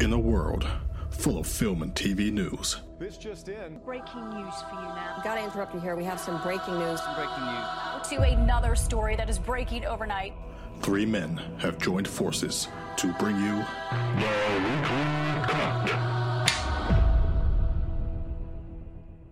In a world full of film and TV news, This just in. Breaking news for you now. Gotta interrupt you here. We have some breaking news. To another story that is breaking overnight. three men have joined forces to bring you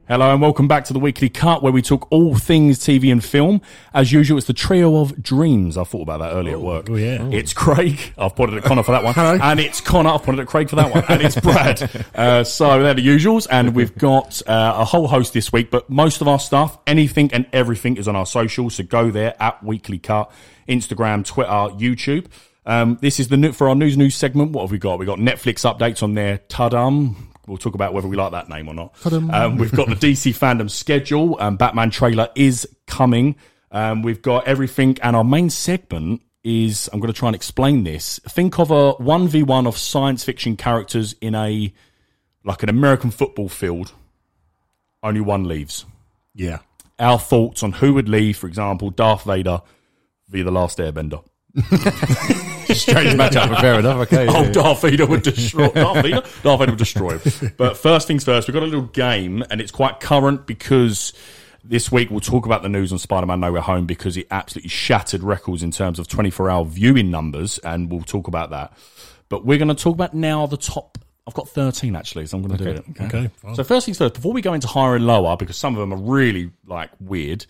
Hello and welcome back to the Weekly Cut, where we talk all things TV and film. As usual, it's the trio of dreams. I thought about that earlier at work. Oh, yeah. It's Craig. I've pointed at Connor for that one. And it's Connor. I've pointed at Craig for that one. And it's Brad. uh, so they're the usuals. And we've got uh, a whole host this week, but most of our stuff, anything and everything is on our socials. So go there at Weekly Cut, Instagram, Twitter, YouTube. Um, this is the new, for our news news segment. What have we got? We've got Netflix updates on there. Tudum. We'll talk about whether we like that name or not. Um, we've got the DC fandom schedule. Um, Batman trailer is coming. Um, we've got everything, and our main segment is I'm going to try and explain this. Think of a one v one of science fiction characters in a like an American football field. Only one leaves. Yeah. Our thoughts on who would leave, for example, Darth Vader v the Last Airbender. Strange matchup. Fair enough. Okay. Oh, Darth Vader would destroy. Darth Vader, Darth Vader would destroy him. But first things first, we've got a little game, and it's quite current because this week we'll talk about the news on Spider-Man: No Way Home because it absolutely shattered records in terms of 24-hour viewing numbers, and we'll talk about that. But we're going to talk about now the top. I've got 13 actually, so I'm going to do it. Okay, fine. So first things first, before we go into higher and lower, because some of them are really like weird,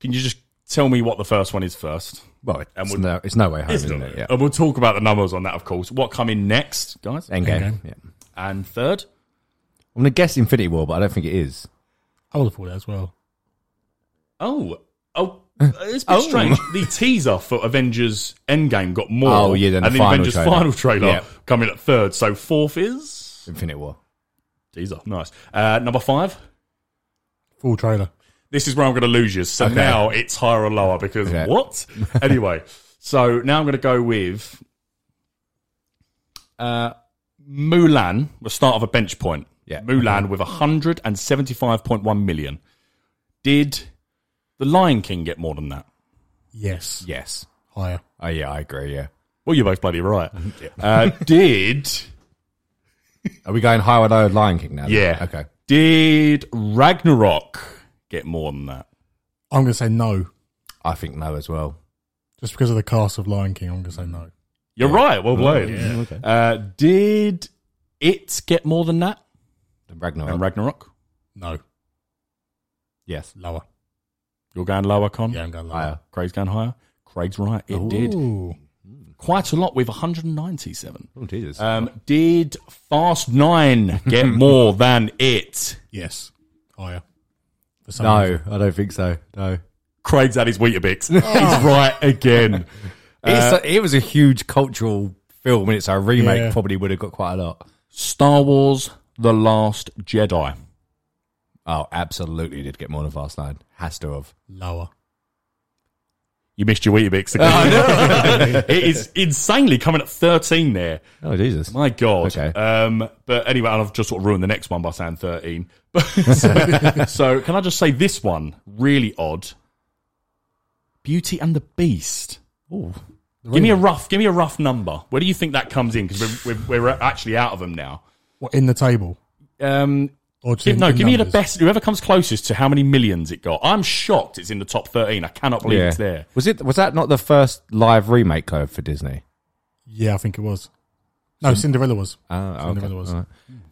can you just tell me what the first one is first? Well, it's, And we'll- no, it's no way home, Isn't isn't it? it? Yeah. And we'll talk about the numbers on that, of course. What coming next, guys? Endgame. Yeah. And third, I'm gonna guess Infinity War, but I don't think it is. I would have thought that as well. oh, oh, it's a bit strange. The teaser for Avengers Endgame got more. Oh, yeah, than and the the final Avengers trailer. final trailer Yeah. coming at third. So fourth is Infinity War. teaser. Nice. Uh, number five. Full trailer. This is where I'm going to lose you. So now it's higher or lower because Okay. what? anyway, so now I'm going to go with uh, Mulan, the start of a bench point. Yeah. Mulan with 175.1 million. Did The Lion King get more than that? Yes. Yes. Higher. Oh yeah, I agree. Yeah. Well, you're both bloody right. Uh, did Are we going high or low? Lion King now? then? yeah? Okay. Did Ragnarok get more than that? I'm going to say no. I think no as well. Just because of the cast of Lion King, I'm going to say no. You're right. Well played. Oh, uh, did it get more than that? The Ragnarok. Oh. And Ragnarok. No. yes. Lower. You're going lower, Con. Yeah, I'm going lower. Higher. Craig's going higher. Craig's right. It did Ooh. quite a lot with 197. Oh Jesus. Um, did Fast Nine get more than it? Yes. Higher. For some no, reason. I don't think so. No. Craig's at his Weetabix. He's right again. it's a, it was a huge cultural film, and it's a remake. Yeah. Probably would have got quite a lot. Star Wars: The Last Jedi. Oh, absolutely did get more than Fast Nine. Has to have. Lower. You missed your Weetabix again. it is insanely coming at 13 there. Oh Jesus. My God. Okay. Um, but anyway, and I've just sort of ruined the next one by saying 13. so, so can I just say this one, really odd. Beauty and the Beast. Ooh. Give me a rough, give me a rough number. Where do you think that comes in? Because we're, we're, we're actually out of them now. What, in the table? Um, Or just give, in- no, in give me the numbers? best. Whoever comes closest to how many millions it got. I'm shocked it's in the top 13. I cannot believe it's there. Was it? Was that not the first live remake though for Disney? Yeah, I think it was. No, Cinderella was. Oh, Cinderella was. all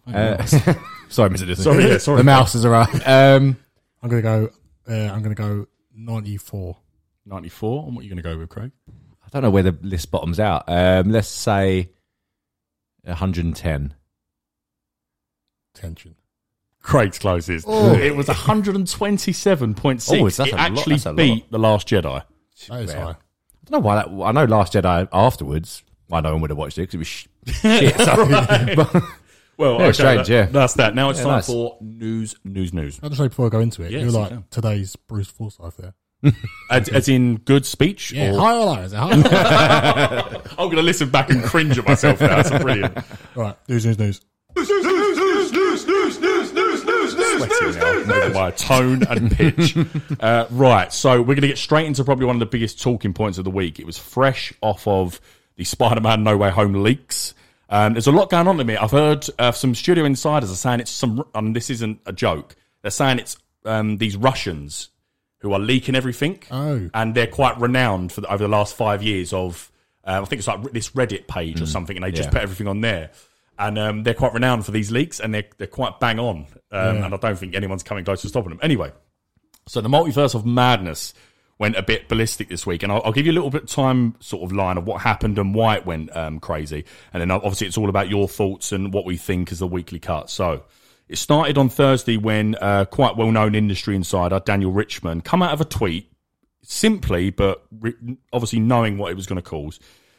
right. Uh, sorry, Mr. Disney. Sorry, yeah, sorry. The mouse is around. Um, I'm going to go. Uh, I'm going to go 94. 94. And what are you going to go with, Craig? I don't know where the list bottoms out. Um, let's say 110. Tension. Craig's closest. It was 127.6. Oh, is that it a lot? actually That's a lot. beat The Last Jedi. That is high. I don't know why. That, I know Last Jedi afterwards. Why no one would have watched it because it was sh- shit. So, but, Well, Yeah, okay, strange, that- yeah. That's that. Now it's Yeah, time nice. for news, news, news. I'll just say before I go into it, Yes, you're like yeah. today's Bruce Forsyth there. As, as in good speech? Yeah, or- high or low? Is it high or low? I'm going to listen back and cringe at myself now. That's brilliant. right, news, news, news. Sweating now over my tone and pitch. Uh, right, so we're going to get straight into probably one of the biggest talking points of the week. It was fresh off of the Spider-Man No Way Home leaks. Um, there's a lot going on to me. I've heard uh, some studio insiders are saying it's some, and this isn't a joke. They're saying it's um, these Russians who are leaking everything. Oh. and they're quite renowned for the, over the last five years of, uh, I think it's like this Reddit page or something, and they just yeah. put everything on there. And um, they're quite renowned for these leaks, and they're they're quite bang on. Um, And I don't think anyone's coming close to stopping them. Anyway, so the multiverse of madness went a bit ballistic this week, and I'll, I'll give you a little bit of time sort of line of what happened and why it went um, crazy, and then obviously it's all about your thoughts and what we think as the weekly cut. So it started on Thursday when uh, quite well-known industry insider Daniel Richmond come out of a tweet simply, but re- obviously knowing what it was going to cause,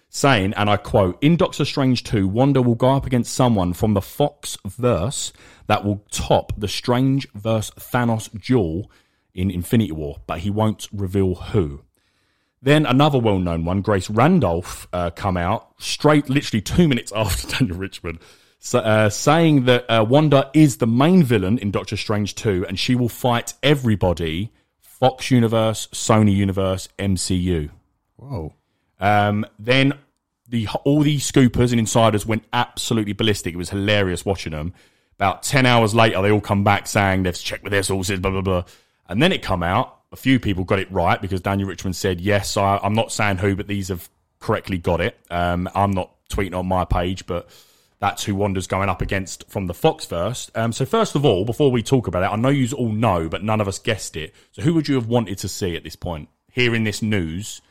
saying, and I quote, in Doctor Strange 2, Wanda will go up against someone from the Fox verse that will top the Strange verse Thanos duel in Infinity War, but he won't reveal who. Then another well-known one, Grace Randolph, uh, come out straight, literally two minutes after Daniel Richmond, so, uh, saying that uh, Wanda is the main villain in Doctor Strange 2, and she will fight everybody: Fox Universe, Sony Universe, MCU. Whoa. Um, then the all the scoopers and insiders went absolutely ballistic. It was hilarious watching them. About ten hours later, they all come back saying they've checked with their sources, blah blah blah. And then it come out. A few people got it right because Daniel Richmond said, "Yes, I, I'm not saying who, but these have correctly got it. Um, I'm not tweeting on my page, but." That's who Wanda's going up against from the Fox first. Um, so first of all, before we talk about it, I know you all know, but none of us guessed it. So who would you have wanted to see at this point, hearing this news?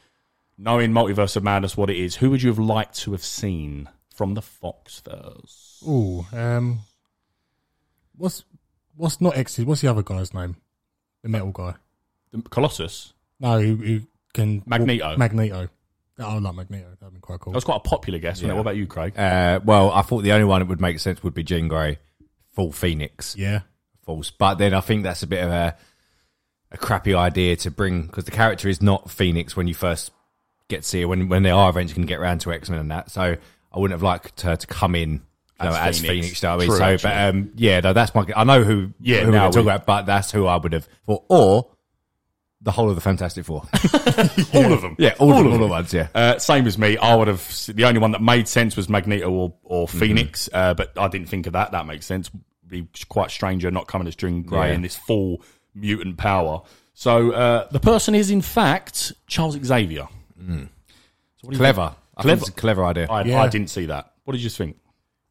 knowing Multiverse of Madness what it is, who would you have liked to have seen from the Foxverse? Ooh. Um, what's what's not X's? What's the other guy's name? The metal guy. The Colossus. No, who, who can Magneto. Magneto. Oh, I like Magneto. That'd be quite cool. That was quite a popular guess, wasn't it? What about you, Craig? Uh, well, I thought the only one that would make sense would be Jean Grey, full Phoenix, yeah. false. But then I think that's a bit of a a crappy idea to bring because the character is not Phoenix when you first get to see her. When when they are eventually going to get around to X Men and that, so I wouldn't have liked her to come in you know, As as, Phoenix. Phoenix. you know what I mean? True, so, but um, yeah, no, that's my. I know who. Yeah, who we're now talking we- about, but that's who I would have thought, or the whole of the Fantastic Four. All of them. yeah, all, of, all the ones. Yeah, Uh, same as me. I would have. The only one that made sense was Magneto or, or Mm-hmm. Phoenix, uh, but I didn't think of that. That makes sense. Be quite stranger not coming as Jean Grey Yeah. in this full mutant power. So uh, the person is in fact Charles Xavier. clever. I think Clever. it's a clever idea. I, Yeah. I didn't see that. What did you think?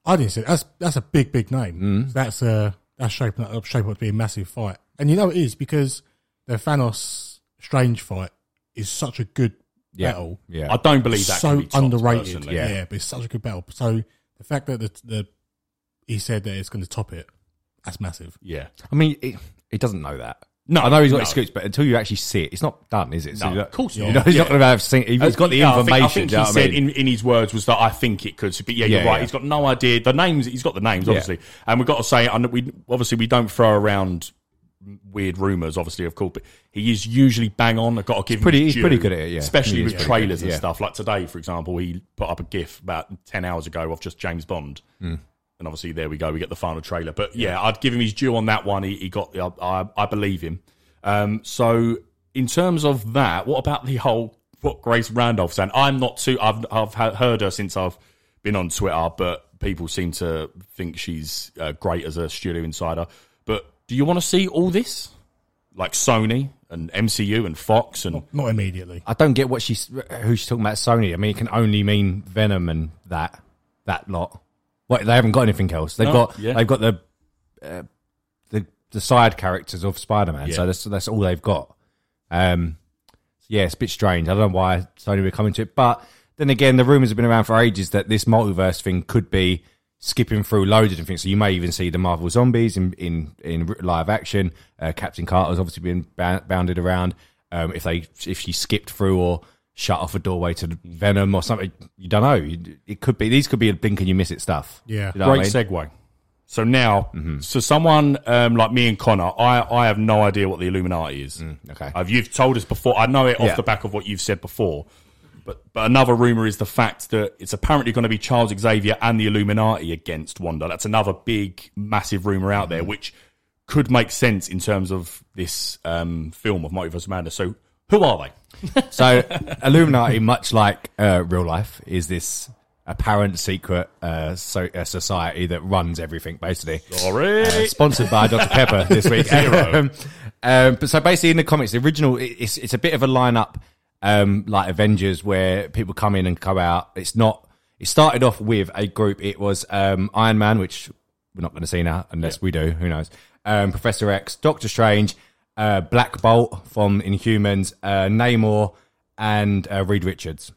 I didn't see it. That's that's a big, big name. Mm. That's uh that's shaping up shaping up to be a massive fight. And you know it is because the Thanos Strange fight is such a good yeah, battle. yeah. I don't believe that. so can be topped, underrated. personally. Yeah. but it's such a good battle. So the fact that the, the he said that it's going to top it, that's massive. yeah. I mean, it, he doesn't know that. No, I know he's got no. his scoops, but until you actually see it, it's not done, is it? No, you don't- of course you not. know, he's Yeah. not going to have seen. He's got the Uh, Yeah, I think- information. I think, do you know he what I said mean? in, in his words was that I think it could. But yeah, you're Yeah, right. yeah. He's got no idea. The names he's got the names obviously, and we've got to say, and we obviously we don't throw around weird rumours. Obviously, of course, but he is usually bang on. I've got to give him pretty- he's his due, pretty good at it, yeah. especially He is with pretty trailers good, and yeah. stuff. Like today, for example, he put up a GIF about ten hours ago of just James Bond. Hmm. And obviously, there we go. We get the final trailer, but yeah, I'd give him his due on that one. He, he got, the, I, I believe him. Um, so, in terms of that, what about the whole what Grace Randolph saying? I'm not too. I've I've ha- heard her since I've been on Twitter, but people seem to think she's uh, great as a studio insider. But do you want to see all this, like Sony and MCU and Fox and Not immediately. I don't get what she's who she's talking about. Sony. I mean, it can only mean Venom and that that lot. What they haven't got anything else. They've No, got yeah. they've got the uh, the the side characters of Spider Man. Yeah. So that's that's all they've got. Um, yeah, it's a bit strange. I don't know why Sony were coming to it, but then again, the rumors have been around for ages that this multiverse thing could be skipping through loads of different things. So you may even see the Marvel zombies in in in live action. Uh, Captain Carter's obviously been ba- bounded around. Um, if they if she skipped through or shut off a doorway to Venom or something, you don't know. You- It could be these could be a blink and you miss it stuff. Yeah. You know what Great I mean? segue. So now, Mm-hmm. so someone um, like me and Connor, I, I have no idea what the Illuminati is. Mm, okay. I've, you've told us before. I know it off Yeah. the back of what you've said before. But but another rumor is the fact that it's apparently going to be Charles Xavier and the Illuminati against Wanda. That's another big, massive rumor out Mm-hmm. there, which could make sense in terms of this um, film of Multiverse of Madness. So who are they? So Illuminati, much like uh, real life, is this apparent secret uh, so, uh, society that runs everything, basically. Sorry. Uh, sponsored by Dr. Pepper this week. um, um, but so basically, in the comics, the original, it- it's, it's a bit of a lineup um, like Avengers where people come in and come out. It's not, it started off with a group. It was um, Iron Man, which we're not going to see now unless we do. Who knows? Um, Professor X, Doctor Strange, uh, Black Bolt from Inhumans, uh, Namor, and uh, Reed Richards.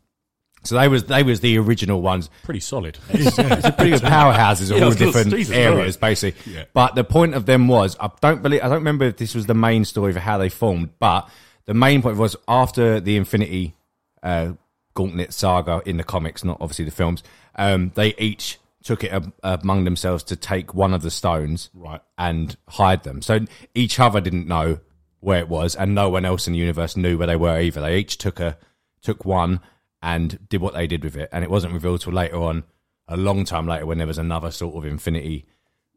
So they was they was the original ones Pretty solid. pretty good powerhouses of Yeah, I all was gonna- different Jesus, areas, right. basically. Yeah. But the point of them was, I don't believe, I don't remember if this was the main story for how they formed, but the main point was after the Infinity uh, Gauntlet saga in the comics, not obviously the films, um, they each took it ab- among themselves to take one of the stones Right. and hide them. So each other didn't know where it was, and no one else in the universe knew where they were either. They each took a took one and did what they did with it, and it wasn't revealed till later on, a long time later, when there was another sort of Infinity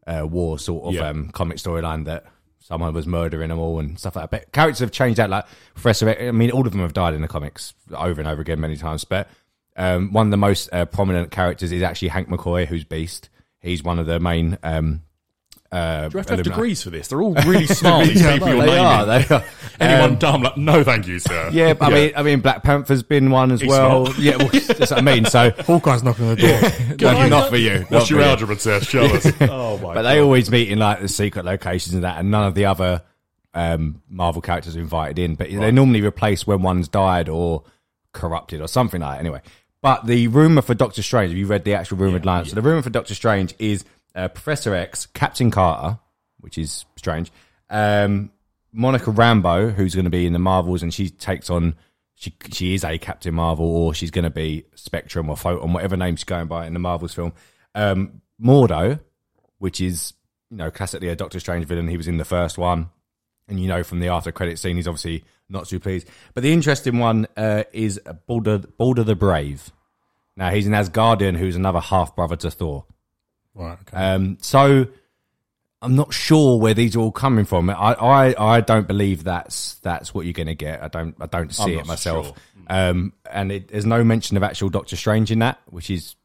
uh, War sort of Yeah. um, comic storyline that someone was murdering them all and stuff like that. But characters have changed out, like Professor. X- I mean, all of them have died in the comics over and over again many times, but. Um, one of the most uh, prominent characters is actually Hank McCoy, who's Beast. He's one of the main um, Do you have to have Illuminati. degrees for this? They're all really smart, these people you're they naming. are. They are. Anyone Um, dumb? Like, no, thank you, sir. yeah, but I mean, I mean, Black Panther's been one as He's well. not. Yeah, well, that's what I mean. So, Hawkeye's knocking on the door. no, not for you. not What's your for you. algebra test? Show us. oh, my But they always meet in like the secret locations and that, and none of the other um, Marvel characters are invited in. But they normally replace when one's died or corrupted or something like that. Anyway, but the rumor for Doctor Strange, have you read the actual rumored line? So the rumor for Doctor Strange is uh, Professor X, Captain Carter, which is strange. Um, Monica Rambo, who's going to be in the Marvels, and she takes on. She, she is a Captain Marvel, or she's going to be Spectrum or Photon, whatever name she's going by in the Marvels film. Um, Mordo, which is you know classically a Doctor Strange villain. He was in the first one, and you know from the after credit scene, he's obviously not too pleased. But the interesting one uh, is Balder, Balder the Brave. Now he's an Asgardian who's another half brother to Thor. Right, okay. Um, so I'm not sure where these are all coming from. I, I, I don't believe that's that's what you're going to get. I don't I don't see it not myself. sure. Um, and it, there's no mention of actual Doctor Strange in that, which is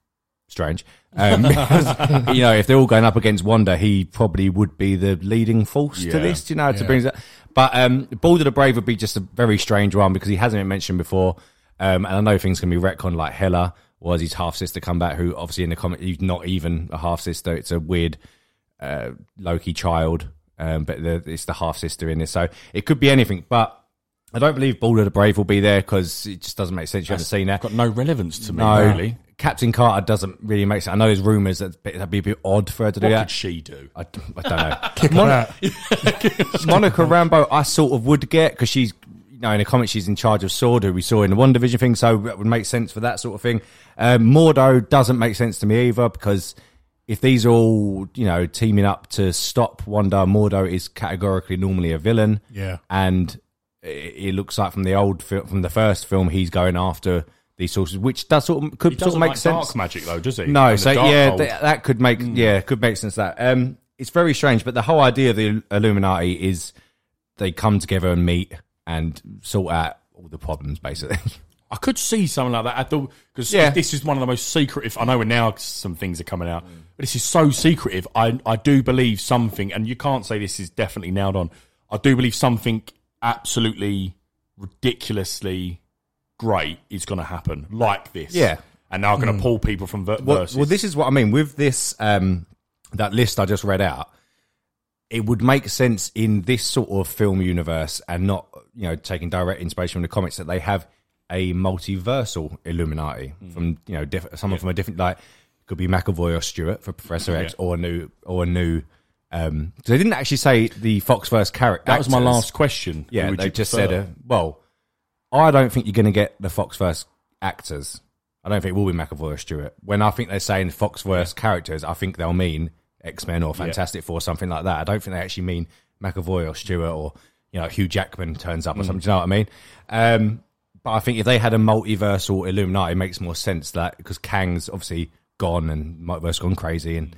strange. Um, because, you know, if they're all going up against Wanda, he probably would be the leading force to Yeah. this. You know, to bring that. But um, Balder the Brave would be just a very strange one because he hasn't been mentioned before. Um, and I know things can be retconned, like Hela was his half sister come back, who obviously in the comic he's not even a half sister. It's a weird uh, Loki child, um, but the, it's the half sister in this, so it could be anything. But I don't believe Balder the Brave will be there because it just doesn't make sense. You haven't seen that. Got no relevance to me, No, really. Captain Carter doesn't really make sense. I know there's rumours that that'd be a bit odd for her to do What that. could she do? I, d- I don't know. Kick Mon- her out. Monica Rambo, I sort of would get because she's, you know, in the comics, she's in charge of Sword, who we saw in the One Division thing, so that would make sense for that sort of thing. Um, Mordo doesn't make sense to me either because if these are all, you know, teaming up to stop Wanda, Mordo is categorically normally a villain. Yeah. And it, it looks like from the old film, from the first film, he's going after these sources, which does sort of could He sort doesn't of make like sense. dark magic, though, does he? No, And the so dark yeah, hole. Mm. th- that could make yeah could make sense. That um, it's very strange, but the whole idea of the Illuminati is they come together and meet and sort out all the problems, basically. I could see something like that at the because Yeah. this is one of the most secretive. I know we're now some things are coming out, but this is so secretive. I I do believe something, and you can't say this is definitely nailed on. I do believe something absolutely ridiculously great is going to happen like this. Yeah. and now I'm going to pull people from ver- well, versus. well, this is what I mean with this um, that list I just read out. It would make sense in this sort of film universe and not you know taking direct inspiration from the comics that they have a multiversal Illuminati Hmm. from you know diff- someone from a different like could be McAvoy or Stewart for Professor X or a new or a new. Um, 'cause they didn't actually say the Fox first character. that was my last question. Yeah, Who would they you just prefer? said, uh, well, I don't think you're going to get the Fox verse actors. I don't think it will be McAvoy or Stewart. When I think they're saying Fox verse characters, I think they'll mean X Men or Fantastic Four, something like that. I don't think they actually mean McAvoy or Stewart or you know Hugh Jackman turns Hmm. up or something. Do you know what I mean? Um, but I think if they had a multiversal Illuminati, it makes more sense that because Kang's obviously gone and multiverse gone crazy, and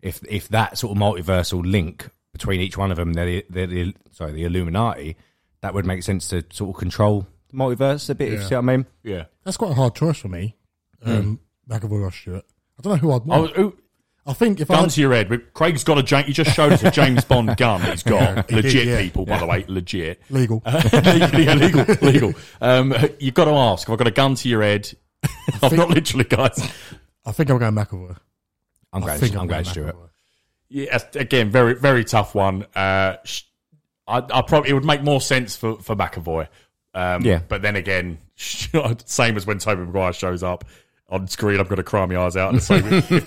if if that sort of multiversal link between each one of them, they're the, they're the sorry the Illuminati, that would make sense to sort of control the multiverse a bit. If you see what I mean? yeah. Hmm. That's quite a hard choice for me. Um, McAvoy or Stewart. I don't know who I'd I, want. uh, was, ooh, I think if I Oh, gun to your head. but Craig's got a James. He just showed us a James Bond gun. He's got He did, legit yeah. people, by the way, legit. legal, Uh-huh. legal, legal, legal. Um, you've got to ask. Have I got a gun to your head? I've not literally, guys. I think I'm going McAvoy. I'm I going. think I'm going Stuart. McAvoy. Yes, again, very, very tough one. Uh, sh- I, I probably it would make more sense for for McAvoy. Um, Yeah. but then again, same as when Toby Maguire shows up on screen, I'm going to cry my eyes out. And so if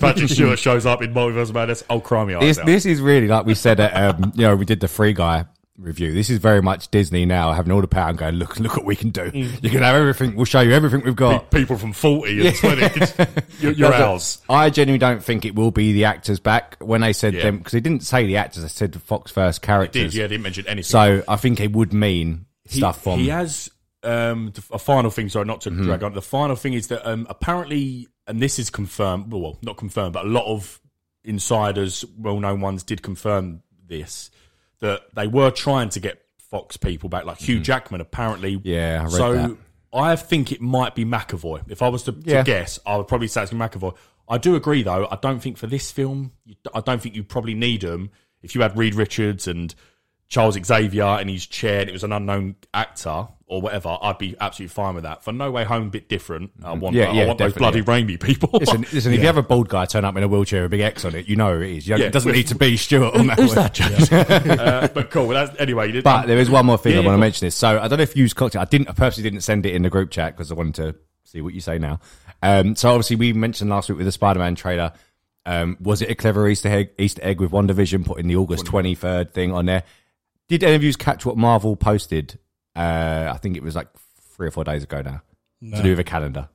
Patrick Stewart shows up in Multiverse of Madness, I'll cry my eyes This out. this is really like we said at um, you know we did the Free Guy review. This is very much Disney now having all the power and going look look what we can do. Mm. You can have everything. We'll show you everything we've got. People from 40 and 20, it's- you're, you're That's it. ours. I genuinely don't think it will be the actors back when they said Yeah. them because they didn't say the actors. They said the Fox first Did characters. yeah, didn't mention anything. So I think it would mean He- stuff from Mm-hmm. He has um, the- a final thing. Sorry, not to drag on. The final thing is that um, apparently, and this is confirmed. Well, not confirmed, but a lot of insiders, well-known ones, did confirm this that they were trying to get Fox people back, like Hugh Jackman. Apparently, Mm-hmm. Yeah, I read so that. I think it might be McAvoy. If I was to, to Yeah. guess, I would probably say it's McAvoy. I do agree, though. I don't think for this film, you, I don't think you probably need him. If you had Reed Richards and Charles Xavier in his chair and it was an unknown actor or whatever, I'd be absolutely fine with that. For No Way Home, a bit different. I Mm-hmm. want, Yeah, I yeah, want those bloody definitely, Raimi people. Listen, listen if you have a bald guy turn up in a wheelchair with a big X on it, you know who it is. You don't- Yeah. It doesn't need to be Stuart on that. Who's one. that, James? uh, but cool. That's, anyway, you- But there is one more thing Yeah, I yeah, want go to on. mention. This so I don't know if you cocked it. I didn't. I purposely didn't send it in the group chat because I wanted to see what you say now. Um, so obviously we mentioned last week with the Spider-Man trailer. Um, was it a clever Easter egg? Easter egg with One Division putting the August twenty third thing on there. Did any of you catch what Marvel posted? Uh, I think it was like three or four days ago now. To do with a calendar.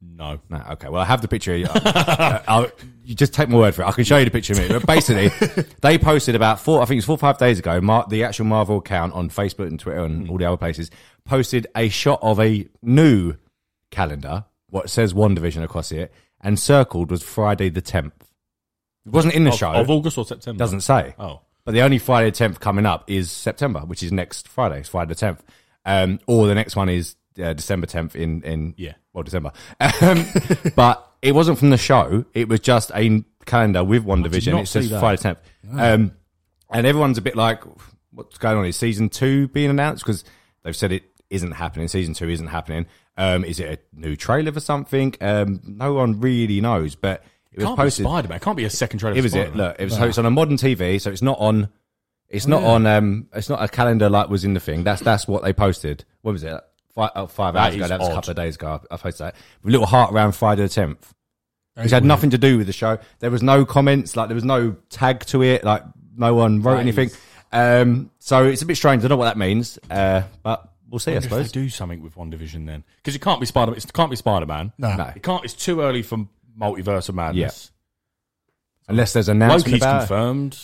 no. No, okay. Well, I have the picture. here. Uh, I'll, you just take my word for it. I can show you the picture in a minute. But basically, they posted about four, I think it was four or five days ago, Mar- the actual Marvel account on Facebook and Twitter and Hmm. all the other places posted a shot of a new calendar, what says WandaVision across it, and circled was Friday the 10th. It wasn't in the Of, show. of August or September? doesn't say. Oh. But the only Friday the 10th coming up is September, which is next Friday. It's Friday the 10th. Um, or the next one is uh, December 10th in, in Yeah. well, December. Um, but it wasn't from the show. It was just a calendar with One Division. not It says see that. Friday the 10th. Um, and everyone's a bit like, what's going on? Is season two being announced? Because they've said it isn't happening. Season two isn't happening. Um, is it a new trailer for something? Um, no one really knows. But it was Can't posted. be Spider Man. Can't be a second trailer. It for was it. Spider-Man. Look, it was. So it's on a modern TV, so it's not on. It's Oh, not on. Um, it's not a calendar like was in the thing. That's that's what they posted. What was it? Five, oh, five That hours ago. is That was odd. a couple of days ago. I I posted that. With a little heart around Friday the tenth, which is had weird. nothing to do with the show. There was no comments. Like there was no tag to it. Like no one wrote anything. Um, so it's a bit strange. I don't know what that means. Uh, but we'll see. I, I wonder suppose. If they do something with One Division then, because it can't be Spider. It can't be Spider Man. No. No. it can't. It's too early for Multiverse of Madness. Unless there's an announcement Loki's about. confirmed.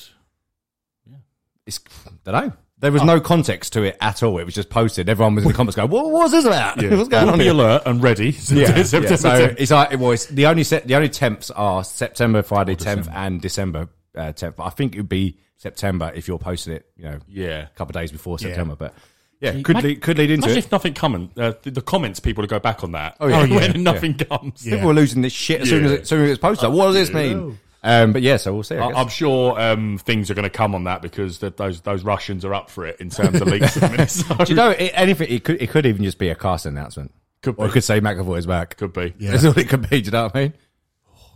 It's, don't know. There Oh. was no context to it at all. It was just posted. Everyone was in the comments going, "What was this about? What's going We'll on be here?" alert and ready. yeah, September yeah. So 10th. it's like it was the only set, the only temps are September Friday tenth and December uh, tenth. but I think it would be September if you're posting it, you know, yeah. a couple of days before September. But yeah, Gee, could imagine- lead, could lead into Imagine it. if nothing coming. Uh, the, the comments people to go back on that. Oh yeah. Oh, when nothing comes. People were losing this shit as soon as, it, as soon as it's posted. Like, what does this mean? Um, but yeah, so we'll see. I I- guess. I'm sure um, things are going to come on that because that those those Russians are up for it in terms of leaks. at the minute. So Do you know it, anything? It could it could even just be a cast announcement. Could or be. it could say McAvoy is back. could be. Yeah. That's all it could be. Do you know what I mean?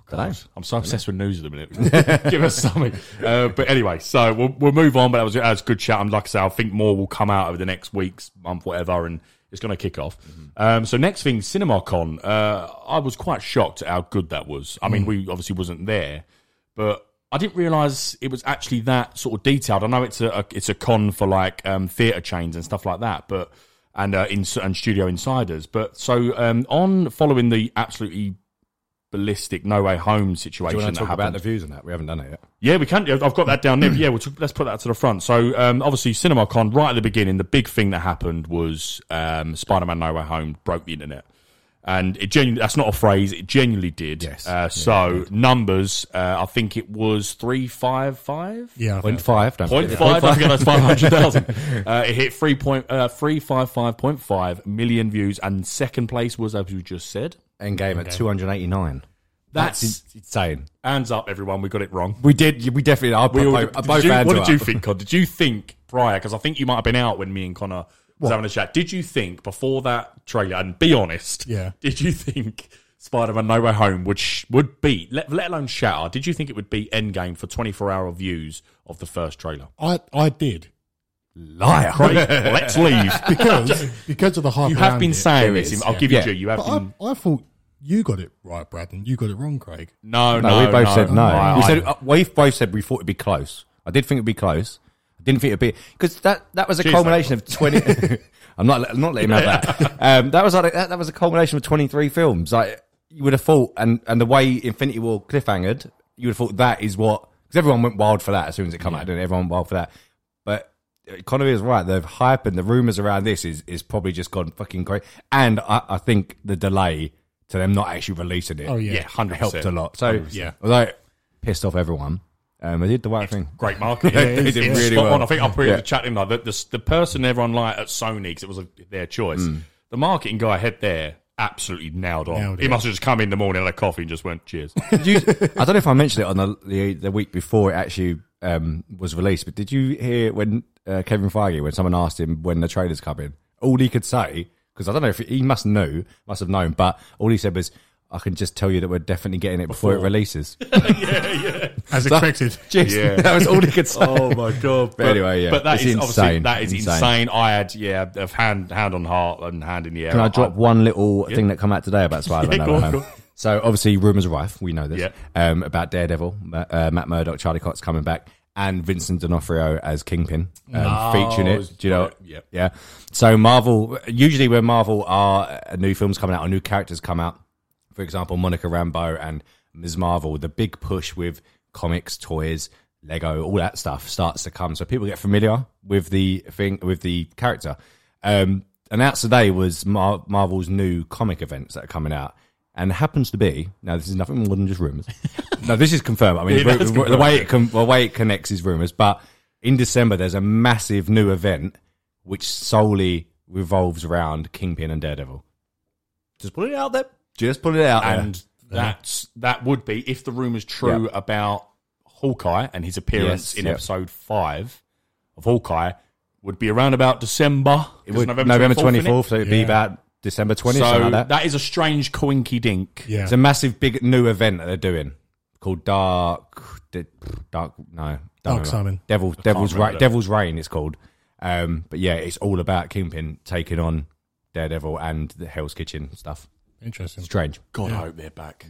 Dunno. I'm so obsessed with news at the minute. Give us something. Uh, but anyway, so we'll, we'll move on. But that was, that was a good chat. And like I say, I think more will come out over the next weeks, month, whatever, and it's going to kick off. Um, so next thing, CinemaCon. Uh, I was quite shocked at how good that was. I mean, we obviously wasn't there, but I didn't realise it was actually that sort of detailed. I know it's a, a it's a con for like um, theatre chains and stuff like that, but and uh, in, and studio insiders. But so um, on following the absolutely ballistic No Way Home Do you situation want that to talk happened. about the views on that? We haven't done it yet. yeah, we can. I've got that down there. Yeah, we'll talk, let's put that to the front. So um, obviously, CinemaCon right at the beginning, the big thing that happened was um, Spider-Man No Way Home broke the internet. And it genuinely, that's not a phrase, it genuinely did. Yes. Uh, so, numbers, uh, I think it was 355? Yeah, I Point think- five. Don't Point forget. five. I forget that's five hundred thousand. uh, it hit three point uh, three five five point five million views, and second place was as you just said. Endgame at two hundred eighty nine. That's, That's insane. hands up, everyone. We got it wrong. We did. We definitely. I put We all, both, uh, did both you, hands what up. did you think, Con? Did you think prior? Because I think you might have been out when me and Connor was having a chat. Did you think before that trailer? And be honest, Yeah. Did you think Spider-Man: No Way Home would sh- would beat, let, let alone shatter? Did you think it would beat Endgame for 24-hour views of the first trailer? I I did Liar! Great. Let's leave. because because of the hype. you have around been it. saying There this. is, I'll yeah. give you Yeah. due. You have But been. I, I thought you got it right, Brad, and you got it wrong, Craig. No, no, No, we both no, said no. I- we I- said uh, we both said we thought it'd be close. I did think it'd be close. I didn't think it'd be because that that was a Cheers, culmination of twenty. I'm not I'm not letting him have that. Um, that was like that, that was a culmination of twenty three films. Like you would have thought, and and the way Infinity War cliffhangered, you would have thought that is what because everyone went wild for that as soon as it came out. Didn't it? everyone went wild for that? But uh, Connery is right. The hype and the rumors around this is is probably just gone fucking crazy. And I, I think the delay to them not actually releasing it Oh, yeah. Yeah, 100%. helped a lot. So Yeah. although it pissed off everyone, um, they did the right thing. great marketing. Yeah, they did It's really spot well. on. I think I put it Yeah. in the chat in like the, the, the person everyone liked at Sony because it was a, their choice. Mm. The marketing guy head there absolutely nailed on. Nailed he it. must have just come in the morning had a coffee and just went cheers. Did you, I don't know if I mentioned it on the the, the week before it actually um, was released, but did you hear when uh, Kevin Feige when someone asked him when the trailers coming? All he could say because I don't know if he, he must know, must have known, but all he said was. I can just tell you that we're definitely getting it before, it releases. As expected. Just, Yeah. that was all he could say. oh my god! But, anyway, yeah, but that it's is obviously insane, that is insane. insane. I had yeah, of hand hand on heart and hand in the air. Can I drop one little thing that come out today about Spider-Man? No Yeah, go Way on, Home? go on. So obviously, rumors are rife. We know this Yeah. um, about Daredevil, Ma- uh, Matt Murdock, Charlie Cox coming back, and Vincent D'Onofrio as Kingpin um, Oh, featuring it. Do you know? yeah. yeah. So Marvel usually when Marvel are uh, new films coming out or new characters come out, for example, Monica Rambeau and Ms. Marvel, the big push with comics, toys, Lego, all that stuff starts to come. So people get familiar with the thing, with the character. Um, announced today was Mar- Marvel's new comic events that are coming out. And happens to be now. This is nothing more than just rumors. no, this is confirmed. I mean, Yeah, the, that's the way it com- the way it connects is rumors. But in December, there's a massive new event which solely revolves around Kingpin and Daredevil. Just putting it out there. Just putting it out there. and that's that would be if the rumor's true Yeah. about Hawkeye and his Yes, appearance in yeah. episode five of Hawkeye would be around about December. It 'cause would, November 24th, 24th, so it'd be Yeah. about December 20th, isn't it? something So like that. that is a strange coinky dink. Yeah. It's a massive, big new event that they're doing called Dark, Di- Dark, no, don't remember. Simon. Devil, Devil's remember Rain, that. Devil's Rain. It's called. Um, but yeah, it's all about Kingpin taking on Daredevil and the Hell's Kitchen stuff. Interesting. Strange. God, I hope they're back.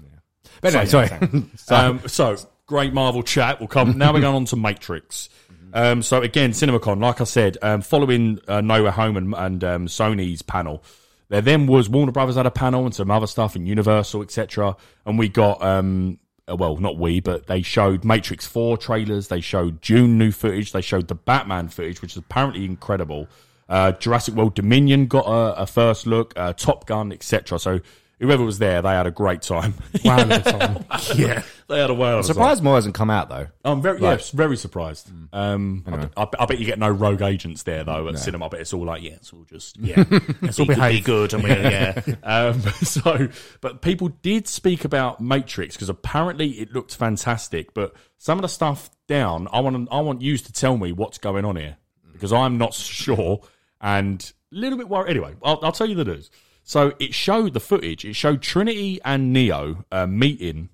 But anyway, sorry. Um, so great Marvel chat. We'll come now. We're going on to Matrix. Um, so again, CinemaCon, like I said, um, following uh, Noah Home and, and um, Sony's panel, there then was Warner Brothers had a panel and some other stuff and Universal, etc. And we got um, uh, well, not we, but they showed Matrix Four trailers. They showed June new footage. They showed the Batman footage, which is apparently incredible. Uh, Jurassic World Dominion got a, a first look. Uh, Top Gun, etc. So whoever was there, they had a great time. Wow, at the time. yeah. they had a whale. of a time. Surprised more hasn't come out though. I'm very yes, very surprised. Um, I bet- I, bet- I bet you get no rogue agents there though at cinema. I bet it's all like yeah, it's all just yeah, it's all be behave. good and we're yeah. um, so, but people did speak about Matrix because apparently it looked fantastic. But some of the stuff down, I want I want you to tell me what's going on here because I'm not sure and a little bit worried. Anyway, I'll, I'll tell you the news. So it showed the footage. It showed Trinity and Neo uh, meeting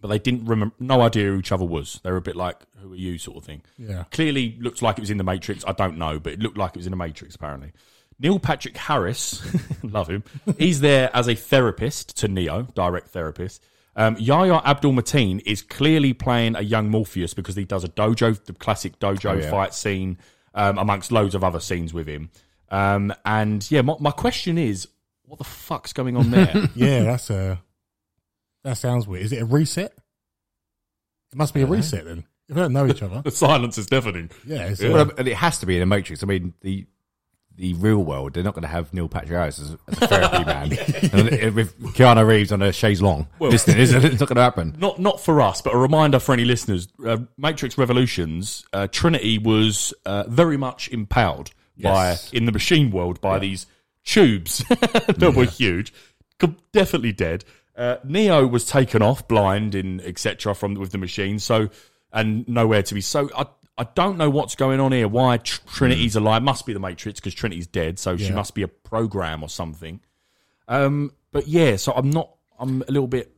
but they didn't remember, no idea who each other was. They were a bit like, who are you, sort of thing. Yeah. Clearly looked like it was in the Matrix. I don't know, but it looked like it was in the Matrix, apparently. Neil Patrick Harris, love him, he's there as a therapist to Neo, direct therapist. Um, Yahya Abdul Mateen is clearly playing a young Morpheus because he does a dojo, the classic dojo yeah. fight scene, um, amongst loads of other scenes with him. Um, and yeah, my, my question is, what the fuck's going on there? Yeah, that's a. That sounds weird. Is it a reset? It must be a reset then. If they don't know each other. the silence is deafening. Yeah. It's Well, and it has to be in the Matrix. I mean, the the real world, they're not going to have Neil Patrick Harris as, as a therapy man and it- with Keanu Reeves on a chaise long. listening, is it? It's not going to happen. not not for us, but a reminder for any listeners: uh, Matrix Revolutions, uh, Trinity was uh, very much empowered Yes. by in the machine world by these tubes that were huge, com- definitely dead. Uh, Neo was taken off blind in etc. from with the machine, so and nowhere to be. So I I don't know what's going on here. Why Tr- Trinity's alive? Must be the Matrix because Trinity's dead, so she Yeah. must be a program or something. Um, but yeah, so I'm not. I'm a little bit.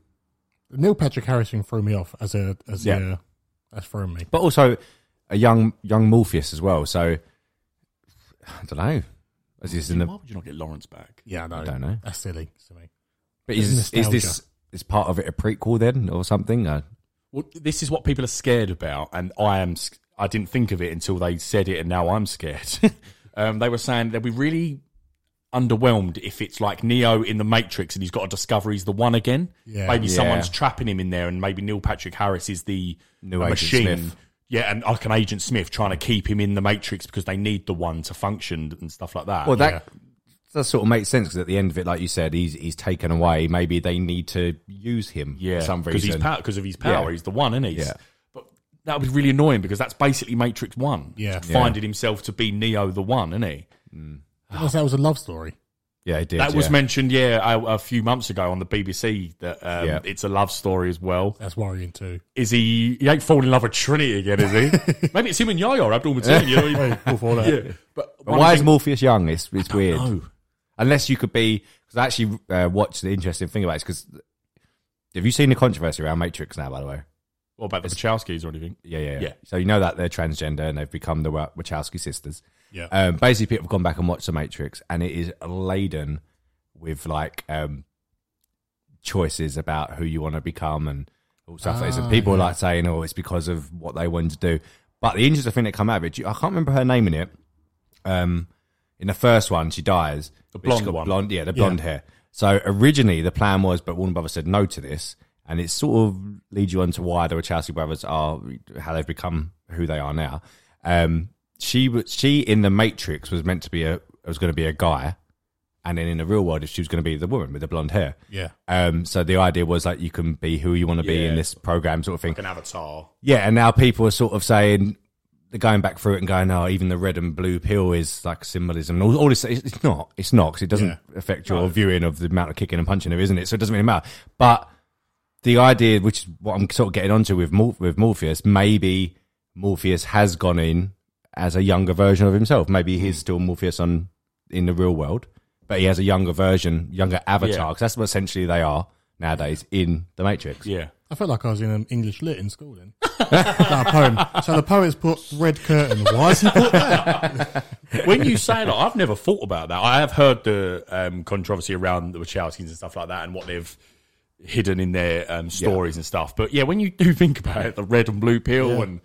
Neil Patrick Harrison threw me off as a as Yeah. a that's thrown me. but also a young young Morpheus as well. So I don't know. Is this in Why the? would you not get Lawrence back? Yeah, no, I don't know. That's silly to me. But is is Nostalgia. this is part of it a prequel then or something? Uh, Well, this is what people are scared about, and I am. sc- I didn't think of it until they said it, and now I'm scared. um, they were saying they'll be really underwhelmed if it's like Neo in the Matrix, and he's got to discover he's the one again. Yeah. Maybe Yeah. someone's trapping him in there, and maybe Neil Patrick Harris is the New Agent machine. Smith. Yeah, and like an Agent Smith trying to keep him in the Matrix because they need the one to function and stuff like that. well, that that sort of makes sense because at the end of it, like you said, he's he's taken away. Maybe they need to use him yeah, for some because reason. he's pow- because of his power, Yeah. he's the one, isn't he? Yeah. But that would be really annoying because that's basically Matrix One. Yeah. Just finding himself to be Neo, the one, isn't he? Ah. Because that was a love story. yeah, he did. That was yeah. mentioned, yeah, a, a few months ago on the BBC that um, Yeah. it's a love story as well. That's worrying too. Is he? He ain't falling in love with Trinity again, is he? Maybe it's him and Yaya Abdul Mateen. You know what I mean? Hey, cool for that. Yeah. But But one why is thing- Morpheus young? It's it's weird. know. Unless you could be, because I actually uh, watched the interesting thing about it because have you seen the controversy around Matrix now? By the way, what about the Wachowskis or anything? yeah, yeah, Yeah. So you know that they're transgender and they've become the Wa- Wachowski sisters. Yeah. Um, basically, people have gone back and watched the Matrix, and it is laden with like um, choices about who you want to become and all stuff. like this. And people are like saying, "Oh, it's because of what they wanted to do." But the interesting thing that come out of it, I can't remember her name in it. Um, in the first one, she dies. The blonde one. blonde, yeah, the blonde hair. So originally, the plan was, but Warner Brothers said no to this, and it sort of leads you on to why the Wachowski brothers are how they've become who they are now. Um, she was she in the Matrix was meant to be a was going to be a guy, and then in the real world, she was going to be the woman with the blonde hair. Yeah. Um, so the idea was like you can be who you want to be Yeah. in this program sort of thing. Like an avatar. Yeah, and now people are sort of saying they're going back through it and going, "Oh, even the red and blue pill is like symbolism." And all, all this, it's it's not. It's not 'cause it doesn't Yeah. affect your viewing of the amount of kicking and punching there, isn't it? So it doesn't really matter. But the idea, which is what I'm sort of getting onto with Mor- with Morpheus, maybe Morpheus has gone in as a younger version of himself. Maybe he's still Morpheus on in the real world, but he has a younger version, younger avatar. Yeah. 'cause that's what essentially they are nowadays in the Matrix. Yeah. I felt like I was in um, English lit in school then. that poem. So the poet's put red curtain. Why is he put that? when you say that, I've never thought about that. I have heard the um, controversy around the Wachowskis and stuff like that, and what they've hidden in their um, stories and stuff. But yeah, when you do think about it, the red and blue pill and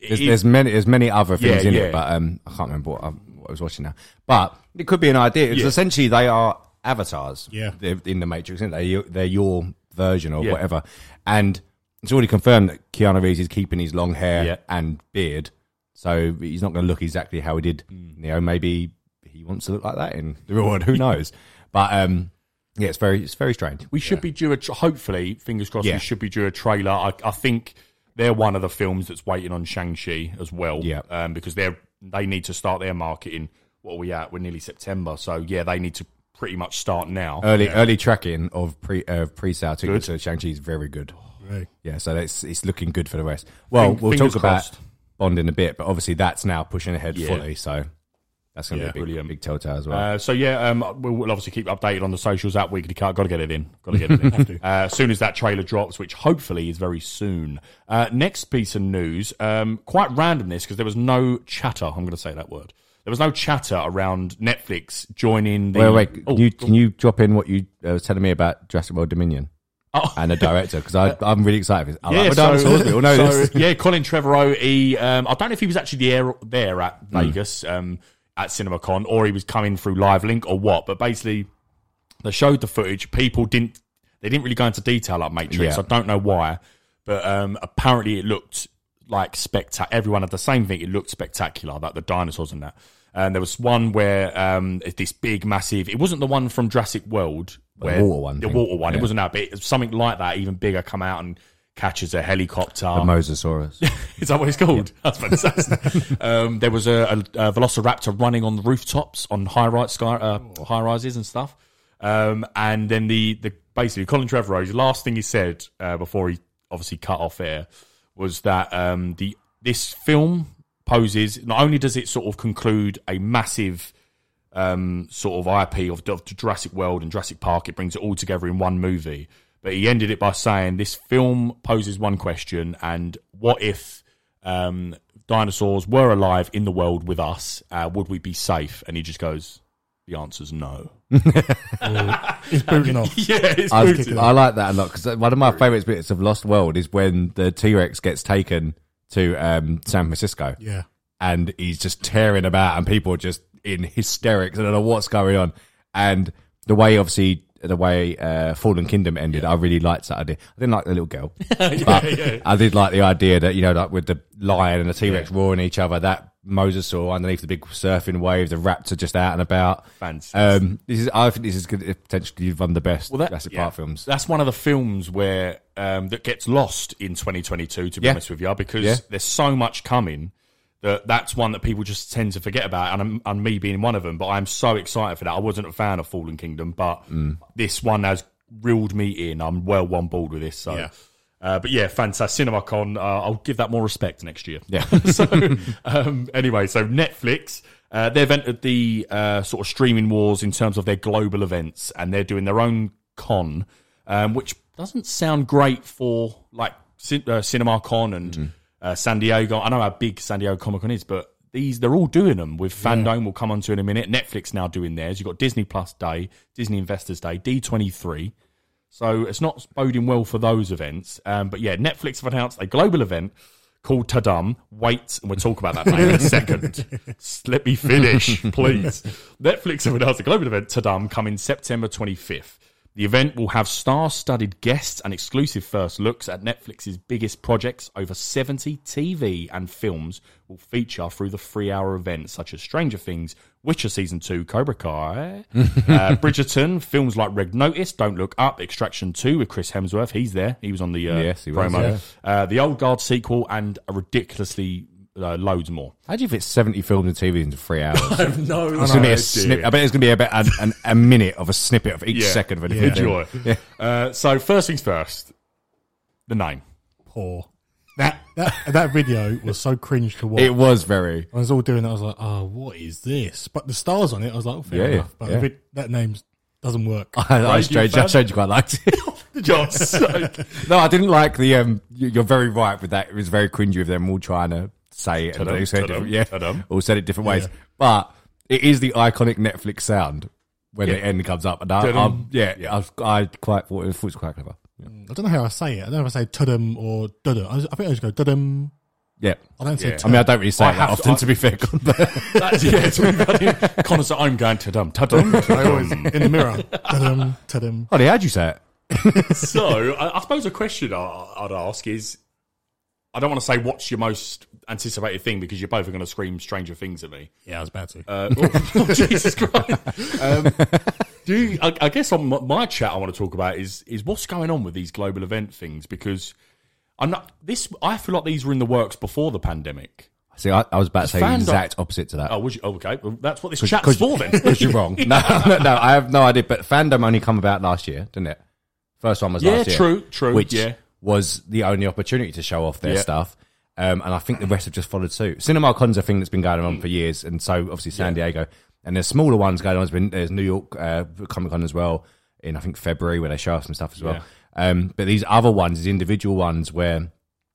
There's, it- there's many there's many other things Yeah, in yeah. it, but um, I can't remember what I, what I was watching now. But it could be an idea. It's essentially they are avatars. Yeah. they're in the Matrix, isn't they? You- They're your version or Yeah. whatever. And it's already confirmed that Keanu Reeves is keeping his long hair Yeah. and beard, so he's not going to look exactly how he did. Hmm. You know, maybe he wants to look like that in the real world. Who knows? But um, yeah, it's very it's very strange. we should be due a tr hopefully fingers crossed Yeah. we should be due a trailer. I, I think they're one of the films that's waiting on Shang Chi as well. Yeah. um, because they're they need to start their marketing. What are we at? We're nearly September, so yeah, they need to pretty much start now. Early early tracking of pre uh, pre sale tickets to Shang Chi is very good. Really? Yeah, so that's it's looking good for the rest. Well, Fing- we'll fingers talk about crossed. Bond in a bit, but obviously that's now pushing ahead Yeah. fully, so that's going to Yeah, be a big, brilliant. big telltale as well. Uh, so yeah, um, we'll, we'll obviously keep updated on the socials at Weekly Cut. Got to get it in. Got to get it in. uh, as soon as that trailer drops, which hopefully is very soon. Uh, next piece of news, um, quite randomness because there was no chatter. I'm going to say that word. There was no chatter around Netflix joining the. wait, wait, can Oh, you can you drop in what you uh, was telling me about Jurassic World Dominion oh. and the director? Because I'm really excited. For this. I Yeah, like, well, so, dinosaurs, we all know so, this. yeah, Colin Trevorrow. He, um, I don't know if he was actually there, there at Hmm. Vegas um, at CinemaCon or he was coming through Live Link or what. But basically, they showed the footage. People didn't. They didn't really go into detail like Matrix. Yeah. I don't know why, but um, apparently it looked like spectacular. Everyone had the same thing. It looked spectacular, like the dinosaurs and that. And there was one where um, it's this big, massive. It wasn't the one from Jurassic World, where water one The thing. water one. It Yeah. wasn't that, but it, something like that, even bigger, come out and catches a helicopter. The Mosasaurus. Is that what it's called? That's fantastic. um, there was a, a, a velociraptor running on the rooftops on high rise sky uh, high rises and stuff. Um, and then the the basically, Colin Trevorrow's last thing he said uh, before he obviously cut off air was that um, the this film poses not only does it sort of conclude a massive um, sort of IP of, of Jurassic World and Jurassic Park, it brings it all together in one movie. But he ended it by saying this film poses one question: and what if um, dinosaurs were alive in the world with us? Uh, would we be safe? And he just goes, "The answer's no." It's booting off. yeah, it's I, booted. I like that a lot because one of my favourite bits of Lost World is when the T Rex gets taken to um, San Francisco Yeah. and he's just tearing about and people are just in hysterics. I don't know what's going on. And the way, obviously, the way uh, Fallen Kingdom ended, I really liked that idea. I didn't like the little girl, but I did like the idea that, you know, like with the lion and the T Rex roaring at each other, that mosasaur underneath the big surfing wave, the raptor just out and about. Fantastic. Um, this is, I think this is gonna potentially one of the best Jurassic yeah. Park films. That's one of the films where um, that gets lost in 2022. To be Yeah. honest with you, because Yeah. there's so much coming that that's one that people just tend to forget about, and I'm, and me being one of them. But I'm so excited for that. I wasn't a fan of Fallen Kingdom, but Mm. this one has reeled me in. I'm well on board with this. So. Yeah. Uh, but yeah, fantastic. CinemaCon, uh, I'll give that more respect next year. Yeah. so, um, anyway, so Netflix, uh, they've entered the uh, sort of streaming wars in terms of their global events, and they're doing their own con, um, which doesn't sound great for like cin- uh, CinemaCon and uh, San Diego. I know how big San Diego Comic Con is, but these they're all doing them. With Fandome, we'll come on to in a minute. Netflix now doing theirs. You've got Disney Plus Day, Disney Investors Day, D twenty three. So it's not boding well for those events. Um, but yeah, Netflix have announced a global event called Tadum. Wait, and we'll talk about that name in a second. S- Let me finish, please. Netflix have announced a global event, Tadum, coming September 25th. The event will have star studded guests and exclusive first looks at Netflix's biggest projects. Over 70 TV and films will feature through the three hour event, such as Stranger Things, Witcher Season 2, Cobra Kai, uh, Bridgerton, films like Red Notice, Don't Look Up, Extraction 2 with Chris Hemsworth. He's there. He was on the uh, Yes, he was, promo. Uh, the Old Guard sequel and a ridiculously uh, loads more. How do you fit 70 films and TV into three hours? No, It's gonna be a snip. I bet it's gonna be about an, an, a minute of a snippet of each Yeah. second of an Yeah. Enjoy. Uh, so first things first, the name. Poor. That, that that video was so cringe to watch. It was very. I was all doing it. I was like, oh, what is this? But the stars on it, I was like, oh, fair Yeah, enough. But yeah. the vid- that name doesn't work. I, I, you strange, fan? I strange quite liked it. Just no, I didn't like the. Um, you- you're very right with that. It was very cringy with them all trying to say it. And Ta-dum, they all said it ta-dum, different, yeah, ta-dum. all said it different ways. But it is the iconic Netflix sound when the end comes up. And I, Ta-dum. I'm, yeah, I, I quite thought it was quite clever. I don't know how I say it. I don't know if I say tudum or dudum. I, just- I think I just go dudum. Yeah. I don't say Yeah. I mean, I tudum. don't really say I it that have to- often, I- to, be fair. Con, but- that's, yeah, it's really bad. Connor said, "I'm going to dum, ta-dum, ta-dum." in the mirror. Tudum, tudum. Honey, how'd you say it? so I, I suppose a question I, I'd ask is, I don't want to say what's your most anticipated thing because you're both are going to scream Stranger Things at me. Yeah, I was about to. Uh, oh, oh, Jesus Christ! Um, do you, I, I guess on my, my chat I want to talk about is is what's going on with these global event things because I'm not this. I feel like these were in the works before the pandemic. See, I, I was about to say the Fandom- exact opposite to that. Oh, was you? oh, okay, well, that's what this chat's for then. Because you're wrong. No, no, no, I have no idea. But fandom only come about last year, didn't it? First one was Yeah, last year. true, true, Which yeah. was the only opportunity to show off their Yeah. stuff. Um, and I think the rest have just followed suit. CinemaCon's a thing that's been going on for years. And so obviously San Diego. And there's smaller ones going on. There's, been, there's New York uh, Comic Con as well in, I think, February, where they show off some stuff as well. Um, but these other ones, these individual ones where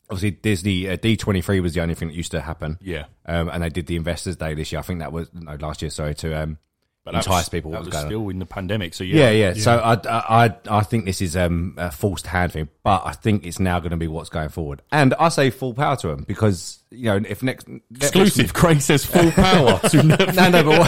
obviously Disney, uh, D23 was the only thing that used to happen. Yeah. Um, and they did the Investors Day this year. I think that was, no, last year, sorry, to um, But entice people. What That was was going on. still in the pandemic, so Yeah, yeah. yeah. So I, I, I- I think this is um, a forced hand thing, but I think it's now going to be what's going forward. And I say full power to them because you know if next Netflix- Exclusive. Craig says full power to Netflix. no, no. But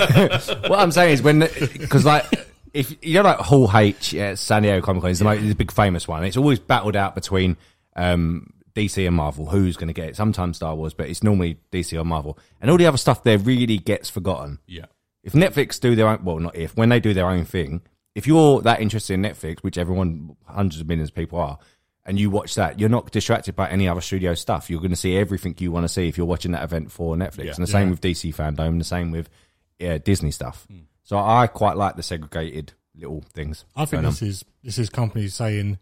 what, what I'm saying is when because like if you know like Hall H at San Diego Comic Con is the, most, is the big famous one. It's always battled out between um, DC and Marvel. Who's going to get it? Sometimes Star Wars, but it's normally DC or Marvel. And all the other stuff there really gets forgotten Yeah. if Netflix do their own, well, not if, when they do their own thing, if you're that interested in Netflix, which everyone, hundreds of millions of people are, and you watch that, you're not distracted by any other studio stuff. You're going to see everything you want to see if you're watching that event for Netflix. Yeah. And the same with DC fandom, the same with yeah, Disney stuff. So I quite like the segregated little things. I think going on. this is this is companies saying,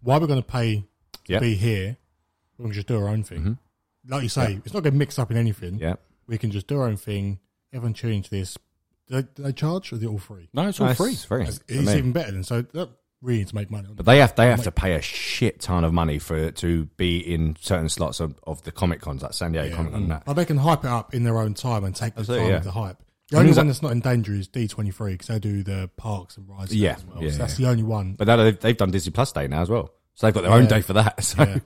why we're going to pay to Yeah. be here, we can just do our own thing. Like you say, it's not going to mix up in anything. Yeah. we can just do our own thing. Everyone tune into this. Do they, do they charge or is it all free? No, it's all No, it's free. free. It's, I mean- it's even better than so. That really needs to make money. But they have they have to pay a shit ton of money for to be in certain slots of, of the Comic Cons, like San Diego Comic Con. and that. But they can hype it up in their own time and take the Absolutely, time yeah. of the hype. The only mean, one that- that's not in danger is D23 because they do the parks and rides. Yeah, as well. yeah, so that's yeah. the only one. But that, they've, they've done Disney Plus Day now as well, so they've got their own day for that. So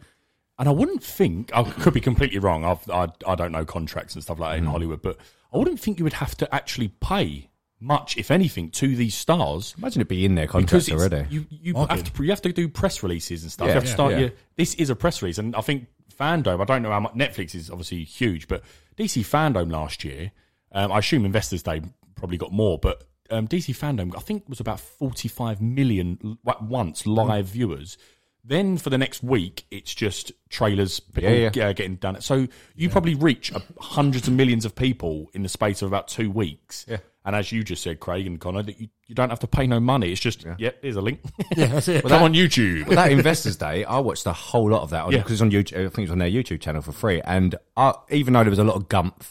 And I wouldn't think I could be completely wrong. I've, I I don't know contracts and stuff like that Hmm. in Hollywood, but I wouldn't think you would have to actually pay much, if anything, to these stars imagine it be in their because contracts it's- already. you you Marketing. have to you have to do press releases and stuff. Yeah, you have to yeah, start yeah. your this is a press release, and I think Fandom. I don't know how much Netflix is obviously huge, but DC Fandom last year, um, I assume Investors Day probably got more, but um, DC Fandom I think was about forty five million l- at once live viewers. Then for the next week, it's just trailers people, Yeah, yeah. uh, getting done. So you probably reach uh, hundreds of millions of people in the space of about two weeks. Yeah. And as you just said, Craig and Connor, that you, you don't have to pay no money. It's just, yep, here's a link. Yeah, that's it. Come on YouTube. But that Investors Day, I watched a whole lot of that Yeah. because it's on YouTube. I think it's on their YouTube channel for free. And I, even though there was a lot of gumph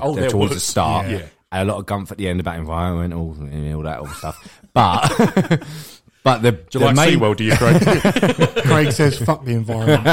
Oh, there towards the was. start, Yeah. and a lot of gumph at the end about environmental and all that old stuff, but but the, the Do you like main, SeaWorld, do you, Craig? Craig says, "Fuck the environment."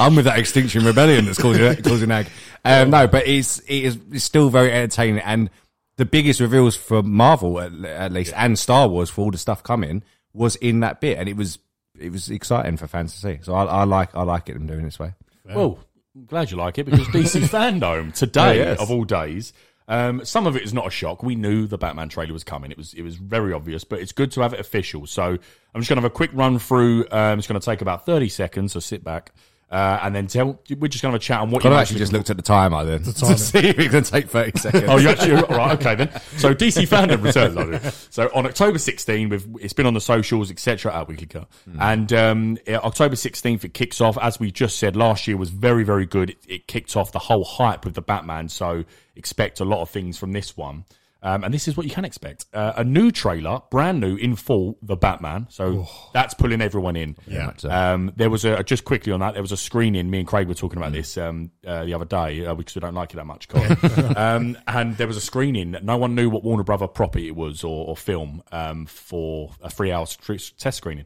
I'm with that Extinction Rebellion that's causing causing ag. Um, no, but it's it is it's still very entertaining and the biggest reveals for Marvel at, at least and Star Wars for all the stuff coming was in that bit and it was it was exciting for fans to see. So I, I like I like it them doing it this way. well, I'm glad you like it because DC Fandom today, Oh, yes. of all days, um, some of it is not a shock. We knew the Batman trailer was coming. It was it was very obvious, but it's good to have it official. So I'm just going to have a quick run through. Um, it's going to take about 30 seconds, so sit back. Uh, and then tell, we're just going to have a chat on what But you I actually just looked at the timer then timer. to see if it can take thirty seconds. Oh, you actually all right? Okay, then. So DC fandom returns. I do. So on October 16, we've it's been on the socials, etc. At Weekly Cut, and um, yeah, October 16th it kicks off. As we just said, last year was very, very good. It, it kicked off the whole hype with the Batman. So expect a lot of things from this one. Um, and this is what you can expect: uh, a new trailer, brand new, in full, the Batman. So that's pulling everyone in. Yeah. Um, there was a just quickly on that. There was a screening. Me and Craig were talking about this um, uh, the other day uh, because we don't like it that much. Colin. um, and there was a screening. No one knew what Warner Brother property it was or, or film um, for a three-hour sc- test screening.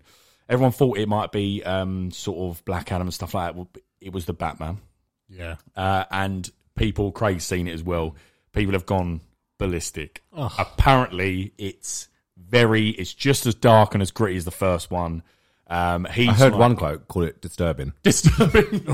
Everyone thought it might be um, sort of Black Adam and stuff like that. It was the Batman yeah, uh, and people, Craig's seen it as well. People have gone ballistic. Apparently, it's very, it's just as dark and as gritty as the first one. Um, he's I heard like- one quote call it disturbing. disturbing.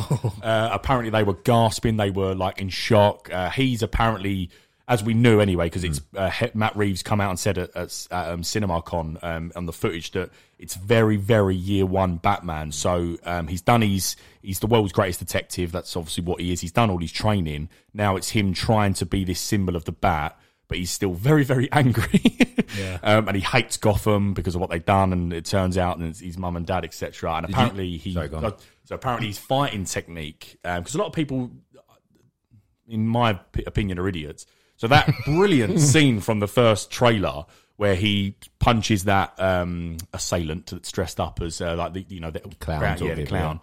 uh, apparently, they were gasping. They were like in shock. Uh, he's apparently, as we knew anyway, because it's uh, he- Matt Reeves come out and said at, at, at um, CinemaCon um, on the footage that it's very, very year one Batman. So um, he's done his he's the world's greatest detective. That's obviously what he is. He's done all his training. Now it's him trying to be this symbol of the bat. But he's still very, very angry, um, and he hates Gotham because of what they've done. And it turns out, and it's his mum and dad, etc. And apparently, he Sorry, go on. so- so apparently his fighting technique, because a lot of people, in my p- opinion, are idiots. So that brilliant scene from the first trailer where he punches that um, assailant that's dressed up as uh, like the you know the Clown sort yeah, of the people, clown.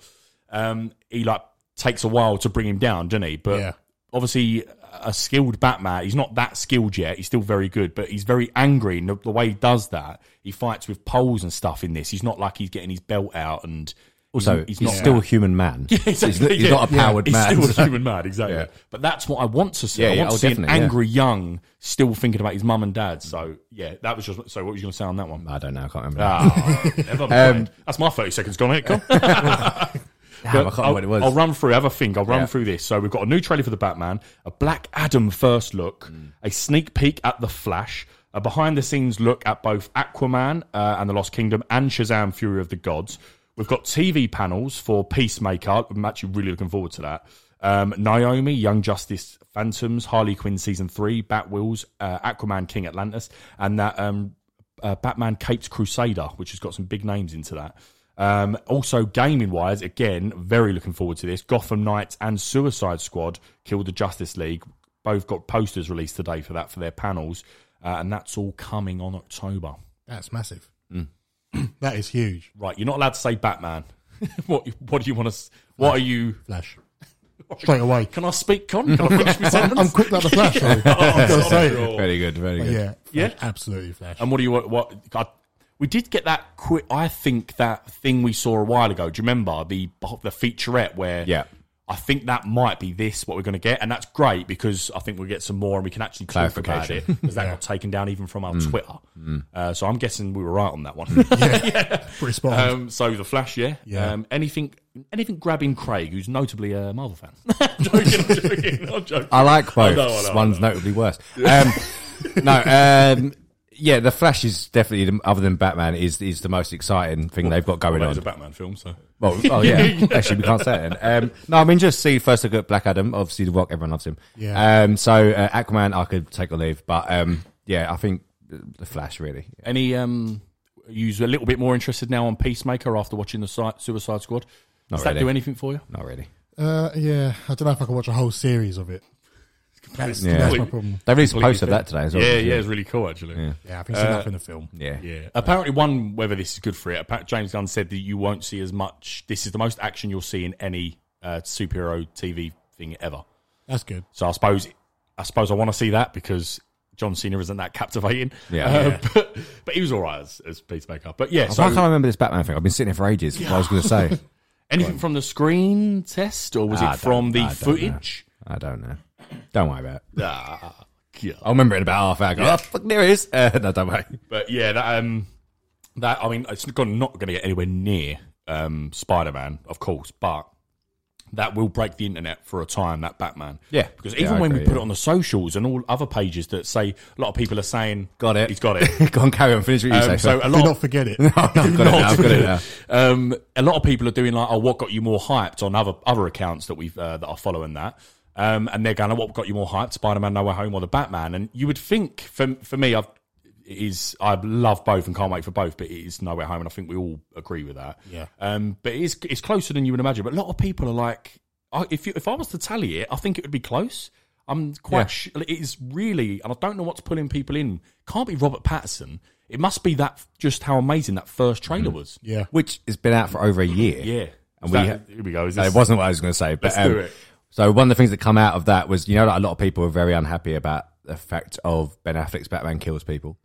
Um, he like takes a while to bring him down, doesn't he? But Yeah. obviously a skilled Batman. He's not that skilled yet. He's still very good, but he's very angry. And the, the way he does that, he fights with poles and stuff in this. He's not like he's getting his belt out and. Also, he's he's, not still that. a human man. he's, Exactly, not- he's yeah. not a powered He's man. still a human man, exactly. Yeah. But that's what I want to see. Yeah, I yeah, want oh, to see an definitely, yeah. angry young still thinking about his mum and dad. So yeah, that was just. So what was you going to say on that one? I don't know. I can't remember. Ah, never mind. That's my thirty seconds gone. Ain't it? Come. Um, Damn, I can't remember I'll, what it was. I'll run through. Have a think. I'll run Yeah. through this. So we've got a new trailer for the Batman, a Black Adam first look, Mm. a sneak peek at the Flash, a behind-the-scenes look at both Aquaman uh, and the Lost Kingdom and Shazam: Fury of the Gods. We've got TV panels for Peacemaker. I'm actually really looking forward to that. Um, Naomi, Young Justice, Phantoms, Harley Quinn season three, Batwheels, uh, Aquaman, King Atlantis, and that um, uh, Batman Capes Crusader, which has got some big names into that. Um, also, gaming wise, again, very looking forward to this. Gotham Knights and Suicide Squad killed the Justice League. Both got posters released today for that for their panels. uh, and that's all coming on October. That's massive. Hmm. that is huge. Right, you're not allowed to say Batman. what What do you want to? What are you? Flash. Straight away. Can I speak? Con? Can I finish my sentence? I'm quick like the Flash. Sorry. I've got to say it. Very good, very But good. yeah, Yeah. Um, yeah, absolutely Flash. And what do you what? what God, we did get that quick. I think that thing we saw a while ago. Do you remember the the featurette where? Yeah. I think that might be this what we're going to get, and that's great because I think we'll get some more and we can actually talk about it Clarification. Mm. because that got taken down even from our Twitter. Uh, so I'm guessing we were right on that one. Pretty spot on. Um, so the Flash, yeah. Yeah. Um, anything, anything grabbing Craig, who's notably a Marvel fan. I'm joking. I'm joking. I'm joking. I like both. know, I know, I One's notably worse. Um, no, um, yeah, the Flash is definitely, the, other than Batman, is is the most exciting thing they've got going Well, on. it's a Batman film, so Well, oh yeah. Actually, we can't say it. then. Um, no, I mean just see first look at Black Adam. Obviously, The Rock, everyone loves him. Yeah. Um, so uh, Aquaman, I could take or leave, but um, yeah, I think the Flash really. Any um, you're a little bit more interested now on Peacemaker after watching the Su- Suicide Squad? Does that really. do anything for you? Not really. Uh, yeah, I don't know if I can watch a whole series of it. That's, Yeah. that's my problem. They released a poster of that today as well. it's really cool actually. Yeah. Yeah, I think it's Uh, enough in the film. yeah, Apparently, one whether this is good for it. appa- James Gunn said that you won't see as much. This is the most action you'll see in any uh, superhero TV thing ever. That's good. So I suppose I suppose I want to see that because John Cena isn't that captivating. Yeah. Uh, Yeah. But, but he was all right as, as Peacemaker. But yeah, So, I can't so remember this Batman thing. I've been sitting here for ages. What I was going to say. anything from the screen test or was I it don't- from the I don't know. footage? I don't know. Don't worry about it. Ah, yeah. I'll remember it in about half hour. Go, Oh, fuck, there it is. Uh, no, don't worry. But yeah, that um, that I mean, it's gone- not going to get anywhere near um Spider Man, of course, but that will break the internet for a time. That Batman, Yeah. because Yeah, even I when we agree, put it yeah. on the socials and all other pages that say a lot of people are saying, Got it. he's got it. Go on, carry on. Finish what you say. Um, so a Do lot. not forget it. no, I've got it now, I've got it now. um, a lot of people are doing like, oh, what got you more hyped on other other accounts that we've uh, that are following that, um, and they're going, oh, what got you more hyped, Spider Man No Way Home or the Batman? And you would think for for me, I've it is I love both and can't wait for both, but it is No Way Home, and I think we all agree with that. Yeah. Um, but it's it's closer than you would imagine. But a lot of people are like, I, if you, if I was to tally it, I think it would be close. I'm quite. Yeah. Sh- it is really, and I don't know what's pulling people in. Can't be Robert Patterson. It must be that just how amazing that first trailer Mm-hmm. was. Yeah. Which has been out for over a year. Yeah. And Is we that- ha- here we go. Is No, this- it wasn't what I was going to say. But Let's um, do it. so one of the things that come out of that was you know like a lot of people were very unhappy about the fact of Ben Affleck's Batman kills people.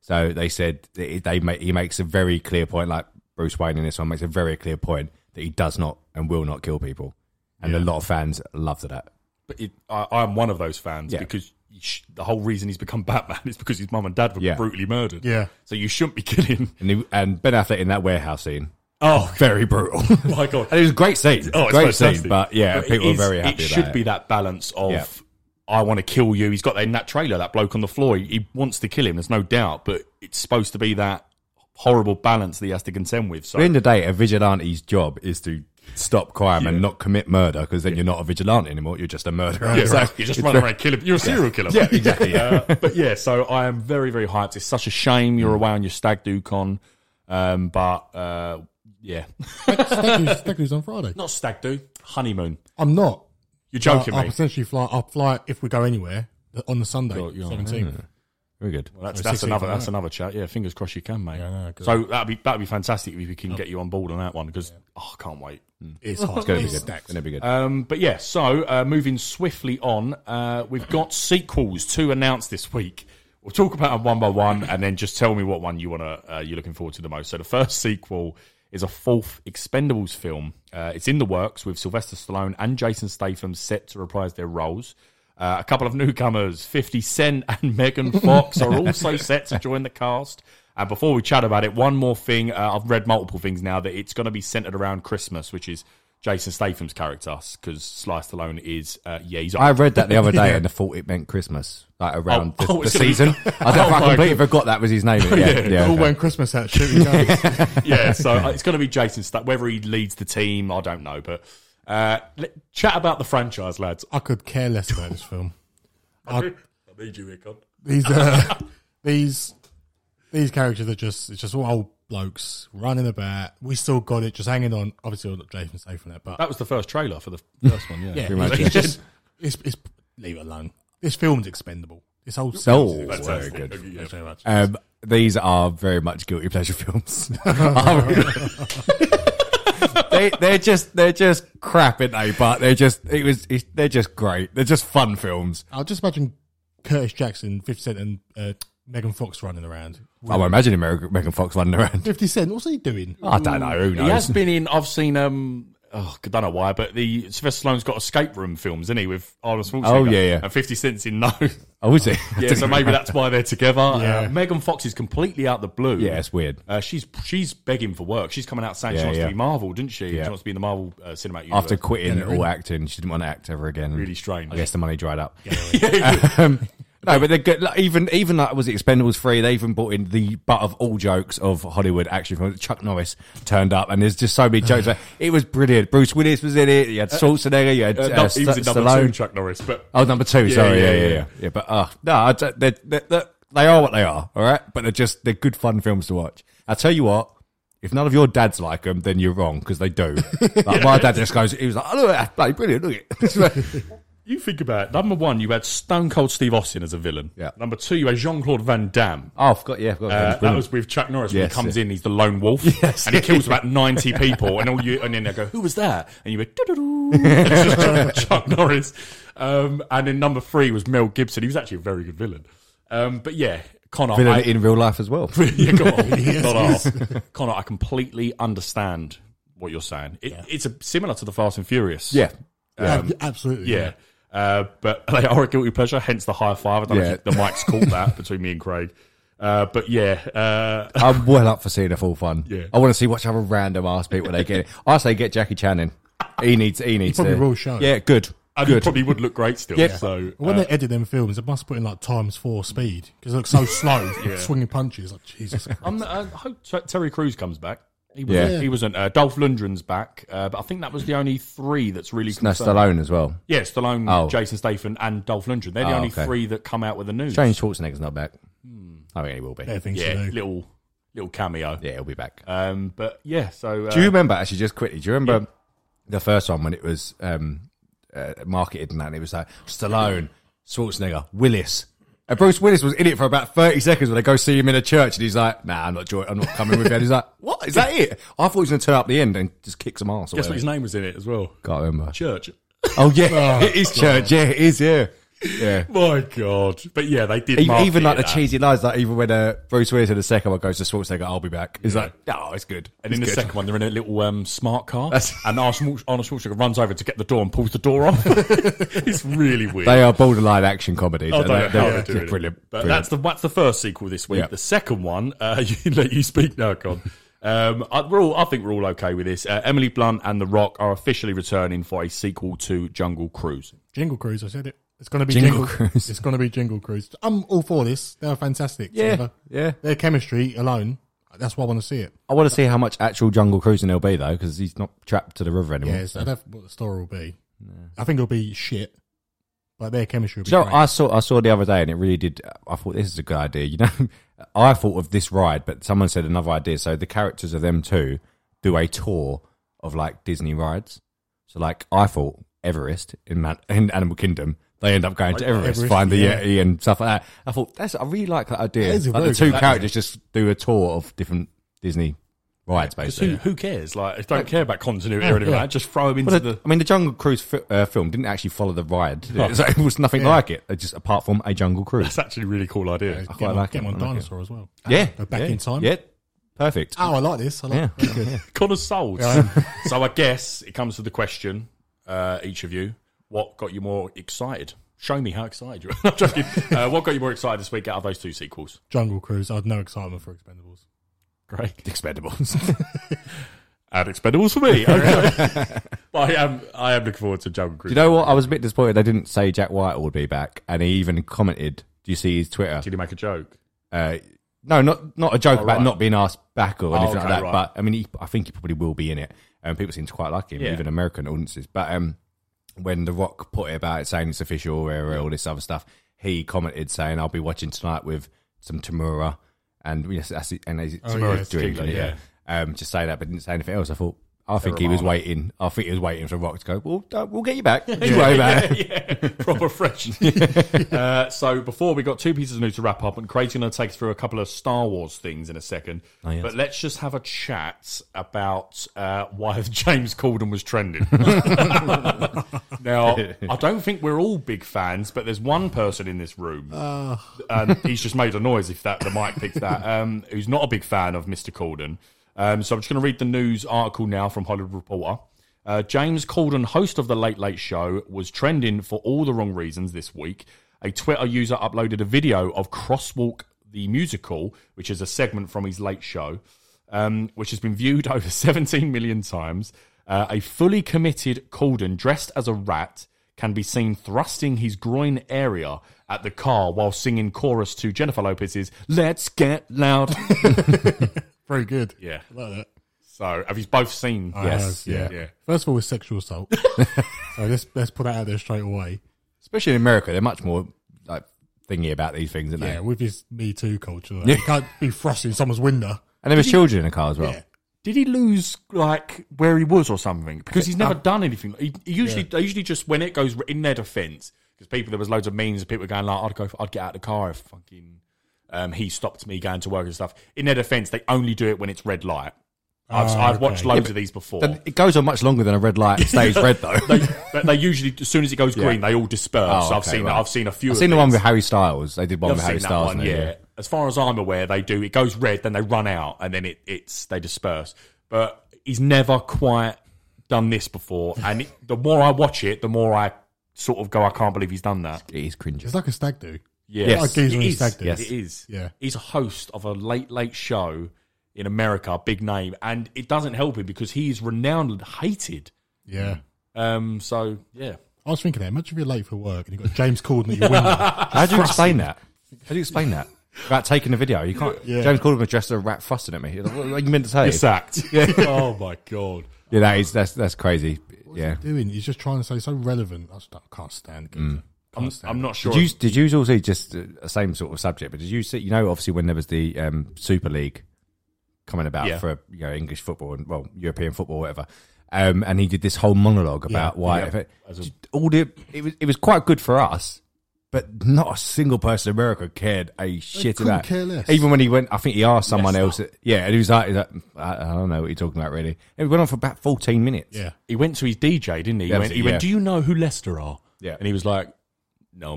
So they said that it- they make, he makes a very clear point, like Bruce Wayne in this one makes a very clear point that he does not and will not kill people, and a lot of fans loved that. But it, I, I'm one of those fans Yeah. because you sh- the whole reason he's become Batman is because his mum and dad were Yeah. brutally murdered. Yeah. So you shouldn't be kidding. And, he, and Ben Affleck in that warehouse scene, Oh very brutal. my god. and it was a great scene, Oh, it's great fantastic. scene. But yeah, it people is- were very happy. It about should it. be that balance of Yeah. I want to kill you. He's got that in that trailer, that bloke on the floor. He, he wants to kill him. There's no doubt, but it's supposed to be that horrible balance that he has to contend with. So At the end of the day, a vigilante's job is to stop crime and not commit murder because then you're not a vigilante anymore. You're just a murderer. Yeah, So right. You're it's just running very- around killing. You're a serial killer. Yeah, exactly. Uh, but yeah, so I am very, very hyped. It's such a shame Mm. you're away on your stag do con, um, but uh, yeah, Steckley's Steckley's on Friday. not stag do, honeymoon. I'm not. You're joking I'll, I'll me. potentially fly. I'll fly if we go anywhere uh, on the Sunday, 17th. Very good. Well, that's Oh, that's 16, another right. that's another chat. Yeah, fingers crossed you can, mate. Yeah, no, good. Oh. so that'd be that'd be fantastic if we can get you on board on that one because oh, I can't wait. It's hard. It's going to be It's good. stacked. It's going to be good. Um, but yeah, so uh, moving swiftly on, uh, we've got sequels to announce this week. We'll talk about them one by one, and then just tell me what one you want to uh, you're looking forward to the most. So the first sequel is a fourth Expendables film. Uh, it's in the works with Sylvester Stallone and Jason Statham set to reprise their roles. Uh, a couple of newcomers, 50 Cent and Megan Fox, are also set to join the cast. And before we chat about it, one more thing. Uh, I've read multiple things now that it's going to be centered around Christmas, which is Jason Statham's character, because Sliced Alone is, uh, yeah, he's. I read that the other day and I thought it meant Christmas, like around Oh, the, oh, the it's gonna be- season. I, Oh don't, I my completely God. forgot that was his name. Yeah, yeah, All okay. wearing Christmas hats, shooting guns. yeah, so uh, it's going to be Jason Statham. Whether he leads the team, I don't know, but uh, let, chat about the franchise, lads. I could care less about this film. I need you here, Con. These, uh, these, these characters are just it's just all old blokes running about. We still got it, just hanging on. Obviously, not Jason safe from that, but That was the first trailer for the first one, yeah. yeah, pretty much, it's, it's just it's, it's leave it alone. This film's expendable. It's old. Oh, series. that's very good. Thank you very much. Um, these are very much guilty pleasure films. they, they're just they're just crap, aren't they? But they're just it was it's, they're just great. They're just fun films. I'll just imagine Curtis Jackson, Fifty Cent, and uh, Megan Fox running around. Oh, I won't imagine America, Megan Fox running around. Fifty Cent, what's he doing? I don't know. Who knows? He has been in. I've seen. Um, oh, I don't know why, but the Sylvester Stallone's got escape room films, isn't he? With Arnold Schwarzenegger. Oh, yeah, yeah. And Fifty Cent's in no. Oh, is he? yeah, so maybe that's why they're together. Yeah. Uh, Megan Fox is completely out the blue. Yeah, it's weird. Uh, she's she's begging for work. She's coming out saying Yeah, she wants yeah. to be Marvel, didn't she? Yeah. She wants to be in the Marvel uh, cinematic universe. After quitting all acting, she didn't want to act ever again. Really strange. I guess the money dried up. um, no, but they're good. Like, even even like was it Expendables three? They even brought in the butt of all jokes of Hollywood action films. Chuck Norris turned up, and there's just so many jokes. Like, it was brilliant. Bruce Willis was in it. You had Schwarzenegger. You had uh, Uh, no, he was in Sta- number Stallone. two, Chuck Norris. But Oh, number two. Yeah, sorry, yeah, yeah, yeah, yeah. yeah. yeah. but uh, no, I d- they're, they're, they're, they are what they are. All right, but they're just they're good fun films to watch. I tell you what. If none of your dads like them, then you're wrong because they do. Like my dad just goes, he was like, "Oh look, at that bloody brilliant! Look at it." you think about it. Number one, you had Stone Cold Steve Austin as a villain. Yeah. Number two, you had Jean Claude Van Damme. oh, I forgot. Yeah, I forgot. Uh, Brilliant. that was with Chuck Norris. when Yes, he comes yeah. in, he's the lone wolf, Yes. and he kills about ninety people. And all you, and then they go, "Who was that?" And you went, "Doo-doo-doo." It's just Chuck, Chuck Norris. Um, and then number three was Mel Gibson. He was actually a very good villain. Um, but yeah, Connor, villain I, in real life as well. yeah, go on. Not half. Connor, I completely understand what you're saying. It, It's a, similar to the Fast and Furious. yeah. Um, Ab- absolutely. Yeah. Uh, but they are a guilty pleasure, hence the high five. I don't know Yeah. if the mic's caught that between me and Craig. Uh, but yeah, uh, I'm well up for seeing a full fun. Yeah. I want to see what other random ass people they get. I say get Jackie Chan in. He needs. He needs. probably to- will show. Yeah, good. and good. it probably would look great still. Yeah. So uh, When Uh, they edit them films, they must put in like times four speed because it looks so slow, swinging punches. Like Jesus, Christ. I'm, uh, I hope Ter- Terry Crews comes back. He was, Yeah. he wasn't. Uh, Dolph Lundgren's back, uh, but I think that was the only three that's really. no, confirmed. Stallone as well. Yeah, Stallone, Oh. Jason Statham, and Dolph Lundgren. They're the Oh, only okay. three that come out with the news. Shane Schwarzenegger's not back. I mean, he will be. Fair things Hmm. Yeah, to do. little little cameo. Yeah, he'll be back. Um, but yeah, so uh, do you remember actually just quickly? Do you remember the first one when it was um, uh, marketed and that and it was like Stallone, Schwarzenegger, Willis. And Bruce Willis was in it for about thirty seconds when they go see him in a church, and he's like, "Nah, I'm not joy- I'm not coming with you." And he's like, "What is that? It? I thought he was going to turn up the end and just kick some ass." or guess what whatever." his name was in it as well? Can't remember. Church. Oh yeah, it is church. Yeah, it is. Yeah, yeah. My God! But yeah, they did. Even, market E-, even like the it that. cheesy lines, like even when uh, Bruce Willis in the second one goes to Schwarzenegger, "I'll be back." He's like, "No, it's good." And in the It's good. second one, they're in a little um, smart car, That's- and Arnold Schwarzenegger- Arnold Schwarzenegger runs over to get the door and pulls the door off. it's really weird. They are borderline action comedies. I and don't know they're- how they're they're doing it. Brilliant. But brilliant. that's the that's the first sequel this week. Yeah. The second one, uh, you let you speak now, Con. Um, I, we're all, I think we're all okay with this. Uh, Emily Blunt and The Rock are officially returning for a sequel to Jungle Cruise. Jingle Cruise. I said it. It's gonna be Jingle Jingle, Cruise. Cruise. It's gonna be Jingle Cruise. I'm all for this. They're fantastic. Yeah, together. yeah. Their chemistry alone. That's why I want to see it. I want to see how much actual jungle cruising there'll be though, because he's not trapped to the river anymore. Yeah, so I don't know what the story will be. I think it'll be shit, but their chemistry will be So great. I saw I saw the other day, and it really did. I thought this is a good idea. You know, I thought of this ride, but someone said another idea. So the characters of them two do a tour of like Disney rides. So like I thought Everest in Man- in Animal Kingdom. They end up going to Everest, Everest, find the yeah. Yeti and stuff like that. I thought that's I really like that idea. That is a Like, the very two good idea. characters just do a tour of different Disney rides, Because basically. who, who cares? Like, I don't care about continuity or anything. like yeah. that. Just throw him into Well, the. I mean, the Jungle Cruise fi- uh, film didn't actually follow the ride. did it? So it was nothing like it, uh, just apart from a Jungle Cruise. That's actually a really cool idea. get quite him on- like get it. him on I like it. dinosaur as well. yeah, Go back yeah. in time. Yeah, perfect. Oh, I like this. I like Yeah. very good. Connor sold. so I guess it comes to the question, uh, each of you, what got you more excited? Show me how excited you are. I'm joking. Uh, what got you more excited this week out of those two sequels? Jungle Cruise. I had no excitement for Expendables. Great. Expendables. And Expendables for me. Okay. but I am, I am looking forward to Jungle Cruise. you know what? I was a bit disappointed they didn't say Jack White would be back, and he even commented. Do you see his Twitter? Did he make a joke? Uh, no, not not a joke Oh, about right. Oh, not being asked back or anything okay, like that. right. But I mean, he, I think he probably will be in it, and people seem to quite like him, Yeah. even American audiences. But um, when The Rock put it about it, saying it's official, or all this other stuff, he commented saying, "I'll be watching tonight with some Tamura," and yes, that's it, and is it Oh, Tamura's yes, doing Kingler, it, yeah. Um, just say that, but didn't say anything else. I thought I think he was waiting. I think he was waiting for Rock to go. Well, don't, we'll get you back. Don't you worry about it. proper fresh. uh, so before we got two pieces of news to wrap up, and Craig's going to take us through a couple of Star Wars things in a second. Oh, yes. But let's just have a chat about uh, why James Corden was trending. now, I don't think we're all big fans, but there's one person in this Uh, room, and he's just made a noise if that the mic picked that, um, who's not a big fan of Mr. Corden. Um, so I'm just going to read the news article now from Hollywood Reporter. Uh, James Corden, host of The Late Late Show, was trending for all the wrong reasons this week. A Twitter user uploaded a video of Crosswalk the Musical, which is a segment from his late show, um, which has been viewed over 17 million times. Uh, a fully committed Corden dressed as a rat can be seen thrusting his groin area at the car while singing chorus to Jennifer Lopez's Let's Get Loud. Very good. Yeah. I like that. so, have you both seen? I have, yeah. First of all, it's sexual assault. so let's let's put that out there straight away. Especially in America, they're much more like thingy about these things, aren't Yeah, they? with this Me Too culture, like, you can't be thrusting someone's window. And there was children in the car as well. Yeah. Did he lose like where he was or something? Because he's Um, never done anything. He, he usually, they usually just when it goes in their defence, because people there was loads of memes and people were going like, "I'd go, for, I'd get out of the car if fucking um, he stopped me going to work and stuff." In their defence, they only do it when it's red light. I've, Ah, I've watched okay. loads of these before. Then It goes on much longer than a red light. It stays red though. they, but they usually, as soon as it goes green, they all disperse. Oh, I've okay, seen, right. I've seen a few. I've of seen the one these. with Harry Styles. They did one I've with seen Harry that Styles. one, didn't yeah. they? As far as I'm aware, they do. It goes red, then they run out, and then it, it's they disperse. But he's never quite done this before, and it, the more I watch it, the more I sort of go, I can't believe he's done that. It is cringy. It's like a stag do. Yeah, Yes. Like geezer it in is. stag do. It is. Yeah. he's a host of a late late show in America, big name, and it doesn't help him because he's renowned and hated. Yeah. Um, so yeah, I was thinking that. Imagine if you're late for work and you've got James Corden at your window. How do you explain that? How do you explain that? About taking a video, you can't. Yeah. James Corden was dressed as a rat fussing at me. You're like, What are you meant to say? you're sacked. Yeah. oh my god. Yeah, that is that's that's crazy. Yeah. doing? He's just trying to say so relevant. I, just, I can't stand. Mm. Geezer. I'm, I'm not sure. Did you did you all see just uh, the same sort of subject? But did you see? You know, obviously when there was the um, Super League coming about Yeah. for you know English football and well European football, whatever. Um, and he did this whole monologue about why if it, all the it was it was quite good for us, but not a single person in America cared a shit couldn't about. care less. Even when he went, I think he asked someone else. Yeah, and he was like, he was like, "Mm, I, I don't know what you're talking about really. And it went on for about fourteen minutes. Yeah. he went to his DJ, didn't he? He, That went, was it, he went, yeah. Do you know who Leicester are? Yeah. And he was like, No,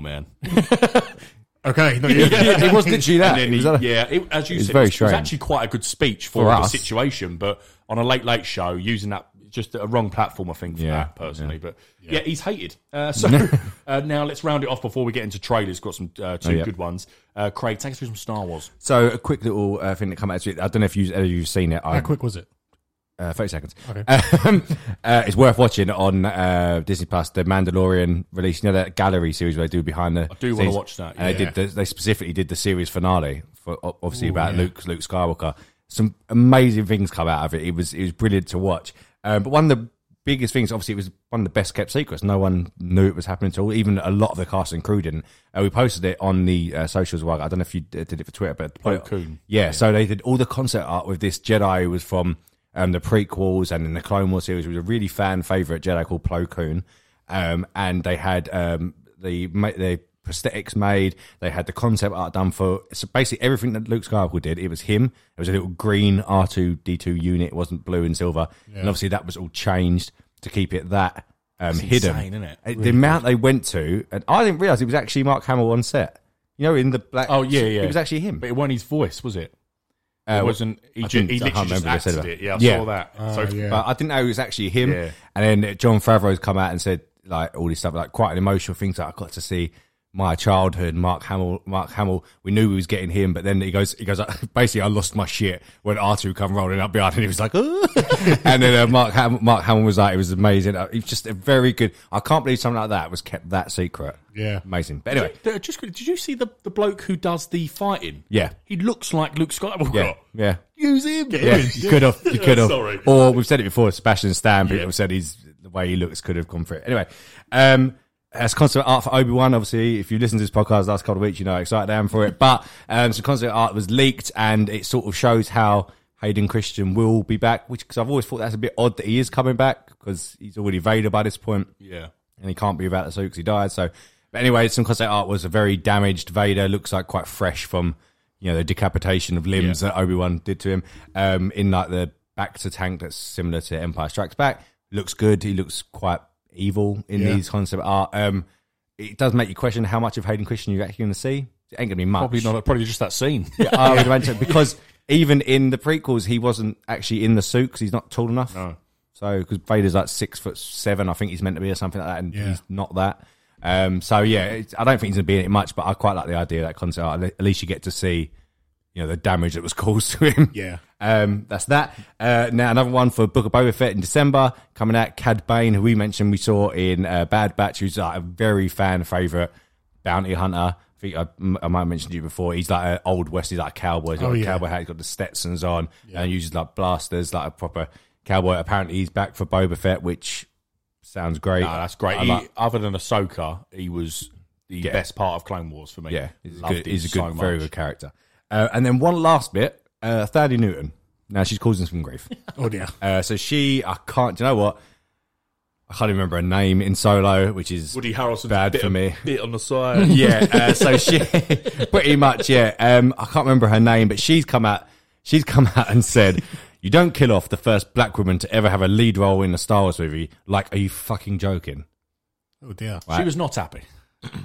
man. Okay. No, yeah. it was literally that. And then It he- was like- yeah, it, as you It was said, very it was, it was strange. actually quite a good speech For for, the us. situation, but on a late, late show, using that, just a wrong platform, I think, for Yeah, that personally. But yeah, he's hated. Uh, so uh, now let's round it off before we get into trailers. Got some uh, two Oh, yeah. good ones. Uh, Craig, take us through some Star Wars. So a quick little uh, thing that come out to it. I don't know if you uh, you've seen it. I, How quick was it? uh, Thirty seconds. Okay. Um, uh, it's worth watching on uh, Disney Plus. The Mandalorian release, you know that gallery series where they do behind the. I do wanna watch that, And they yeah. did. The, they specifically did the series finale for o- obviously about yeah. Luke Luke Skywalker. Some amazing things come out of it. It was it was brilliant to watch. Um, but one of the biggest things, obviously, it was one of the best kept secrets. No one knew it was happening at all. Even a lot of the cast and crew didn't. Uh, we posted it on the uh, socials. Well, I don't know if you uh, did it for Twitter, but Plo Koon. yeah, so they did all the concept art with this Jedi who was from um, the prequels and in the Clone Wars series. He was a really fan favorite Jedi called Plo Koon, um, and they had um, the ma- the prosthetics made. They had the concept art done for so basically everything that Luke Skywalker did. It was him. It was a little green R two D two unit. It wasn't blue and silver, and obviously that was all changed to keep it that. Um, hidden, insane, isn't it? Uh, the amount they went to, and I didn't realize it was actually Mark Hamill on set. You know, in the black. Oh, yeah, yeah. it was actually him. But it wasn't his voice, was it? Uh, It wasn't. He, I ju- think- he I can't literally just remember if they said acted that. it. Yeah, I Yeah. saw that. so yeah. but I didn't know it was actually him. Yeah. And then John Favreau's come out and said like all this stuff, like quite an emotional things that I got to see my childhood. Mark Hamill, Mark Hamill. We knew we was getting him, but then he goes, he goes basically, I lost my shit when R two come rolling up behind, and he was like, "Ooh." and then uh, Mark Ham, Mark Hamill was like, it was amazing. Uh, It was just a very good. I can't believe something like that was kept that secret. Yeah. amazing. But anyway, Uh, Just quick, did you see the, the bloke who does the fighting? Yeah. he looks like Luke Skywalker. yeah, yeah. Use him. Yeah, you could have. You could have. Sorry. Or we've said it before. Sebastian Stan. People Yeah. said he's the way he looks could have gone for it. Anyway, um, as concert art for Obi Wan. Obviously, if you listen to this podcast last couple of weeks, you know how excited I am for it. But um, some concert art was leaked, and it sort of shows how Hayden Christian will be back, which because I've always thought that's a bit odd that he is coming back because he's already Vader by this point Yeah. and he can't be without the suit because he died. So, but anyway, some concept art was a very damaged Vader. Looks like quite fresh from you know the decapitation of limbs that Obi Wan did to him um, in like the back to tank that's similar to Empire Strikes Back. Looks good. He looks quite evil in Yeah. these concept art. Um, it does make you question how much of Hayden Christian you're actually going to see. It ain't going to be much. Probably not. Probably just that scene. I would imagine because even in the prequels, he wasn't actually in the suit because he's not tall enough. No. So because Vader's like six foot seven, I think he's meant to be or something like that, and Yeah. he's not that. Um, so yeah, it's, I don't think he's gonna be in it much, but I quite like the idea of that concept. art. At least you get to see, you know, the damage that was caused to him. Yeah. Um, that's that. Uh, now another one for Book of Boba Fett in December coming out. Cad Bane, who we mentioned, we saw in uh, Bad Batch, who's like a very fan favorite bounty hunter. I think I, I might have mentioned you before. He's like an old west. He's like a cowboy. He's got Oh, a yeah. cowboy hat. He's got the Stetsons on and uses like blasters, like a proper cowboy. Apparently, he's back for Boba Fett, which sounds great. Nah, that's great. I He, like- other than Ahsoka, he was the Yeah. best part of Clone Wars for me. yeah, he's a Loved good, him he's a good, so very much. good character. Uh, and then one last bit, uh, Thady Newton. Now she's causing some grief. Oh dear. Uh, so she, I can't. Do you know what? I can't even remember her name in Solo, which is Woody Harrelson's bad bit for of- me. Bit on the side. Yeah. Uh, so she, pretty much, yeah. Um, I can't remember her name, but she's come out. She's come out and said, "You don't kill off the first black woman to ever have a lead role in a Star Wars movie. Like, are you fucking joking?" Oh dear. She was not happy.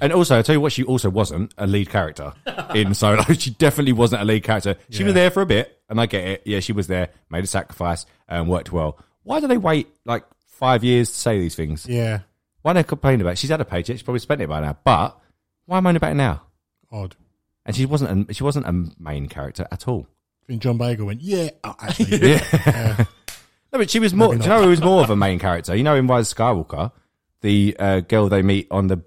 And also, I'll tell you what, she also wasn't a lead character in Solo. She definitely wasn't a lead character. She was there for a bit, and I get it. Yeah, she was there, made a sacrifice, and worked well. Why do they wait like five years to say these things? Yeah. Why not complain about it? She's had a paycheck. She's probably spent it by now. But why moan about it now? Odd. And she wasn't. A, she wasn't a main character at all. I think John Baker went, yeah, oh, actually. No, but she was more. Do you know who was more of a main character? You know, in Rise of Skywalker, the uh, girl they meet on the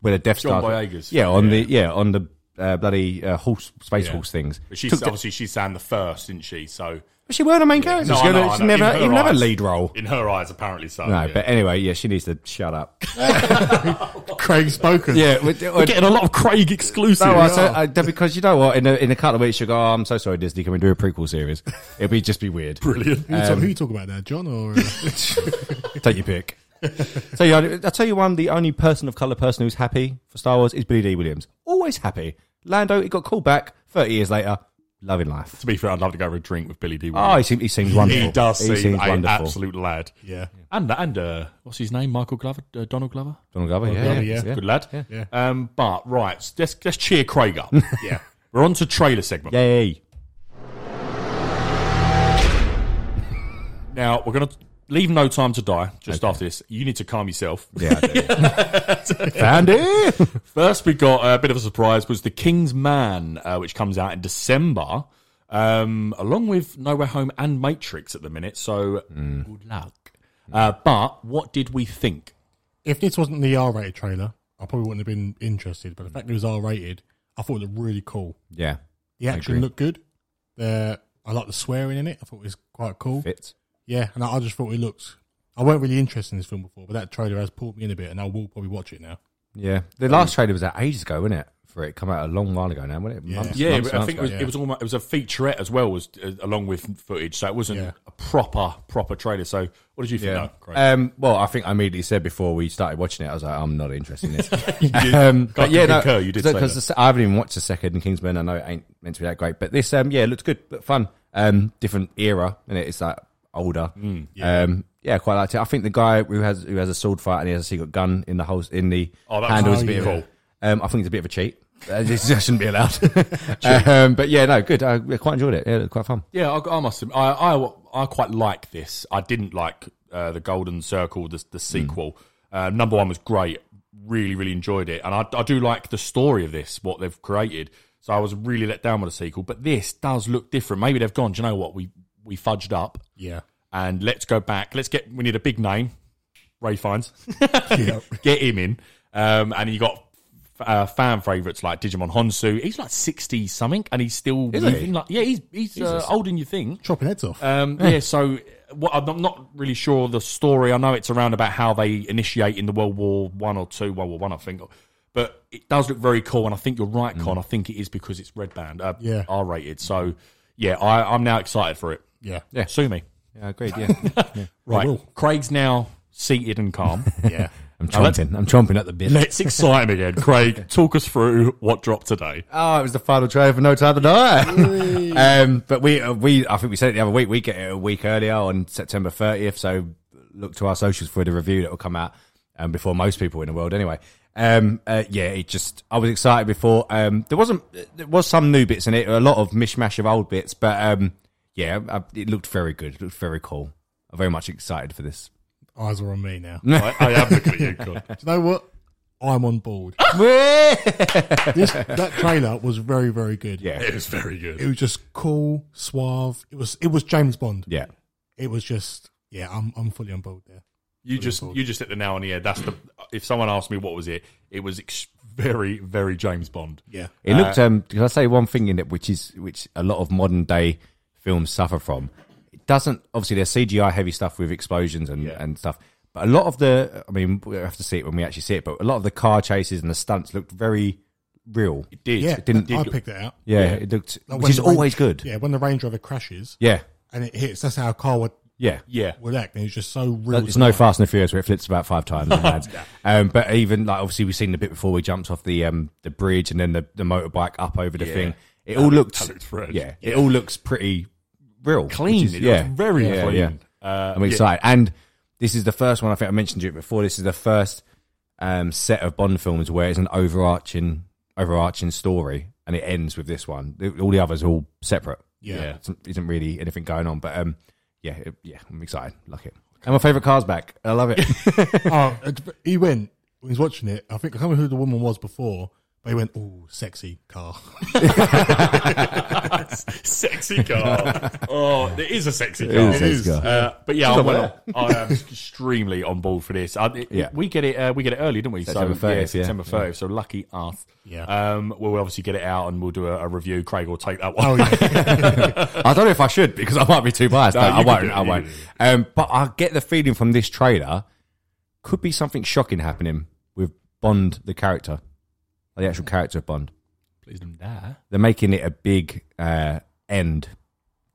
where the Death John Star. Boyega's. Yeah, on the yeah on the uh, bloody uh, horse space Yeah. horse things. But she's Took the- obviously she's Sam the first, isn't she? So But she weren't a main character. No, she's I gonna, know, I she's know. never, In her even never eyes. lead role. in her eyes, apparently so. No, yeah. but anyway, yeah, she needs to shut up. uh, Craig Spoken. yeah, we- we're getting a lot of Craig exclusive. no, I, Yeah. so, I, because you know what? In a, in a couple of weeks, she'll go. Oh, I'm so sorry, Disney. Can we do a prequel series? It'll be just be weird. Brilliant. Who, you Um, talk, who you talk about there, John or? Uh, Take your pick. so yeah, I'll tell you one. The only person of color person who's happy for Star Wars is Billy D. Williams. Always happy. Lando, he got called back 30 years later. Loving life. To be fair, I'd love to go for a drink with Billy D. Oh, Williams. he seems, he seems wonderful. he does He seem seems an wonderful. absolute lad. yeah. And and uh, what's his name? Michael Glover, uh, Donald Glover. Donald Glover, yeah, Glover, yeah. yeah. Good lad. Yeah. Um, but right, s- let's let's cheer Craig up. yeah, we're on to trailer segment Yay. now. We're gonna leave no time to die. Just after this, you need to calm yourself. Yeah, I do. Found it. First, we got uh, a bit of a surprise was the King's Man, uh, which comes out in December, um, along with Nowhere Home and Matrix at the minute. So Hmm. good luck. Uh, but what did we think? If this wasn't the R-rated trailer, I probably wouldn't have been interested. But the fact that it was R-rated, I thought it looked really cool. Yeah. The action agree. looked good. The I like the swearing in it. I thought it was quite cool. Fits. Yeah, and I, I just thought it looked. I weren't really interested in this film before, but that trailer has pulled me in a bit, and I will probably watch it now. Yeah. The last trailer was out ages ago, wasn't it? For it come out a long while ago now, wasn't it? Yeah. Months, Yeah, months, but I months think it ago. was, yeah. it was almost it was a featurette as well, was uh, along with footage. So it wasn't Yeah. a proper proper trailer. So what did you think? Yeah. No, great. Um, well, I think I immediately said before we started watching it, I was like, I'm not interested in this. um, but I yeah, no, concur, you did say that. because I haven't even watched the second Kingsman. I know it ain't meant to be that great, but this, um, yeah, it looked good, but fun. Um, different era, and it's like older. Mm, yeah. Um, yeah, quite liked it. I think the guy who has who has a sword fight and he has a secret gun in the house in the Oh, that was handle is a cool. bit of a- Cool. um, I think it's a bit of a cheat. Uh, this shouldn't be allowed. um, but yeah, no, good. I quite enjoyed it. Yeah, it looked quite fun. yeah, I, I must admit, I, I I quite like this. I didn't like uh, the Golden Circle, the the sequel. Uh, number one was great. Really, really enjoyed it, and I, I do like the story of this, what they've created. So I was really let down with the sequel, but this does look different. Maybe they've gone. Do you know what we we fudged up? Yeah, and let's go back. Let's get. We need a big name. Ray Fiennes. get him in. Um, and you got uh, fan favorites like Digimon Honsu. He's like sixty something, and he's still Is he? moving like yeah. He's he's uh, older than you think. chopping heads Uh, off. Um, yeah, so what, I'm not really sure the story. I know it's around about how they initiate in the World War One or Two, World War One, I, think. But it does look very cool, and I think you're right, Con. I think it is because it's red band, uh, Mm. Yeah. R rated. So yeah, I, I'm now excited for it. Yeah. Yeah. Sue me. Yeah, agreed. Yeah, yeah. Right. will. Craig's now seated and calm. Yeah. I'm Now let's- chomping. I'm chomping at the bit. Let's excite him again. Craig, talk us through what dropped today. Oh, it was the final trailer for No Time to Die. um, but we, uh, we, I think we said it the other week. We get it a week earlier on September 30th. So look to our socials for the review that will come out um, before most people in the world. Anyway, um, uh, yeah, it just I was excited before. Um, there wasn't there was some new bits in it, a lot of mishmash of old bits, but um, yeah, I, it looked very good. It looked very cool. I'm very much excited for this. Eyes are on me now. Mm. Do I, I am looking at you, God. you know what? I'm on board. this, that trailer was very, very good. yeah, It was very It good. was just cool, suave. It was it was James Bond. yeah. It was just yeah, I'm I'm fully on board there. You just you just hit the nail on the head. That's the if someone asked me what was it, it was ex- very very James Bond. Yeah. It looked. Um, can I say one thing in it, which is which a lot of modern day films suffer from? It doesn't. Obviously, there's CGI heavy stuff with explosions and and stuff. But a lot of the, I mean, we have to see it when we actually see it. But a lot of the car chases and the stunts looked very real. It did. Yeah. It didn't. I did- picked that out. yeah, it looked, Like which when is the Range- always good. Yeah, Yeah, when the Range Rover crashes yeah, and it hits, that's how a car would yeah. Yeah. would act. And it's just so real. It's no Fast and the Furious where it flips about five times. and lands. um, but even like obviously we've seen the bit before we jumped off the um, the bridge and then the, the motorbike up over the thing. It all looked, looked fresh. yeah, it all looks pretty real, Clean. which is- It looks very yeah, clean. yeah. Uh, I'm excited, and this is the first one. I think I mentioned to you before. This is the first um, set of Bond films where it's an overarching overarching story, and it ends with this one. The- All the others are all separate. Yeah. It's- isn't really anything going on, but um, yeah, it- yeah, I'm excited. Like it. And my favorite car's back. I love it. Oh, it- he went. When he was watching it, I think I can't remember who the woman was before, but he went, "Oh, sexy car." sexy car. oh, it is a sexy car. is a sexy car. Uh, but yeah, I'm, well, I am extremely on board for this. I, it- Yeah. we get it. Uh, we get it early, didn't we? September so, 30th, yeah. September 30th. So lucky us. Yeah. Um, well, we'll obviously get it out and we'll do a, a review. Craig will take that one. Oh yeah, I don't know if I should because I might be too biased. No, No, you I can do won't. it, I you won't. can do Um, but I get the feeling from this trailer could be something shocking happening with Bond, the character, or the actual character of Bond. Please don't die. They're making it a big uh, end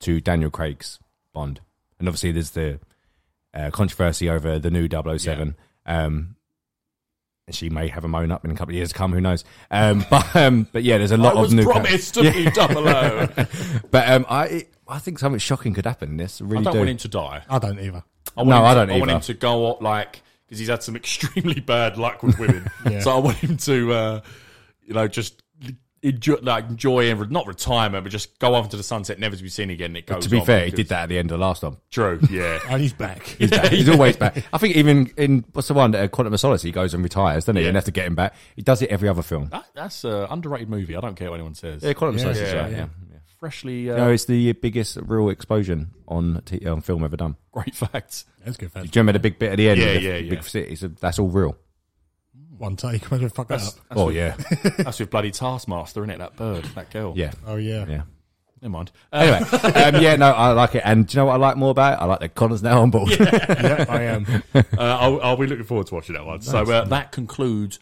to Daniel Craig's Bond, and obviously there's the uh, controversy over the new 007. Um, and she may have a moan up in a couple of years to come. Who knows? Um, but um, but yeah, there's a lot I was of new. char- promised to be double O. I but um, I I think something shocking could happen in this. I really don't do. want him to die. I don't either. I want No, him I to- don't I want either. him to go up like because he's had some extremely bad luck with women. So I want him to, uh, you know, just enjoy, like enjoy and re- not retirement, but just go off into the sunset, never to be seen again. It goes. to be on fair, he because- did that at the end of the last one. True. Yeah. And he's back. He's, back. He's always back. I think even in what's the one, uh, Quantum of Solace, he goes and retires, doesn't he? Yeah. And have to get him back. He does it every other film. that, that's an underrated movie. I don't care what anyone says. Yeah, Quantum of Solace is yeah, right. Yeah. Freshly, uh, No, it's the biggest real explosion on t- on film ever done. great facts. That's good. That's Do you remember the big bit at the end? Yeah, with the yeah, big yeah. city? It's a- that's all real. one take. Imagine if I fuck that up. oh yeah, That's with bloody Taskmaster, is it? That bird, that girl. yeah, Oh yeah. yeah. Never mind. Uh, Anyway, um, yeah, no, I like it. And do you know what I like more about it? I like that Connor's now on board. yeah, I am. Uh, I'll, I'll be looking forward to watching that one. So uh, that concludes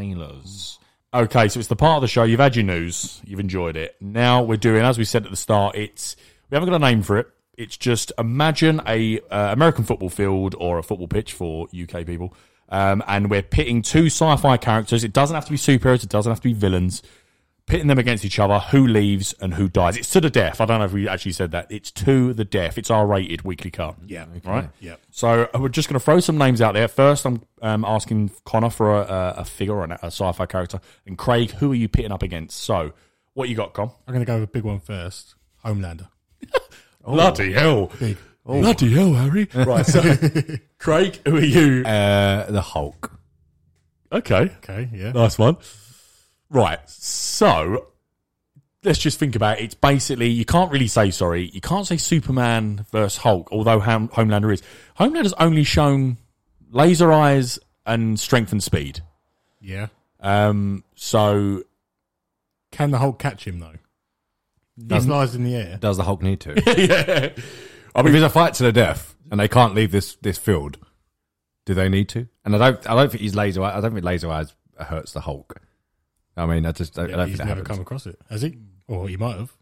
trailers. Okay, so it's the part of the show. You've had your news. You've enjoyed it. Now we're doing, as we said at the start, it's we haven't got a name for it. It's just imagine a uh, American football field or a football pitch for UK people, um, and we're pitting two sci-fi characters. It doesn't have to be superheroes. It doesn't have to be villains. Pitting them against each other, who leaves and who dies. It's to the death. I don't know if we actually said that. It's to the death. It's R-rated weekly cut. Yeah. All right. Yeah. So uh, we're just going to throw some names out there. First, I'm um, asking Connor for a, a, a figure or an- a sci-fi character, and Craig, who are you pitting up against? So, what you got, Con? I'm gonna go with a big one first. Homelander. Bloody hell! Big. Bloody hell, Harry! Right. So, Craig, who are you? Uh, the Hulk. Okay, Okay. Yeah. nice one. Right. So. Let's just think about it. It's basically you can't really say sorry. You can't say Superman versus Hulk, although Ham- Homelander is. Homelander's only shown laser eyes and strength and speed. Yeah. Um, so Can the Hulk catch him though? He flies in the air. Does the Hulk need to? yeah, I mean, if it's a fight to the death and they can't leave this this field, do they need to? And I don't. I don't think he's laser. I don't think laser eyes hurts the Hulk. I mean, I just don't, I don't He's think that never happens. come across it, has he? Or he might have.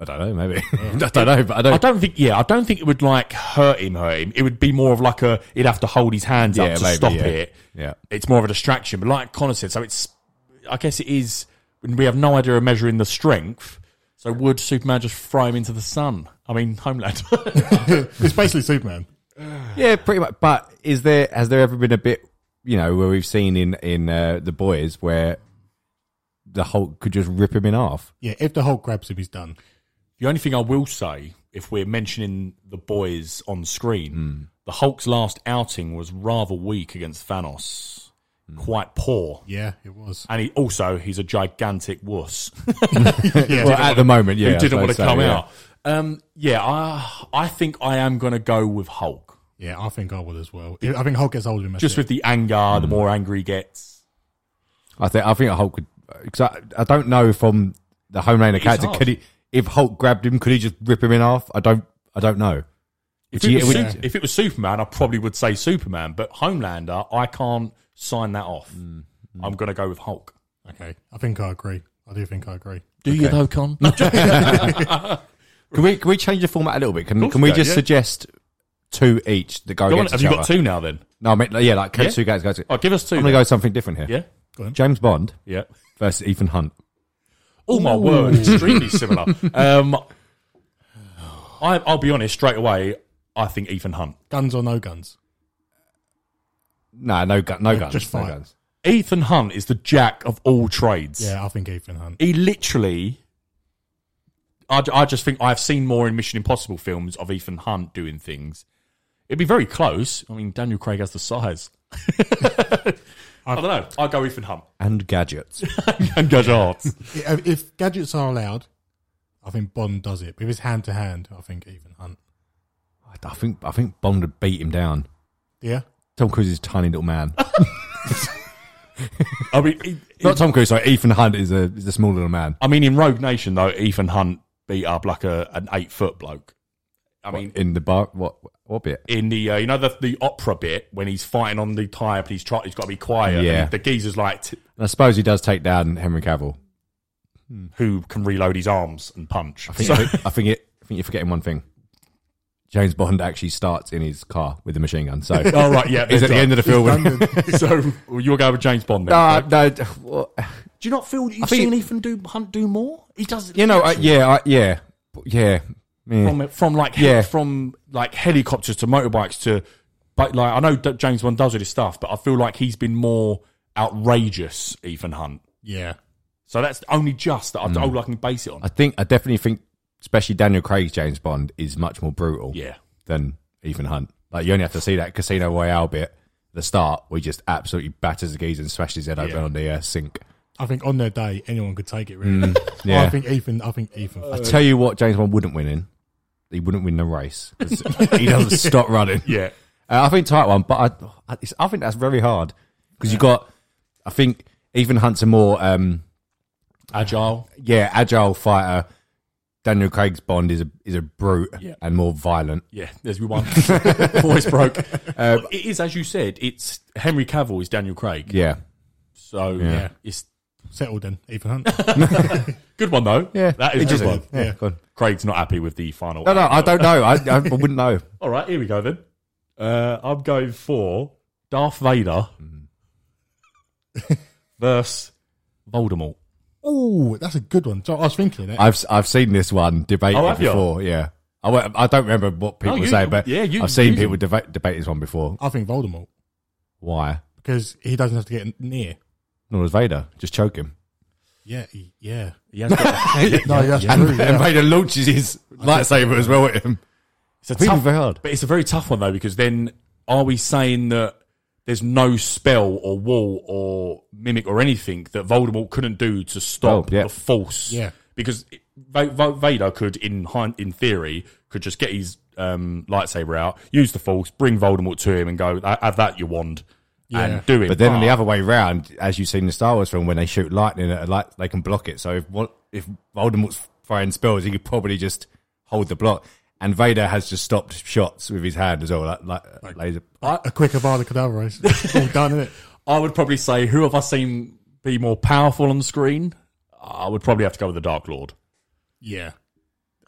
I don't know, maybe. I don't know, but I don't. I don't think, yeah, I don't think it would like hurt him, hurt him. It would be more of like a, he'd have to hold his hands Yeah, up to maybe, stop yeah. it. Yeah. It's more of a distraction. But like Connor said, so it's, I guess it is, we have no idea of measuring the strength. So would Superman just throw him into the sun? I mean, Homeland. it's basically Superman. Yeah, pretty much. But is there has there ever been a bit you know where we've seen in in uh, the boys where the Hulk could just rip him in half? Yeah, if the Hulk grabs him, he's done. The only thing I will say, if we're mentioning the boys on screen, Hmm. the Hulk's last outing was rather weak against Thanos, Hmm. quite poor. Yeah, it was. And he also he's a gigantic wuss Yeah, well, at the moment, yeah, who didn't I want to suppose come so, yeah. out. Um, yeah, I I think I am going to go with Hulk. yeah, I think I would as well. I think Hulk gets hold of him. that's Just it. with the anger, Mm. the more angry he gets. I think I think a Hulk could. Cause I, I don't know from the Homelander character hard. could he if Hulk grabbed him could he just rip him in half? I don't I don't know. If Would you- it, was, would- Su- if it was Superman, I probably would say Superman. But Homelander, I can't sign that off. Mm, I'm going to go with Hulk. okay. I think I agree. I do think I agree. Do you though, Con? Can we can we change the format a little bit? Can can we we can, just yeah. suggest two each that go Go on, against have each you other? got two now then? No, I mean like, yeah, like go two guys go two. Oh, give us two. I'm gonna then. go something different here. Yeah, James Bond yeah. versus Ethan Hunt. Oh my word, extremely similar. Um, I, I'll be honest straight away. I think Ethan Hunt. Guns or no guns? No, no, gu- no guns. just no fine. guns. Ethan Hunt is the jack of all trades. Yeah, I think Ethan Hunt. He literally. I, ju- I just think I've seen more in Mission Impossible films of Ethan Hunt doing things. It'd be very close. I mean, Daniel Craig has the size. I don't know. I'll go Ethan Hunt and gadgets. and Gadget Arts. If if gadgets are allowed, I think Bond does it. But if it's hand to hand, I think Ethan Hunt. I think I think Bond would beat him down. Yeah, Tom Cruise is a tiny little man. I mean, he- he- Not Tom Cruise. Sorry, Ethan Hunt is a is a small little man. I mean, in Rogue Nation though, Ethan Hunt beat up like a an eight foot bloke. I mean, in the bar, what what bit? in the uh, you know the the opera bit when he's fighting on the tire, but he's try, he's got to be quiet. Yeah. and the geezer's like t- I suppose he does take down Henry Cavill. who can reload his arms and punch. I think I think, I think it. I think you're forgetting one thing. James Bond actually starts in his car with a machine gun. So oh right, yeah, he's at the end of the film. With, so well, you'll go with James Bond. Then, no, Craig. Uh, no, well, do you not feel that you've think- seen Ethan do, Hunt do more? He does, you know, I, yeah, I, yeah, yeah. yeah. from from like Yeah. yeah. from like helicopters to motorbikes to but like I know that James Bond does all this stuff, but I feel like he's been more outrageous, Ethan Hunt. yeah. So that's only just that I, Hmm. all I can base it on. I think I definitely think, especially Daniel Craig's James Bond is much more brutal. yeah. than Ethan Hunt. Like you only have to see that Casino Royale bit at the start, where he just absolutely batters the geezer and smashes his head open on the uh, sink. I think on their day, anyone could take it. Really, yeah. I think Ethan. I think Ethan. I tell you what, James Bond wouldn't win in. He wouldn't win the race 'cause he doesn't stop running. Yeah. Uh, I think tight one, but I, I, it's- I think that's very hard because you got. I think Ethan Hunt's a more um, Agile. yeah agile fighter. Daniel Craig's Bond is a is a brute Yeah. and more violent. Yeah, there's me one. Voice broke. Well, it is, as you said, it's Henry Cavill is Daniel Craig. Yeah, So yeah. it's Settled then, Ethan Hunt. good one though. yeah, that is a good one. Yeah, Yeah. go on. Craig's not happy with the final. no, no, I don't know. I, I wouldn't know. All right, here we go then. Uh, I'm going for Darth Vader Mm-hmm. versus Voldemort. oh, that's a good one. So I was thinking that. I've I've seen this one debated Oh, have you? before. Yeah, I, won't- I don't remember what people No, you- say, but yeah, you- I've seen you- people deba- debate this one before. I think Voldemort Why? because he doesn't have to get near. Nor does Vader. Just choke him. Yeah, he, yeah. He has got, No, that's true. And Yeah. Vader launches his lightsaber as well at him. it's a Really tough, Oh very hard. but it's a very tough one though because then are we saying that there's no spell or wall or mimic or anything that Voldemort couldn't do to stop Oh, yeah. the force? Yeah. because it- Va- Va- Vader could, in hind- in theory, could just get his um, lightsaber out, use the force, bring Voldemort to him, and go "Ha- have that your wand. Yeah. And do it. But then on the other way round, as you've seen in the Star Wars film, when they shoot lightning at a light, they can block it. So if what if Voldemort's firing spells, he could probably just hold the block. And Vader has just stopped shots with his hand as well, like, like, laser. oh, a quicker bar the cadaver race. All done, innit? I would probably say, who have I seen be more powerful on screen? I would probably have to go with the Dark Lord. Yeah.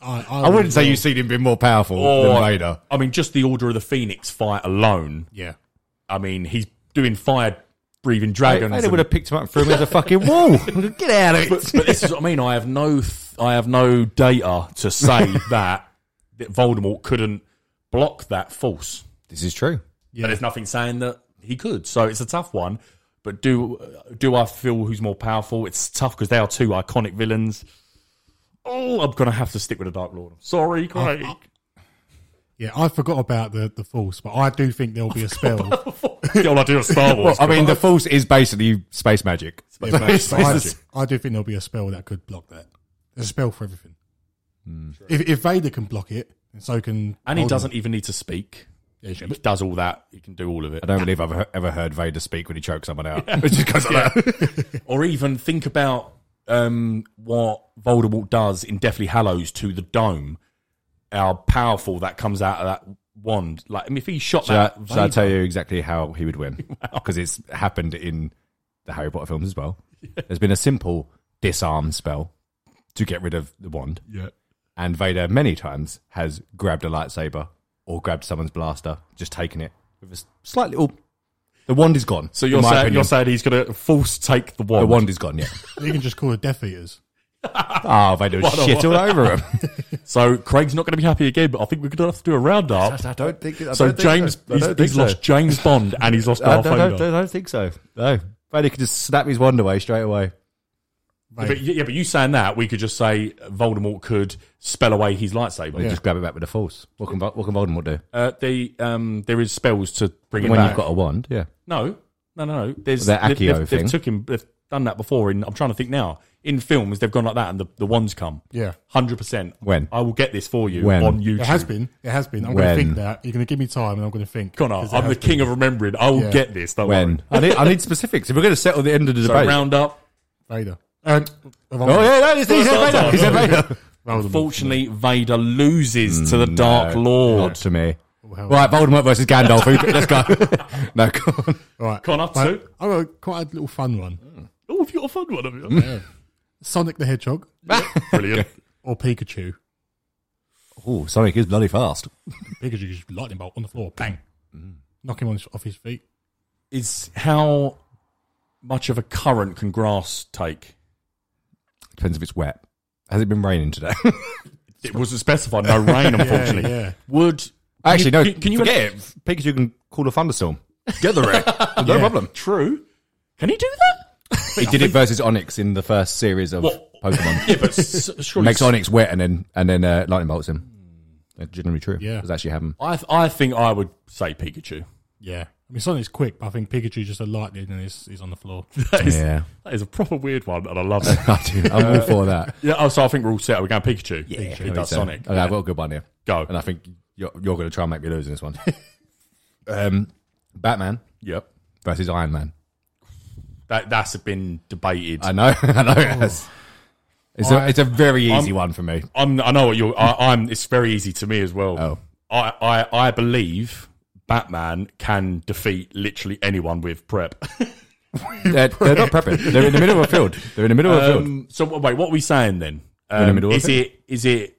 I, I, I wouldn't would- say you've seen him being more powerful Oh, than Vader. I mean, just the Order of the Phoenix fight alone. Yeah. I mean, he's doing fire breathing dragons. Vader and- would have picked him up and threw him into the fucking wall. Get out of but, it. but this is what I mean. I have no, th- I have no data to say that, that Voldemort couldn't block that force. This is true. But there's nothing saying that he could. So it's a tough one. But do do I feel who's more powerful? It's tough because they are two iconic villains. Oh, I'm gonna have to stick with the Dark Lord. I'm Sorry, Craig. Yeah, I forgot about the, the Force, but I do think there'll be a spell. The old idea of Star Wars. I mean, the Force is basically space magic. Yeah, but Space I, magic. I do think there'll be a spell that could block that. There's a spell for everything. If, if Vader can block it, and so can and he Voldemort. doesn't even need to speak. he does all that. He can do all of it. I don't believe I've he- ever heard Vader speak when he chokes someone out. It just goes like that. or even think about um, what Voldemort does in Deathly Hallows to the dome. How powerful that comes out of that wand! Like, I mean, if he shot Shall I, that, shall I tell you exactly how he would win? Because it's happened in the Harry Potter films as well. There's been a simple disarm spell to get rid of the wand. Yeah. And Vader, many times, has grabbed a lightsaber or grabbed someone's blaster, just taken it with a s- slightly. Oh, the wand is gone. So you're in my saying opinion. you're saying he's going to force take the wand? the wand is gone, yeah. He can just call it Death Eaters. Ah, Vader was shit all over him. So Craig's not going to be happy again. But I think we're going to have to do a roundup. I don't think So James, he's, he's lost James Bond and he's lost I Darth don't, I don't- Vader. I don't think so. No. Vader could just snap his wand away straight away. But yeah, but you saying that, we could just say Voldemort could spell away his lightsaber. Just grab it back with a force. What can, Vo- what can Voldemort do? Uh, the um, there is spells to bring it when back. you've got a wand, yeah. No, no, no, no. There's The Accio they've, they've, thing. They've took him. They've done that before. In I'm trying to think now. In films, they've gone like that, and the, the ones come. Yeah. hundred percent. When? I will get this for you When? on YouTube. It has been. It has been. I'm going to When? think that. You're going to give me time, and I'm going to think. Connor, 'Cause it I'm the has king of been. remembering. I will Yeah. get this. Don't When? worry. I need, I need specifics. If we're going to settle the end of the So debate. round up. Vader. Um, oh, yeah, no, he said Vader. He said Vader. Fortunately, Vader loses to the Dark Lord. Mm, Not to me. hell. Right, Voldemort versus Gandalf. Who- Let's go. no, come on. Right. Connor, But two. I got quite a little fun one. Oh, have you got a fun one? Have you? Sonic the Hedgehog Brilliant. or Pikachu. Oh, Sonic is bloody fast. Pikachu just lightning bolt on the floor, bang, knock him on his, off his feet. Is how much of a current can grass take? Depends if it's wet. Has it been raining today? It wasn't specified. No rain, unfortunately. yeah. Would Actually, no. Can, can you forget it? Pikachu can call a thunderstorm. Get the wreck. no problem. True. Can he do that? He did it versus Onyx in the first series of What? Pokemon. Yeah, but s- surely Makes Onyx wet and then and then uh, lightning bolts him. That's generally true. Yeah. it's actually happened. I, th- I think I would say Pikachu. Yeah, I mean Sonic's quick, but I think Pikachu's just a lightning and he's, he's on the floor. That is, Yeah. that is a proper weird one, and I love it. I do. I'm all for that. yeah, oh, so I think we're all set. We're going Pikachu. Yeah, Yeah, he does so- Sonic. Okay, I've got a good one here. Go. And I think you're, you're going to try and make me lose in this one. um, Batman Yep. versus Iron Man. That that's been debated. I know. I know. Oh. it has. It's, a, it's a very easy one for me. I'm, I know what you're. I, I'm. It's very easy to me as well. Oh. I, I I believe Batman can defeat literally anyone with prep. They're, they're not prepping. They're in the middle of a field. They're in the middle of a field. Um, so w- wait, what are we saying then? the Um, middle of is it. it is it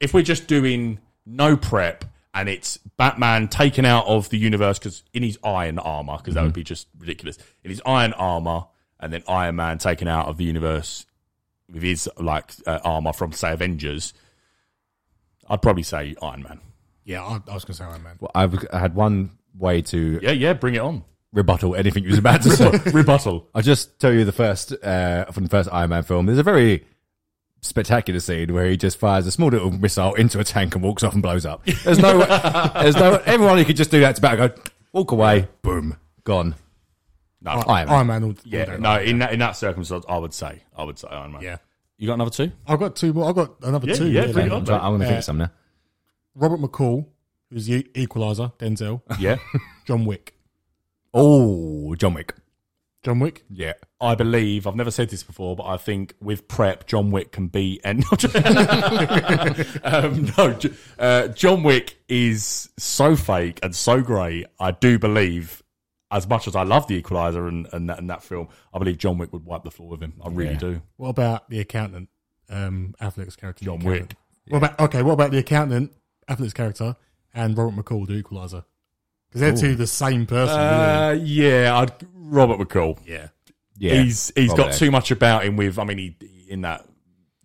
if we're just doing no prep and it's Batman taken out of the universe because in his iron armor because that would be just ridiculous in his iron armor and then Iron Man taken out of the universe with his like uh, armor from say Avengers. I'd probably say Iron Man. yeah, I, I was gonna say Iron Man. Well, I've, I had one way to Yeah, yeah, bring it on. rebuttal anything you was about to say. Rebuttal. I'll just tell you the first uh, from the first Iron Man film. There's a very spectacular scene where he just fires a small little missile into a tank and walks off and blows up. There's no, there's no. Everyone who could just do that to back go, walk away, boom, gone. No, Iron Man. Iron Man all, all day yeah, long. no. In that in that circumstance, I would say I would say Iron Man. Yeah, you got another two? I've got two more. I've got another Yeah, two. yeah, really. bring it I'm, on. trying, I'm going to think of some now. Robert McCall, who's the Equalizer, Denzel, Yeah, John Wick, Oh, John Wick. John Wick. Yeah. I believe I've never said this before, but I think with prep, John Wick can beat and um, no, J- uh, John Wick is so fake and so great. I do believe, as much as I love The Equalizer and and that, and that film, I believe John Wick would wipe the floor with him. I really do. What about the accountant? Um, Affleck's character. John the accountant? Wick. What about okay? What about the accountant, Affleck's character, and Robert McCall, the Equalizer? Because they're two the same person. Uh, really. yeah, I'd, Robert McCall. Yeah, Yeah, he's he's Robert got there. too much about him. With I mean, he in that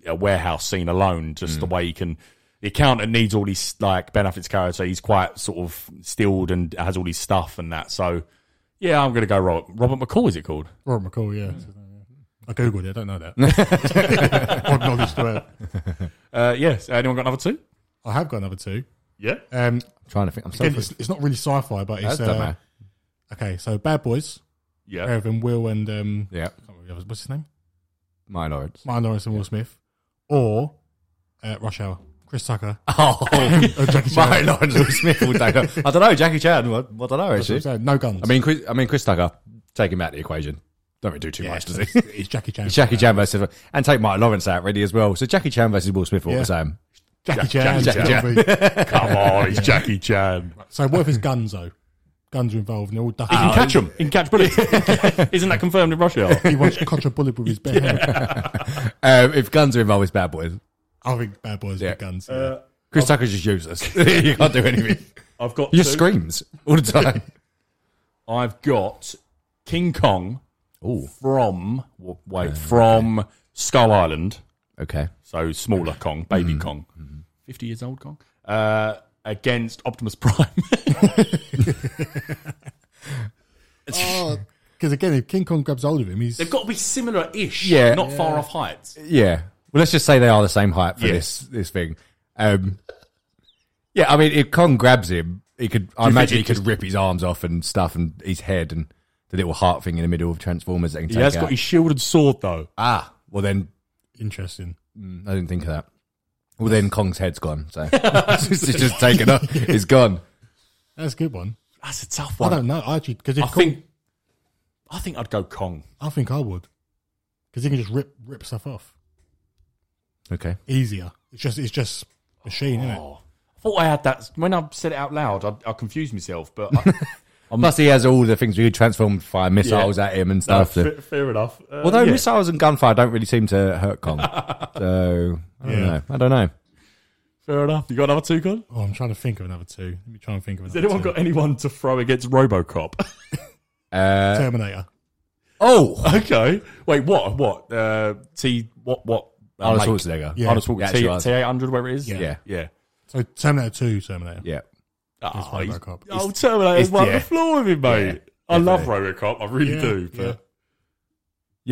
uh, warehouse scene alone, just Mm. the way he can. The accountant needs all these like benefits character. He's quite sort of stilled and has all his stuff and that. So yeah, I'm gonna go Robert, Robert McCall. Is it called? Robert McCall. Yeah, I googled it. I don't know that. Odd knowledge to have. Uh, yes. Anyone got another two? I have got another two. Yeah. Um, I'm trying to think. I'm so again, it's, it's not really sci-fi, but it's That don't uh, matter. okay. So Bad Boys, Yeah. Pair of them, Will and um, yeah, I can't remember the others. what's his name? my lords. Martin Lawrence and Will Smith, or uh, Rush Hour, Chris Tucker. Oh, Or Jackie Chan. my lords, Will Smith all day long. I don't know, Jackie Chan. What, what I don't know That's what I'm actually. saying. No guns. I mean, Chris, I mean, Chris Tucker. Take him out of the equation. Don't really do too Yeah, much, does it's, he? it's Jackie Chan. Jackie Chan versus and take Martin Lawrence out really as well. So Jackie Chan versus Will Smith all Yeah. the time. Jackie Chan. Jackie Chan. Jackie Chan. Come on, it's Jackie Chan. so what if it's guns though? Guns are involved, and they're all ducking. He can catch him. He can catch bullets. Isn't that confirmed in Russia? he wants to catch a bullet with his bare hand. Um, if guns are involved, it's bad boys. I think Bad Boys with guns. yeah. Oh. Chris Tucker's just useless. you can't do anything. I've got He just two. screams all the time. I've got King Kong Ooh. Uh, from w- wait from Skull Island, Okay. so smaller Kong, baby Kong, fifty years old Kong, uh, against Optimus Prime. Because again, if King Kong grabs hold of him, he's They've got to be similar-ish, Yeah. not far off heights. Yeah. Well, let's just say they are the same height for Yes. this this thing. Um, yeah, I mean, if Kong grabs him, he could. I You think imagine he he'd could just- rip his arms off and stuff, and his head and the little heart thing in the middle of Transformers. That can He take has out. got his shield and sword though. ah. Well, then interesting. I didn't think of that. Well, then Kong's head's gone, so it's just taken up. It's gone. That's a good one. That's a tough I one. I, don't know. I actually because if Kong, think. I think I'd go Kong. I think I would because he can just rip rip stuff off Okay. easier. It's just it's just machine, isn't it? Oh, I thought I had that when I said it out loud. I, I confused myself, but I, Plus, he has all the things we could transform fire missiles Yeah. at him and no, stuff. fa- fair enough. Uh, Although yeah. missiles and gunfire don't really seem to hurt Kong, so I don't Yeah. know. I don't know. fair enough. You got another two, Con? Oh, I'm trying to think of another two. Let me try and think of Has another anyone two. got anyone to throw against RoboCop? Uh, Terminator. Oh, Okay. Wait, what? What? Uh, T. What? What? Uh, Arnold make- Schwarzenegger. Yeah. Arnold Schwarzenegger. The actual T eight hundred, whatever it is. Yeah. Yeah. Yeah. So Terminator Two, Terminator. Yeah. Oh, he's- RoboCop. oh Terminator's it's- wiped yeah. the floor with him, mate. I love definitely. RoboCop. I really Yeah, do. But yeah.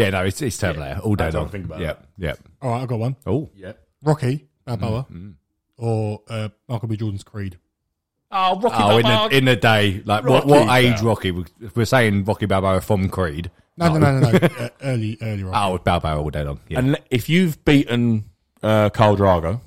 Yeah, no, it's, it's Terminator all day That's what long. I think about yeah, yeah. All right, I got one. Oh, yeah. Rocky Mm, Balboa or uh, Michael B. Jordan's Creed. Oh, Rocky oh, in the Balboa. in the day, like what what Rocky, age yeah. Rocky? we- If we're saying Rocky Balboa from Creed, No, no, no, no, no. uh, early, early Rocky. oh, it's Balboa all day long. Yeah, and le- if you've beaten uh, Carl Drago,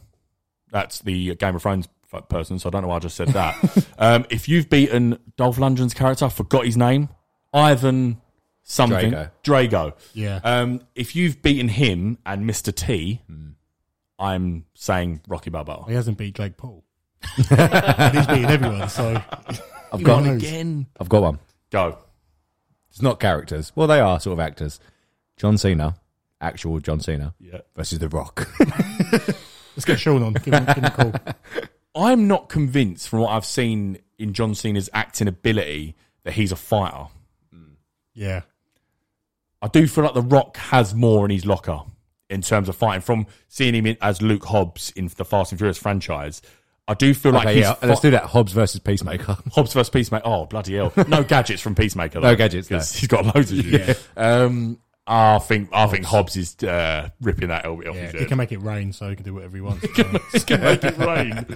that's the Game of Thrones f- person. So I don't know why I just said that. um, if you've beaten Dolph Lundgren's character, I forgot his name, Ivan something Drago. Drago. Yeah. Um, if you've beaten him and Mr. T, Hmm. am saying Rocky Oh. Balboa. he hasn't beat Jake Paul. But he's beating everyone. So I've you got know. Again, I've got one. go. It's not characters. Well, they are sort of actors. John Cena, actual John Cena, Yeah. versus The Rock. let's get Sean on. Give him, give him a call. I'm not convinced from what I've seen in John Cena's acting ability that he's a fighter. Yeah, I do feel like The Rock has more in his locker in terms of fighting. From seeing him in, as Luke Hobbs in the Fast and Furious franchise, I do feel like okay, he's yeah, let's fi- do that. Hobbs versus Peacemaker. Hobbs versus Peacemaker. Oh bloody hell! No gadgets from Peacemaker. Though, No gadgets, no. 'cause He's got loads of. shit. Um, I think I think Hobbs is uh, ripping that off yeah. his He head. can make it rain, so he can do whatever he wants. He can make it rain.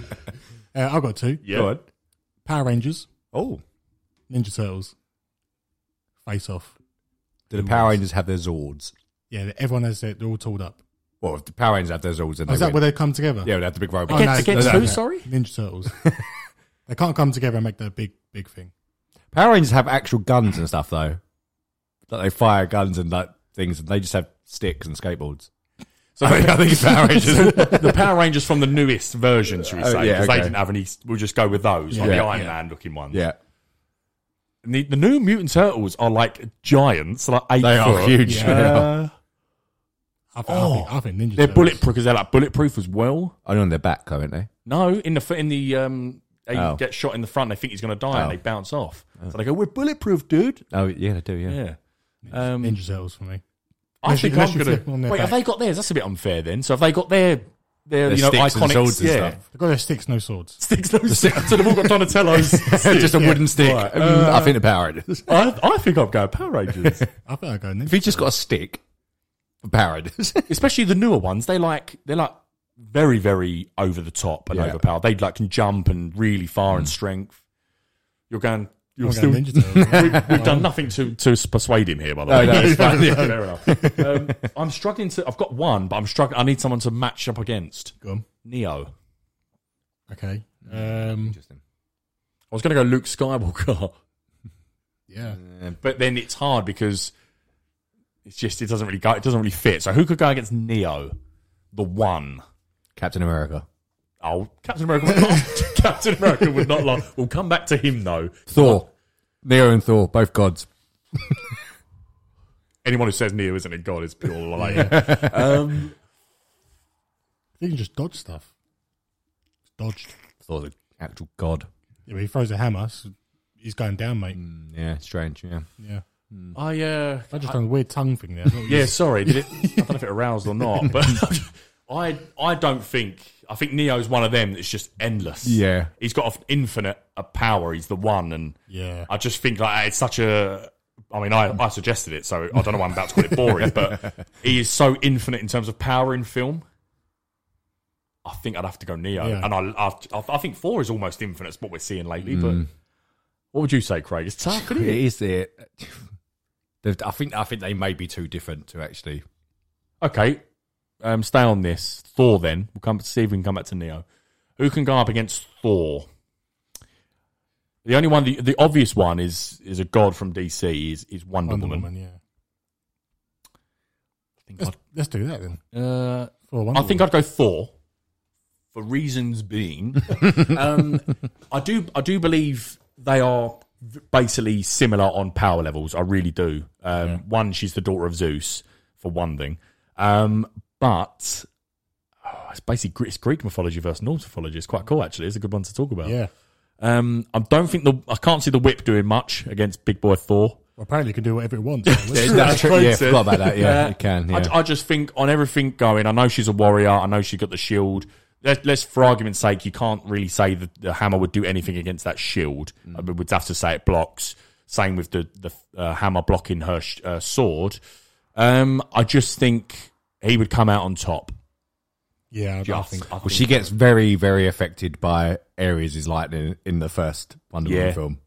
uh, I've got two. Yeah. Go on. Power Rangers, Oh, Ninja Turtles, Face Off. do the Power Rangers have their Zords? Yeah, everyone has it. They're all tooled up. Well, if the Power Rangers have their Zords, then Oh, they is that win. where they come together? yeah, they have the big robot. Oh, no, Against- no, against who, no, no. sorry? Ninja Turtles. they can't come together and make their big, big thing. Power Rangers have actual guns and stuff though. Like they fire guns and like things, and they just have sticks and skateboards. So I think, I think it's Power Rangers. the Power Rangers from the newest version, should we Oh, say? yeah, Because they okay. didn't have any. We'll just go with those, like Yeah. the Iron Yeah. Man looking ones. yeah, And the, the new Mutant Turtles are like giants, like eight they foot. are huge. Yeah. Uh, I think, I think, I think Ninja They're Turtles. bulletproof because they're like bulletproof as well. Only on their back, aren't they? No, in the fr- in the um, they Oh. get shot in the front. They think he's going to die, Oh. and they bounce off. So they go, "We're bulletproof, dude." Oh, yeah, they do. Yeah. Yeah. Um, Ninja Turtles for me. I Unless you- think unless I'm you gonna. flip them on their Wait, have back. they got theirs? That's a bit unfair. Then, so have they got their their, Their you know sticks and iconic swords and yeah. stuff. They've got their sticks, no swords. Sticks, no sticks. so they've all got Donatellos. just a wooden stick. Right. Uh, Mm, I think the Power Rangers. I, I think I'm going Power Rangers, I think I'd go Ninja If you just got a stick, Power Rangers. especially the newer ones. They like they're like very very over the top and Yeah. overpowered. They like can jump and really far in strength. You're going. You're I'm still. going Ninja Turtles. we, we've done nothing to, to persuade him here, by the way. no, it's Yeah, fair enough. Um, I'm struggling to. I've got one, but I'm struggling. I need someone to match up against Go on. Neo. Okay. Um, Interesting. I was going to go Luke Skywalker, yeah. but then it's hard because it's just it doesn't really go. It doesn't really fit. So who could go against Neo? The one. Captain America. Oh, Captain America. Would not, Captain America would not lie. We'll come back to him though. Thor. Neo and Thor, both gods. Anyone who says Neo isn't a god is pure lying. You can just dodge stuff. Dodged. Thor's an actual god. Yeah, but he throws a hammer. So he's going down, mate. Yeah, strange. Yeah. Yeah. I uh, I just done a weird tongue thing there. I thought it Yeah, was- sorry. Did it, I don't know if it aroused or not, but I I don't think I think Neo's one of them that's just endless. Yeah. he's got an infinite a power. He's the one, and Yeah. I just think like it's such a. I mean, I, I suggested it, so I don't know why I'm about to call it boring, but he is so infinite in terms of power in film. I think I'd have to go Neo, Yeah. and I, I I think four is almost infinite. It's what we're seeing lately, Mm. but. What would you say, Craig? It's tough, couldn't It it? is the. the- I think I think they may be too different to actually. Okay, um, stay on this. Thor. Then we'll come. See if we can come back to Neo. Who can go up against Thor? The only one, the, the obvious one is is a god from DC. Is is Wonder, Wonder Woman. Woman, yeah. I think Let's, let's do that then. I'd, uh, For Wonder I think I'd go Thor. For reasons being, um, I do I do believe they are v- basically similar on power levels. I really do. Um, One, she's the daughter of Zeus, for one thing. Um, but oh, it's basically Gre- it's Greek mythology versus Norse mythology. It's quite cool, actually. It's a good one to talk about. Woman. Yeah. Um, I don't think the I can't see the whip doing much against Big Boy Thor. Well, apparently, you can do whatever it wants. That's true. Yeah, forgot about that. Yeah, you can. Yeah. I, I just think on everything going, I know she's a warrior. I know she got the shield. Let, let's, for argument's sake, you can't really say that the hammer would do anything against that shield. Mm. I mean, we'd have to say it blocks. Same with the the uh, hammer blocking her sh- uh, sword. Um, I just think he would come out on top. yeah, I, I Just- think. I well, think- she gets very, very affected by Ares' lightning in the first Wonder Yeah. Woman film.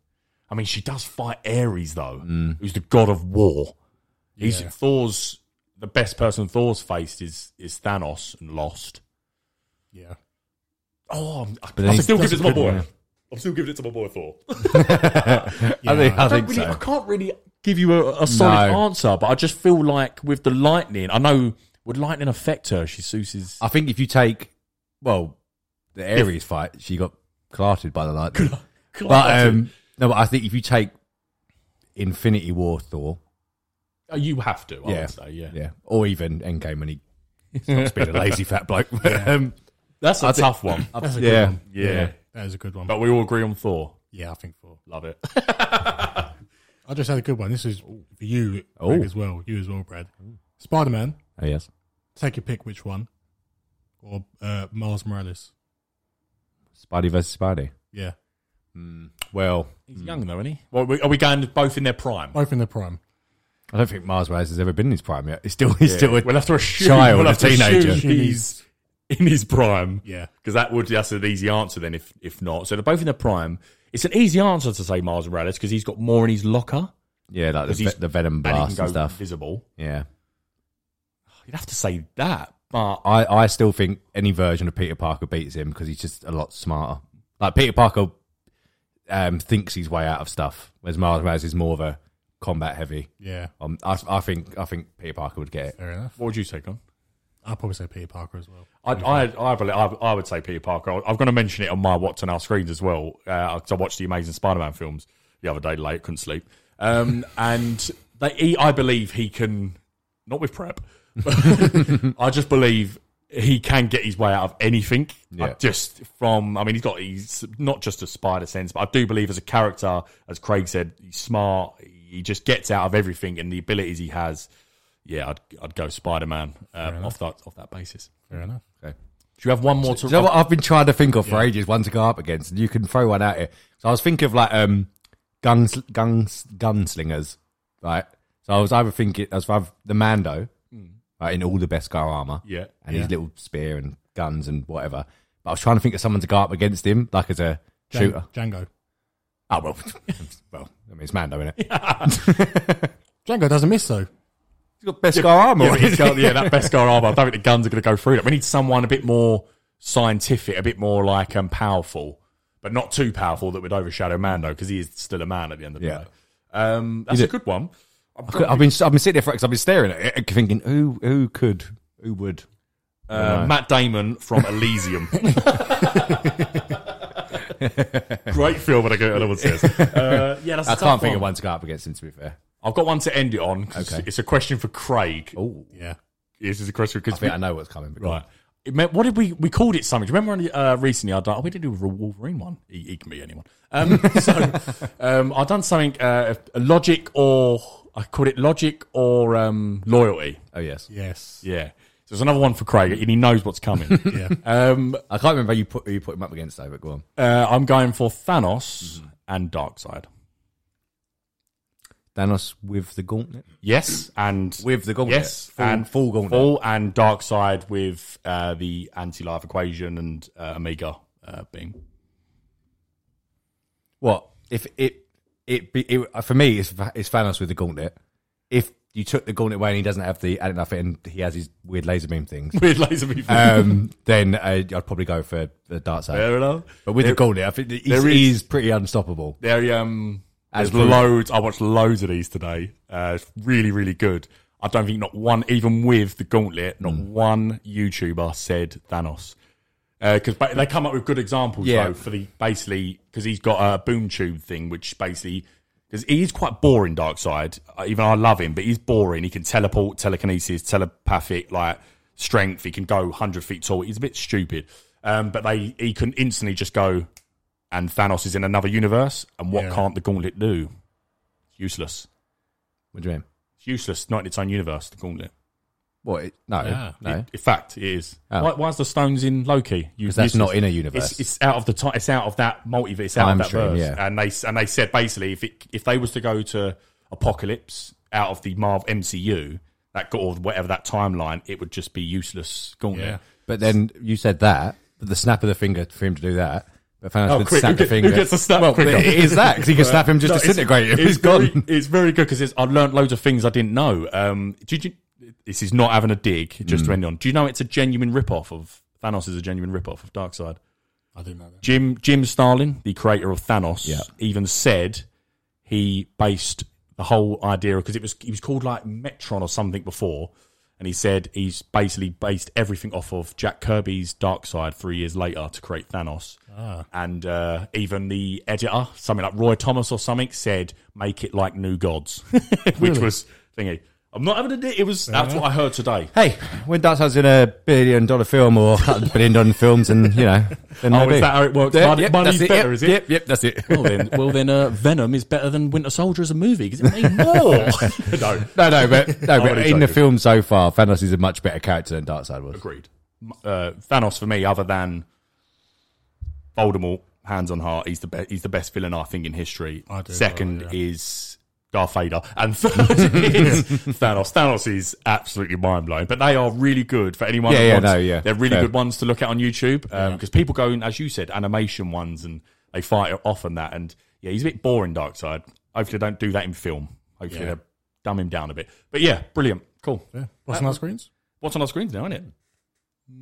I mean, she does fight Ares though, Mm. who's the god of war. He's Thor's. The best person Thor's faced is is Thanos and lost. Yeah. Oh, I'm, But I'm he's- still giving it to my that's boy. good, yeah. I'm still giving it to my boy Thor. I think, I I, think don't really, I so. can't really give you a, a solid No. answer, but I just feel like with the lightning, I know would lightning affect her? She Seuss's. I think if you take, well, the Aries fight, she got clarted by the lightning. but um, no, but I think if you take Infinity War Thor, Oh, you have to. I yeah, would say, yeah, yeah, or even Endgame when he stops being a lazy fat bloke. um, That's a I think- tough one. That's a yeah. good one. Yeah. That is a good one. but we all agree on Thor. yeah, I think for. Love it. I just had a good one. This is for you Oh. Greg, as well. You as well, Brad. Spider Man, oh yes, take your pick which one. Or uh, Miles Morales. Spidey versus Spidey. Yeah. Well, He's young though, isn't he? Well, we- are we going both in their prime? Both in their prime. I don't think Mars Morales has ever been in his prime yet. He's still, he's still a we'll have to assume. child, we'll a have to teenager. assume he's in his prime. Yeah. because that would that's an easy answer then. If if not, so they're both in their prime. It's an easy answer to say Miles Morales because he's got more in his locker. yeah, like 'Cause the, he's- ve- the venom and he blast can and, go stuff. visible. yeah, You'd have to say that, but I, I still think any version of Peter Parker beats him because he's just a lot smarter. Like Peter Parker um, thinks his way out of stuff, whereas Miles Morales is more of a combat heavy. Yeah. Um, I, I think I think Peter Parker would get it. Fair enough. what would you say, Con? I'll probably say Peter Parker as well. I, I, I, believe, I, I would say Peter Parker. I- I'm going to mention it on my What's on Our Screens as well, because I watched the Amazing Spider-Man films the other day late, couldn't sleep. Um, and they, he, I believe he can, not with prep, But I just believe he can get his way out of anything. I Yeah. just from, I mean, he's got he's not just a spider sense, but I do believe as a character, as Craig said, he's smart. He just gets out of everything, and the abilities he has. Yeah, I'd I'd go Spider Man um, off that off that basis. Fair enough. Do you have one more to? Do you know what I've been trying to think of for ages? One to go up against, and you can throw one out here. So I was thinking of like um, guns, guns, gunslingers, right? So I was either thinking I was either the Mando, right, in all the best guy armor, Hmm. Yeah. and his little spear and guns and whatever. But I was trying to think of someone to go up against him, like as a Django. shooter. Django. Oh well, well, I mean it's Mando, isn't it? Django doesn't miss though. He's got best guy armor. Yeah, but he's got- yeah, that Beskar armor. I don't think the guns are going to go through that. We need someone a bit more scientific, a bit more like um, powerful, but not too powerful that would overshadow Mando because he is still a man at the end of the Yeah. day. Um, that's Is a it- good one. I've I've been I've been sitting there for because I've been staring at it, thinking who who could who would Uh, Matt Damon from Elysium. Great film, but I go. No one says. Uh, yeah, that's a I tough can't think of one. one to go up against him. To be fair, I've got one to end it on. 'cause Okay. It's a question for Craig. oh Yeah. This is a question I because think I know what's coming. but go on. Right. It meant, what did we we called it something? Do you remember on the, uh, recently I done? Oh, we did do a Wolverine one. He, he can be anyone. Um, so um, I done something uh, logic or I called it logic or um, loyalty. Oh yes. Yes. Yeah. So there's another one for Craig, and he knows what's coming. Yeah. um, I can't remember who you put who you put him up against though. But go on. uh, I'm going for Thanos and Darkseid. Thanos with the gauntlet. Yes, and With the gauntlet. Yes, Full- and full gauntlet. Full and dark side with uh, the anti-life equation and uh, Omega uh, being. What if it it, be, it for me it's it's Thanos with the gauntlet. If you took the gauntlet away and he doesn't have the I don't know if it, and he has his weird laser beam things, Weird laser beam. um, then uh, I'd probably go for the dark side. Fair enough. But with the gauntlet, I think he's, there is- he's pretty unstoppable. They um, As there's proof. loads. I watched loads of these today. Uh, it's really, really good. I don't think not one, even with the gauntlet, Mm. not one YouTuber said Thanos. Because ba they come up with good examples Yeah. though for the basically because he's got a boom tube thing, which basically because he's quite boring. Dark side, even I love him, but he's boring. He can teleport, telekinesis, telepathic, like strength. He can go hundred feet tall. He's a bit stupid, um, but they he can instantly just go and Thanos is in another universe, and what Yeah. can't the gauntlet do? It's useless. What do you mean? It's useless, not in its own universe, the gauntlet. What? It, no, Yeah. no. In fact, it is. Oh. Why, why's the stones in Loki? Because that's not in a universe. It's, it's out of the time. It's out of that multiverse. It's out Time of that stream, verse. yeah. And they and they said basically, if it, if they was to go to Apocalypse out of the Marvel MCU, that got or whatever that timeline, it would just be useless gauntlet. Yeah. But then you said that, but the snap of the finger for him to do that. But Thanos could snap the Oh, who, finger. who gets a snap well, quicker? It is that because he could snap him just No, it's- disintegrate him. it's He's gone. Very, it's very good because I've learned loads of things I didn't know. Um, did you? This is not having a dig. Mm. Just to end on. Do you know it's a genuine rip off of Thanos is a genuine rip off of Darkseid. I didn't know that. Jim Jim Starlin, the creator of Thanos, Yeah. even said he based the whole idea because it was he was called like Metron or something before, and he said he's basically based everything off of Jack Kirby's Dark Side three years later to create Thanos, and uh, even the editor, something like Roy Thomas or something, said make it like New Gods, which was thingy. I'm not having a di- it was that's what I heard today. Hey, when Darkseid's in a billion dollar film or a couple of billion dollar films, and you know, then Oh, maybe. is that how it works? Yeah, Money- yep, money's that's it, better, yep, is it? Yep, yep, that's it. Well then, well then, uh, Venom is better than Winter Soldier as a movie because it made more. no, no, no, but no, but already in the joking. film so far, Thanos is a much better character than Darkseid was. Agreed. Uh, Thanos for me, other than Voldemort, hands on heart, he's the best. He's the best villain I think in history. I do as Second well, is Darth Vader, and third is Thanos. Thanos is absolutely mind blowing. But they are really good for anyone. Yeah, that yeah, wants- no, yeah. They're really Fair. good ones to look at on YouTube because people go in, as you said, animation ones, and they fight off on that. And yeah, he's a bit boring, Darkseid. Hopefully, they don't do that in film. Hopefully, Yeah. they dumb him down a bit. But yeah, brilliant, cool. Yeah. What's on our screens? What's on our screens now, isn't it?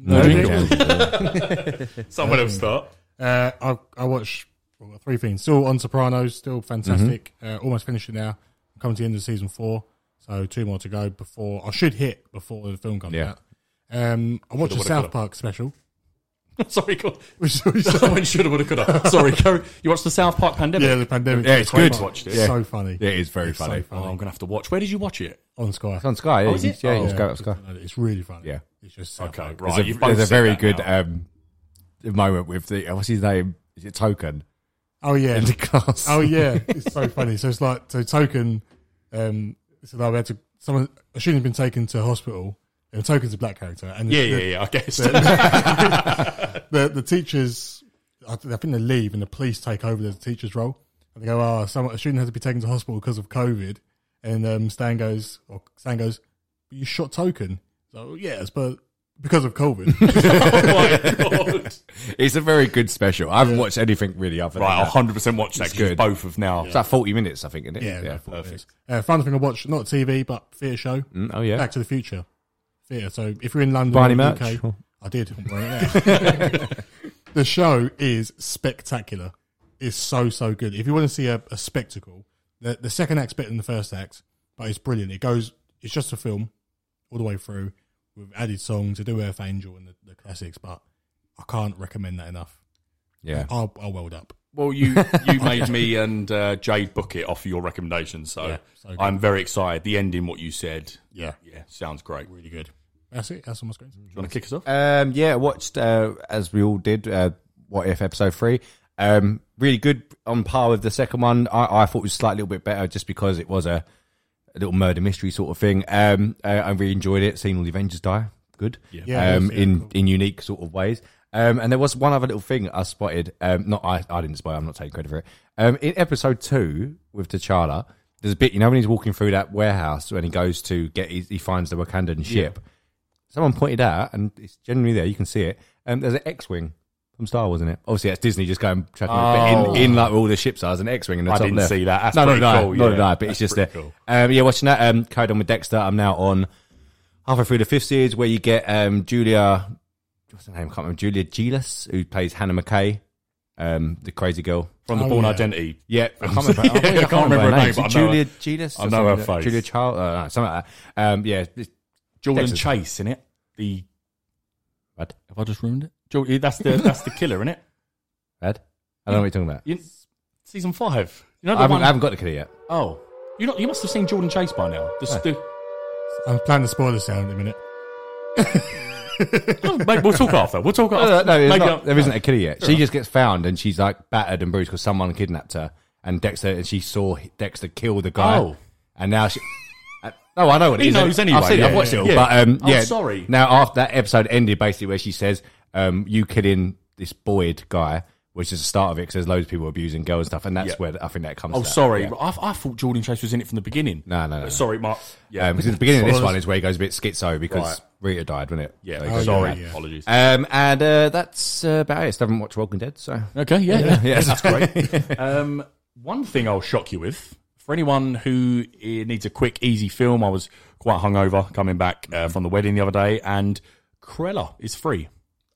No, jingle. Someone else start. Uh, I I watched well, three things. Still on Sopranos. Still fantastic. Mm-hmm. Uh, almost finished it now. I'm coming to the end of season four, so two more to go before I should hit before the film comes Yeah. out. Um, I watched Shoulda, woulda, the coulda. South Park special. Sorry, God. Which we saw. Someone should have, would have, could have. Sorry, Kerry. You watched the South Park pandemic? yeah, the pandemic. Yeah, it's Great good. part. Watched it. It's So funny. it is very It's so funny. Oh, I'm funny. gonna have to watch. Where did you watch it? on Sky. It's on Sky. Yeah, Oh, is you- it? yeah, Oh. it's go- it's Sky. It's really funny. Yeah. It's just Okay, right. There's a, you've both there's a said very that good now. um, moment with the what's his name? Is it Token? Oh yeah. In the class. Oh yeah, it's so funny. So it's like so token. Um, so that we had to someone. A student had been taken to hospital. And token's a black character, and the- Yeah, the, yeah, yeah. I guess. Oh the the teachers, I th- I think they leave and the police take over the teacher's role. And they go, oh, someone, a student has to be taken to hospital because of COVID. And um, Stan goes, or Stan goes, you shot Token. So yes, but because of COVID. oh my god. it's a very good special. I haven't watched anything really after Right, I'll that. hundred percent watch that. It's 'cause it's good. Both of now. It's like forty minutes, I think, isn't it? yeah, yeah perfect. Uh, final thing I watched, not TV, but theatre show, Mm, oh yeah. Back to the Future theatre. So if you're in London, Buy any or merch? UK, I did. I'm wearing it now. the show is spectacular. It's so so good. If you want to see a, a spectacle, the the second act's better than the first act, but it's brilliant. It goes. It's just a film all the way through with added songs. They do Earth Angel and the, the classics, but I can't recommend that enough. yeah. I'll, I'll weld up. Well, you you made me and uh, Jade book it off your recommendation, so, Yeah, so good. I'm very excited. The ending, what you said, Yeah, yeah, sounds great. really good. That's it. That's on my screen. Do you want to kick us off? Um, yeah, I watched uh, as we all did. Uh, what if episode three? Um, really good on par with the second one. I, I thought it was slightly a little bit better just because it was a, a little murder mystery sort of thing. Um, I, I really enjoyed it. Seeing all the Avengers die, good. Yeah, um, it was, yeah, in cool. in unique sort of ways. Um, and there was one other little thing I spotted. Um, not I, I didn't spot. it, I'm not taking credit for it. Um, in episode two with T'Challa, there's a bit you know when he's walking through that warehouse when he goes to get his, he finds the Wakandan ship. Someone pointed out, and it's generally there. You can see it. Um, there's an X-wing from Star Wars in it. Obviously, that's Disney just going tracking it. But in, in like where all the ships are, there's an X-wing in the Oh. I top didn't left. see that. That's no, no, pretty no, cool, no, yeah. no, no. But That's it's just there. pretty cool. Um, yeah, watching that. Um, Code on with Dexter. I'm now on halfway through the fifth series where you get um, Julia, what's her name? I can't remember. Julia Giles, who plays Hannah McKay, um, the crazy girl. From the Oh, Born yeah. Identity. Yeah, I can't remember. Yeah, I can't remember her name, Is but I it know her- Julia Giles. I or know something her like that? face. Julia Child, uh, no, something like that. Um, yeah, it's- Jordan Texas. Chase in it. The bad, have I just ruined it? Jordan, that's the that's the killer in it. bad. I don't know what you're talking about. You, season five. You know I the haven't, one. I haven't got the killer yet. oh, you not. You must have seen Jordan Chase by now. The, the, I'm playing the spoiler sound in a minute. Oh, mate, we'll talk after. We'll talk No, no, after. no, it's Oh, Maybe not, I'll- there isn't a killer yet. She just gets found and she's like battered and bruised because someone kidnapped her. And Dexter, and she saw Dexter kill the guy. Oh. And now she. Uh, No, I know what it He is. knows anyway, I've, seen it, I've yeah, watched yeah, it all. yeah. But um, I'm yeah. sorry. Now, after that episode ended, basically, where she says, um, you killing this Boyd guy, which is the start of it because there's loads of people abusing girls and stuff. And that's Yeah. where I think that comes Oh, to that. sorry. Yeah. I, I thought Jordan Chase was in it from the beginning. No, no, no. Sorry, Mark. Yeah, Um, because at the beginning of this Spoilers. one is where he goes a bit schizo because Right. Rita died, wasn't it? yeah. So he goes- sorry, yeah. apologies. Um, and uh, that's uh, about it. Still haven't watched Walking Dead, so. Okay, yeah, yeah, yeah. that's great. um, one thing I'll shock you with for anyone who eh, needs a quick, easy film. I was quite hungover coming back uh, from the wedding the other day, and Cruella is free.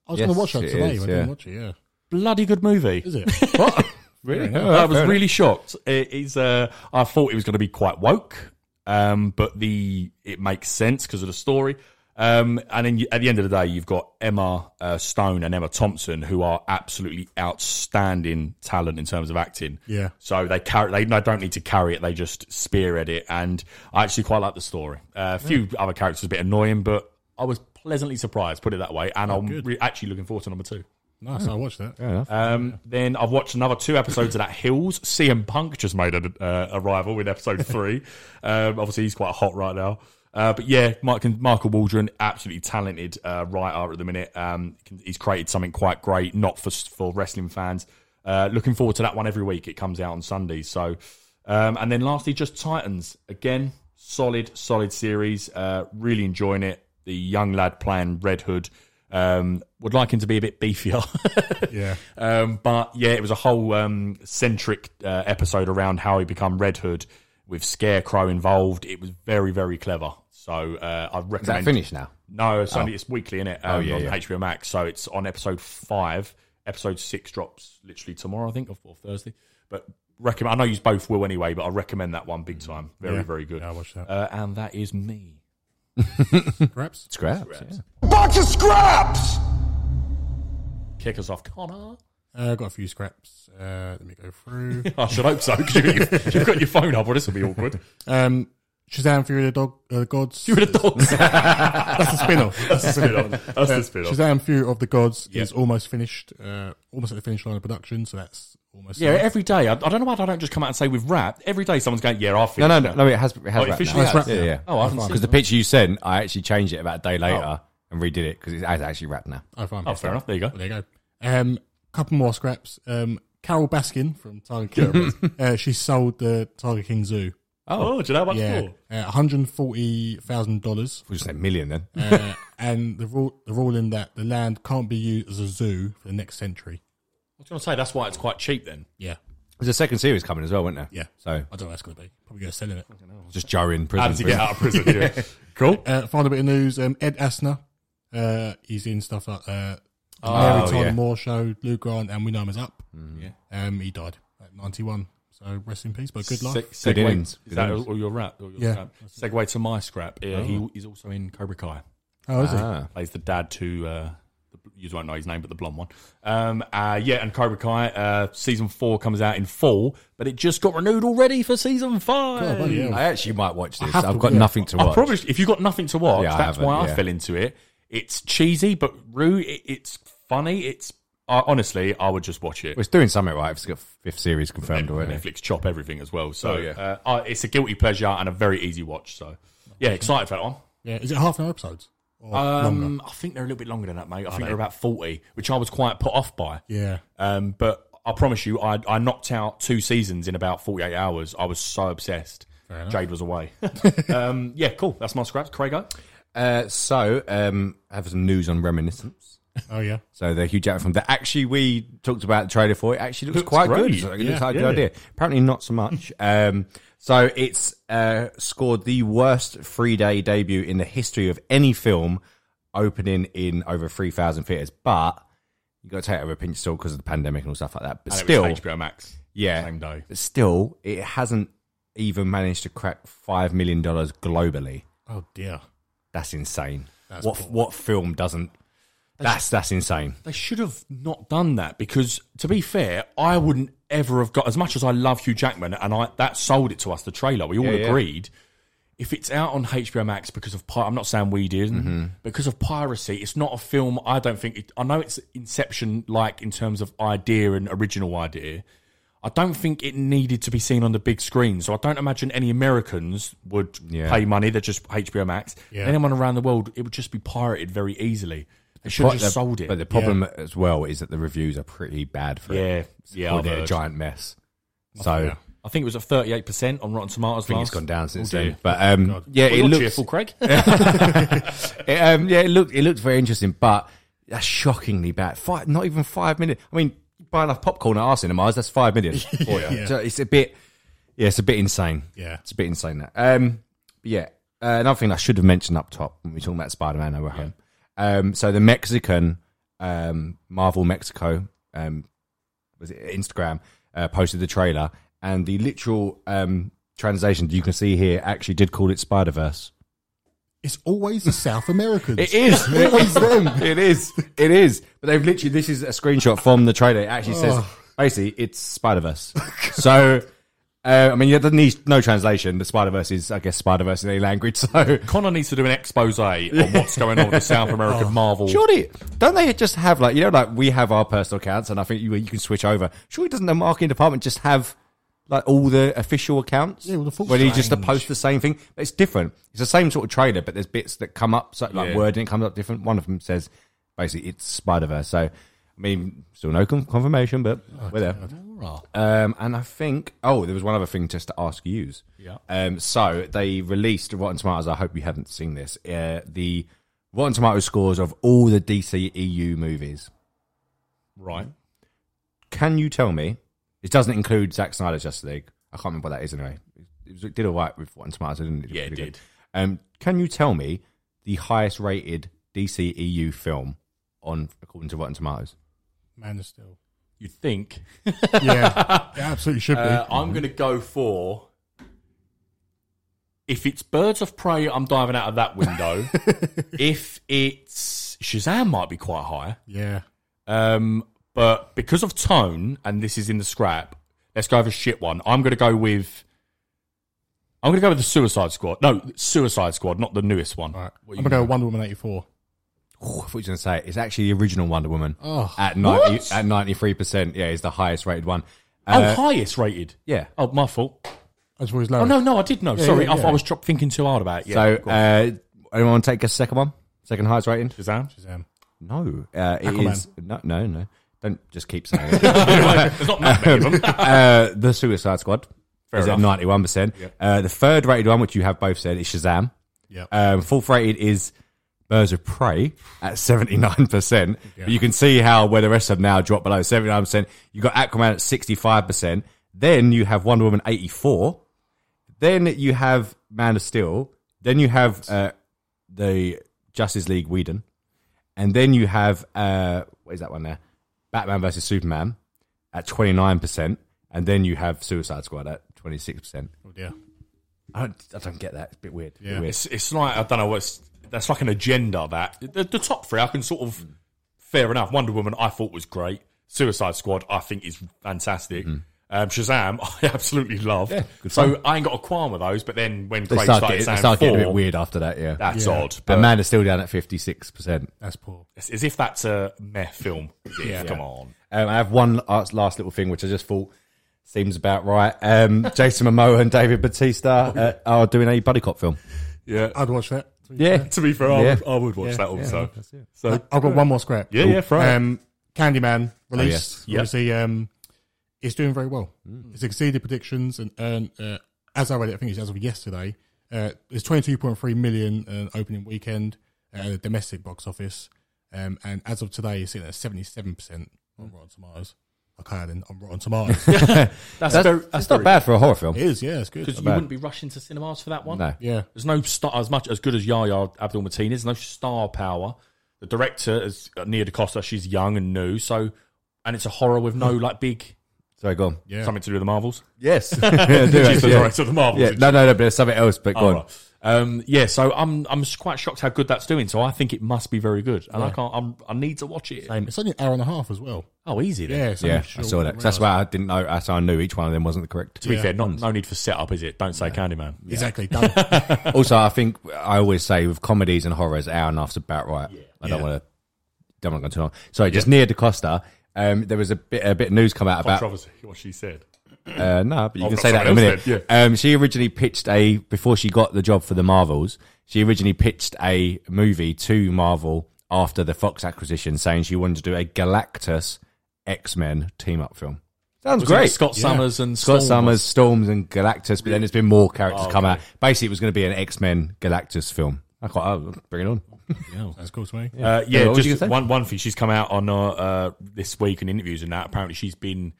I was Yes, going to watch that it today. is, but I yeah. didn't watch it. Yeah, Bloody good movie. is it? What? Really? I was really shocked. It is. Uh, I thought it was going to be quite woke, um, but the it makes sense because of the story. Um, and then you, at the end of the day, you've got Emma uh, Stone and Emma Thompson, who are absolutely outstanding talent in terms of acting. Yeah. So they carry. They no, don't need to carry it. They just spearhead it. And I actually quite like the story. Uh, a few other characters a bit annoying, but I was pleasantly surprised. Put it that way. And I'm re- actually looking forward to number two. nice. I watched that. Um, then I've watched another two episodes of that Hills. CM Punk just made an uh, arrival in episode three. um, obviously, he's quite hot right now. Uh, but yeah, Mike and Michael Waldron, absolutely talented uh, writer at the minute. Um, can- he's created something quite great, not for for wrestling fans. Uh, looking forward to that one every week. It comes out on Sunday. So, um, and then lastly, just Titans again, solid, solid series. Uh, really enjoying it. The young lad playing Red Hood. Um, would like him to be a bit beefier. Yeah. Um, but yeah, it was a whole um, centric uh, episode around how he become Red Hood with Scarecrow involved. It was very, very clever. So uh, I recommend. Is that finished now? No, it's only it's weekly in it um, yeah, on yeah. HBO Max. So it's on episode five. Episode six drops literally tomorrow, I think, or, or Thursday. But recommend. I know you both will anyway, but I recommend that one big time. Very, Yeah. very good. Yeah, I watched that. Uh, and that is me. Perhaps. Scraps. yeah. Bunch of scraps! Kick us off, Connor. Uh, got a few scraps. Uh, let me go through. I should hope so because you, you've got your phone up, or this will be awkward. Um, Shazam Fury of the Dog uh, Gods. You're the dogs. That's a spin off. That's a spin off. That's the spin off. Shazam Fury of the Gods Yeah. is almost finished, uh, almost at the finish line of production, so that's almost. Yeah, every day. I, I don't know why I don't just come out and say we've wrapped. Every day someone's going, yeah, I'll finish No, no, no, that. no. It has. It has Oh, it wrapped officially now. has? Yeah, yeah. Oh, I haven't seen Because the that. picture you sent, I actually changed it about a day later and redid it because it has actually wrapped now. I find Oh, fair enough. There you go. There you go. Um, couple more scraps. Um, Carol Baskin from Tiger King. uh, she sold the Tiger King Zoo. Oh, do you know how much Yeah, more? uh, one hundred forty thousand dollars. We just said million then. uh, and the rule the ruling that the land can't be used as a zoo for the next century. I was going to say that's why it's quite cheap then. Yeah, There's a second series coming as well, wasn't there? yeah. So I don't know what that's going to be. Probably going to sell it. just Joe in prison. How does he get prison. out of prison? yeah. Cool. Uh, final bit of news: um, Ed Asner. Uh, he's in stuff like uh, Oh, Mary Tyler yeah. Moore Show, Lou Grant, and We Know Him Is Up. Yeah. Um, he died at ninety-one. So rest in peace, but good life. Se- Good segue- innings. Is that Good innings. Oh. all your rap? Or your Yeah. scrap? Segue to my scrap. Yeah, he, he's also in Cobra Kai. Oh, is he? Ah. Plays the dad to. Uh, the- you won't know his name, but the blonde one. Um, uh, yeah, and Cobra Kai uh, season four comes out in fall, but it just got renewed already for season five. bloody hell. I actually might watch this. have I've to, got yeah. nothing to watch. I probably, if you've got nothing to watch, Yeah, I that's why haven't, I yeah. fell into it. It's cheesy, but Rue, it, it's funny. It's uh, honestly, I would just watch it. Well, it's doing something right. If it's got fifth series confirmed already. Netflix chop everything as well. So Oh, yeah. uh, uh, it's a guilty pleasure and a very easy watch. So yeah, excited for that one. Yeah, is it half an hour episodes or longer? Um, I think they're a little bit longer than that, mate. I think they're about forty, which I was quite put off by. Yeah, Um, but I promise you, I, I knocked out two seasons in about forty-eight hours. I was so obsessed. Jade was away. um, yeah, cool. That's my scraps. Craigo. Uh, so, um, I have some news on Reminiscence. oh yeah. So the Hugh Jackman film that actually we talked about the trailer for it actually looks, Looks quite great. good. So it looks Yeah, like a yeah. good idea. Apparently not so much. um, so it's uh, scored the worst three day debut in the history of any film opening in over three thousand theaters. But you got to take it with a pinch of salt because of the pandemic and all stuff like that. But And still, it was HBO Max. yeah, same day. But still, it hasn't even managed to crack five million dollars globally. Oh dear. That's insane. what what film doesn't? That's that's insane. They should have not done that because, to be fair, I wouldn't ever have got as much as I love Hugh Jackman, and I that sold it to us the trailer. We all Yeah, yeah. agreed. If it's out on HBO Max because of, pi- I'm not saying we did, Mm-hmm. because of piracy, it's not a film. I don't think. It, I know it's Inception like in terms of idea and original idea. I don't think it needed to be seen on the big screen, so I don't imagine any Americans would Yeah. pay money. They're just HBO Max. Yeah. Anyone around the world, it would just be pirated very easily. They should have But just the- sold it. But the problem as well is that the reviews are pretty bad for it. Yeah, yeah, Or I've they're a heard. giant mess. So I I think it was at thirty-eight percent on Rotten Tomatoes. think last. it's gone down since Oh, dear. then. But um, yeah, Well, it you're looks cheerful, Craig. it, um, yeah, it looked it looked very interesting, but that's shockingly bad. Five, not even five minutes. I mean, you buy enough popcorn at our cinemas, that's five million. for you. Yeah. So it's a bit, yeah, it's a bit insane. Yeah. it's a bit insane. That um, but yeah. Uh, another thing I should have mentioned up top when we were talking about Spider Man over home. Um, so the Mexican um, Marvel Mexico um, was it Instagram uh, posted the trailer and the literal um, translation you can see here actually did call it Spider Verse. It's always the South Americans. It is. It is them. It is. It is. But they've literally. This is a screenshot from the trailer. It actually says basically it's Spider Verse. so. Uh, I mean, yeah, there needs no translation. The Spider Verse is, I guess, Spider Verse in any language. So, Connor needs to do an expose on what's going on with the South American Marvel. surely, don't they just have like, you know, like we have our personal accounts, and I think you you can switch over. Surely, doesn't the marketing department just have like all the official accounts? Yeah, well, the full where they just range. post the same thing. It's different. It's the same sort of trailer, but there's bits that come up, so, like Yeah. wording comes up different. One of them says basically it's Spider Verse. So, I mean, still no con- confirmation, but we're there. Um, and I think, oh, there was one other thing just to ask you. Yeah. Um, so they released Rotten Tomatoes. I hope you haven't seen this. Uh, the Rotten Tomatoes scores of all the DC EU movies. Right. Can you tell me? It doesn't include Zack Snyder's Justice League. I can't remember what that is anyway. It, was- it did all right with Rotten Tomatoes, didn't it? Yeah, it Pretty did. good. Um, can you tell me the highest rated DC EU film on according to Rotten Tomatoes? Man of Steel. You think? Yeah, it absolutely should be. Uh, I'm going to go for. If it's Birds of Prey, I'm diving out of that window. if it's Shazam, might be quite high. yeah, Um, but because of tone, and this is in the scrap, let's go with a shit one. I'm going to go with I'm going to go with the Suicide Squad. No, Suicide Squad, not the newest one. All right. What I'm you going to go Wonder Woman Ooh, 84. I thought you were going to say it. It's actually the original Wonder Woman Oh. at ninety at ninety three percent. Yeah, it's the highest rated one. Uh, oh, highest rated. Yeah. Oh, my fault. I just thought it was Oh lower. no, no, I did know. Sorry, yeah, I, yeah. I was tro- thinking too hard about it. Yeah, so, go on. uh, anyone want to take a second one? Second highest rating? Shazam. Shazam. No, uh, it Aquaman. is no, no, no. Don't just keep saying it. There's not that many of them. uh, the Suicide Squad is enough. at ninety one percent. Uh, The third rated one, which you have both said, is Shazam. Yep. Um, fourth rated is Birds of Prey at seventy nine percent. But you can see how where the rest of them now drop below seventy nine percent. You got Aquaman at sixty five percent. Then you have Wonder Woman eighty four. Then you have Man of Steel. Then you have uh, the Justice League Whedon. And then you have uh, what is that one there? Batman versus Superman at twenty nine percent. And then you have Suicide Squad at twenty six percent. Oh, dear. I don't, I don't get that. It's a bit weird. Yeah. Bit weird. It's, it's like I don't know. It's that's like an agenda that the, the top three I can sort of fair enough. Wonder Woman I thought was great. Suicide Squad I think is fantastic. Mm-hmm. Um, Shazam I absolutely love. so I ain't got a qualm with those. But then when They Craig start, started getting, they saying start getting a bit four, weird after that, yeah. that's Yeah. odd. But and Man is still down at 56%. That's poor. it's as if that's a meh film. As if, Come on. Um, I have one last last little thing, which I just thought seems about right. Um, Jason Momoa and David Batista Oh, uh, are doing a buddy cop film. Yeah. I'd watch that. Yeah. To be fair, I, Yeah. would, I would watch that also. so I've got one more scrap. Yeah, yeah, throw it. Oh, Um, Candyman yes. released. Yep. Obviously, um, it's doing very well. Mm. It's exceeded predictions, and, and uh, as I read it, I think it's as of yesterday. Uh, it's twenty two point three million uh, opening weekend at the domestic box office, um, and as of today, it's sitting at seventy seven percent on Rotten Tomatoes. Okay, then on Rotten Tomatoes, it That's, that's, very- that's not bad for a horror film. is. Yeah, it's good. Because you wouldn't be rushing to cinemas for that one. No. Yeah, There's no star as much as good as Yaya Abdul Mateen is. No star power. The director is uh, Nia DaCosta. She's young and new, so and it's a horror with no like big Sorry, go on. Yeah. something to do with the Marvels. Yes. yeah, do actually, the yeah. director of the Marvels, Yeah, isn't No, no, no, but there's something else, but go Oh, on. right. Um, yeah, so I'm I'm s- quite shocked how good that's doing. So I think it must be very good, and I can't. I'm, I need to watch it. Um, it's only an hour and a half as well. Oh, easy then. Yeah, so Yeah, sure I saw that. 'cause That's why I didn't know. That's how I knew each one of them wasn't the correct. To be fair, not, no need for setup, is it? Don't say Candyman. Exactly. Done. also, I think I always say with comedies and horrors, hour and a half's about right. I don't Yeah. want to. Don't want to go too long. Sorry, just near DaCosta. Um, there was a bit a bit of news come out about Controversy, what she said. Uh, no, but you I've can got say that in a someone minute. else then, um, she originally pitched a before she got the job for the Marvels. She originally pitched a movie to Marvel after the Fox acquisition, saying she wanted to do a Galactus X Men team up film. Sounds Was it great. Scott Summers and Scott Storm? Summers, Storms, and Galactus. But then there's been more characters come out. Basically, it was going to be an X Men Galactus film. I quite oh, bring it on. That's cool to me. Uh, Yeah, yeah, what was you just gonna say? one one thing. She's come out on uh, uh, this week in interviews and that. Apparently, she's been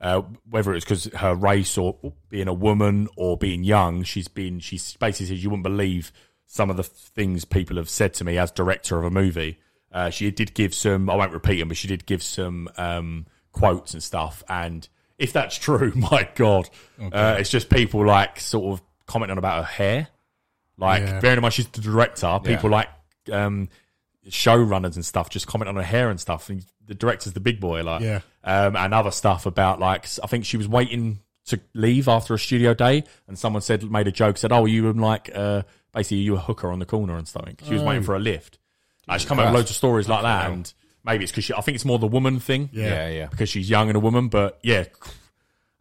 uh, whether it's because her race or being a woman or being young, she's been. She basically says you wouldn't believe some of the things people have said to me as director of a movie. Uh, she did give some. I won't repeat them, but she did give some um, quotes and stuff. And if that's true, my god, uh, it's just people like sort of commenting about her hair. Like, Yeah. bearing in mind she's the director, people like um, showrunners and stuff just comment on her hair and stuff. And the director's the big boy, like, Yeah. um, and other stuff about like s- I think she was waiting to leave after a studio day, and someone said made a joke said, "Oh, are you in like uh, basically are you a hooker on the corner and something." She was waiting for a lift. Like, she's come out with loads of stories like that, and maybe it's because I think it's more the woman thing, Yeah, yeah. because she's young and a woman, but yeah.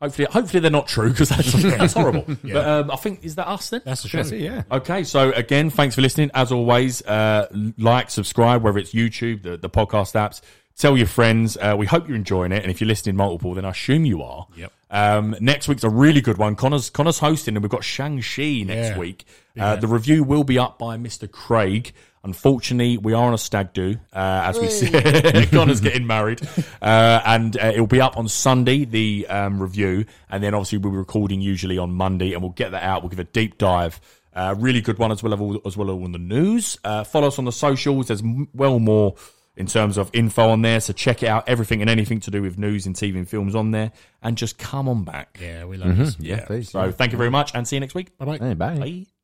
Hopefully, hopefully they're not true because that's, that's horrible. But um, I think is that us then? That's the show. That's it, yeah. Okay, so again, thanks for listening. As always, uh, like, subscribe, whether it's YouTube, the, the podcast apps. Tell your friends. Uh, we hope you're enjoying it, and if you're listening multiple, then I assume you are. Yep. Um, next week's a really good one. Connor's Connor's hosting, and we've got Shang Chi next Yeah. week. Uh, the review will be up by Mr. Craig. Unfortunately, we are on a stag do, uh, as we see. Connor's getting married. Uh, and uh, it'll be up on Sunday, the um, review. And then obviously we'll be recording usually on Monday and we'll get that out. We'll give a deep dive. Uh, really good one as well as all, as well as all the news. Uh, follow us on the socials. There's m- well more in terms of info on there. So check it out. Everything and anything to do with news and TV and films on there. And just come on back. Yeah, we love this. Yeah. please, so Mm-hmm. yeah. thank you very much and see you next week. Bye bye. Hey, bye. Bye.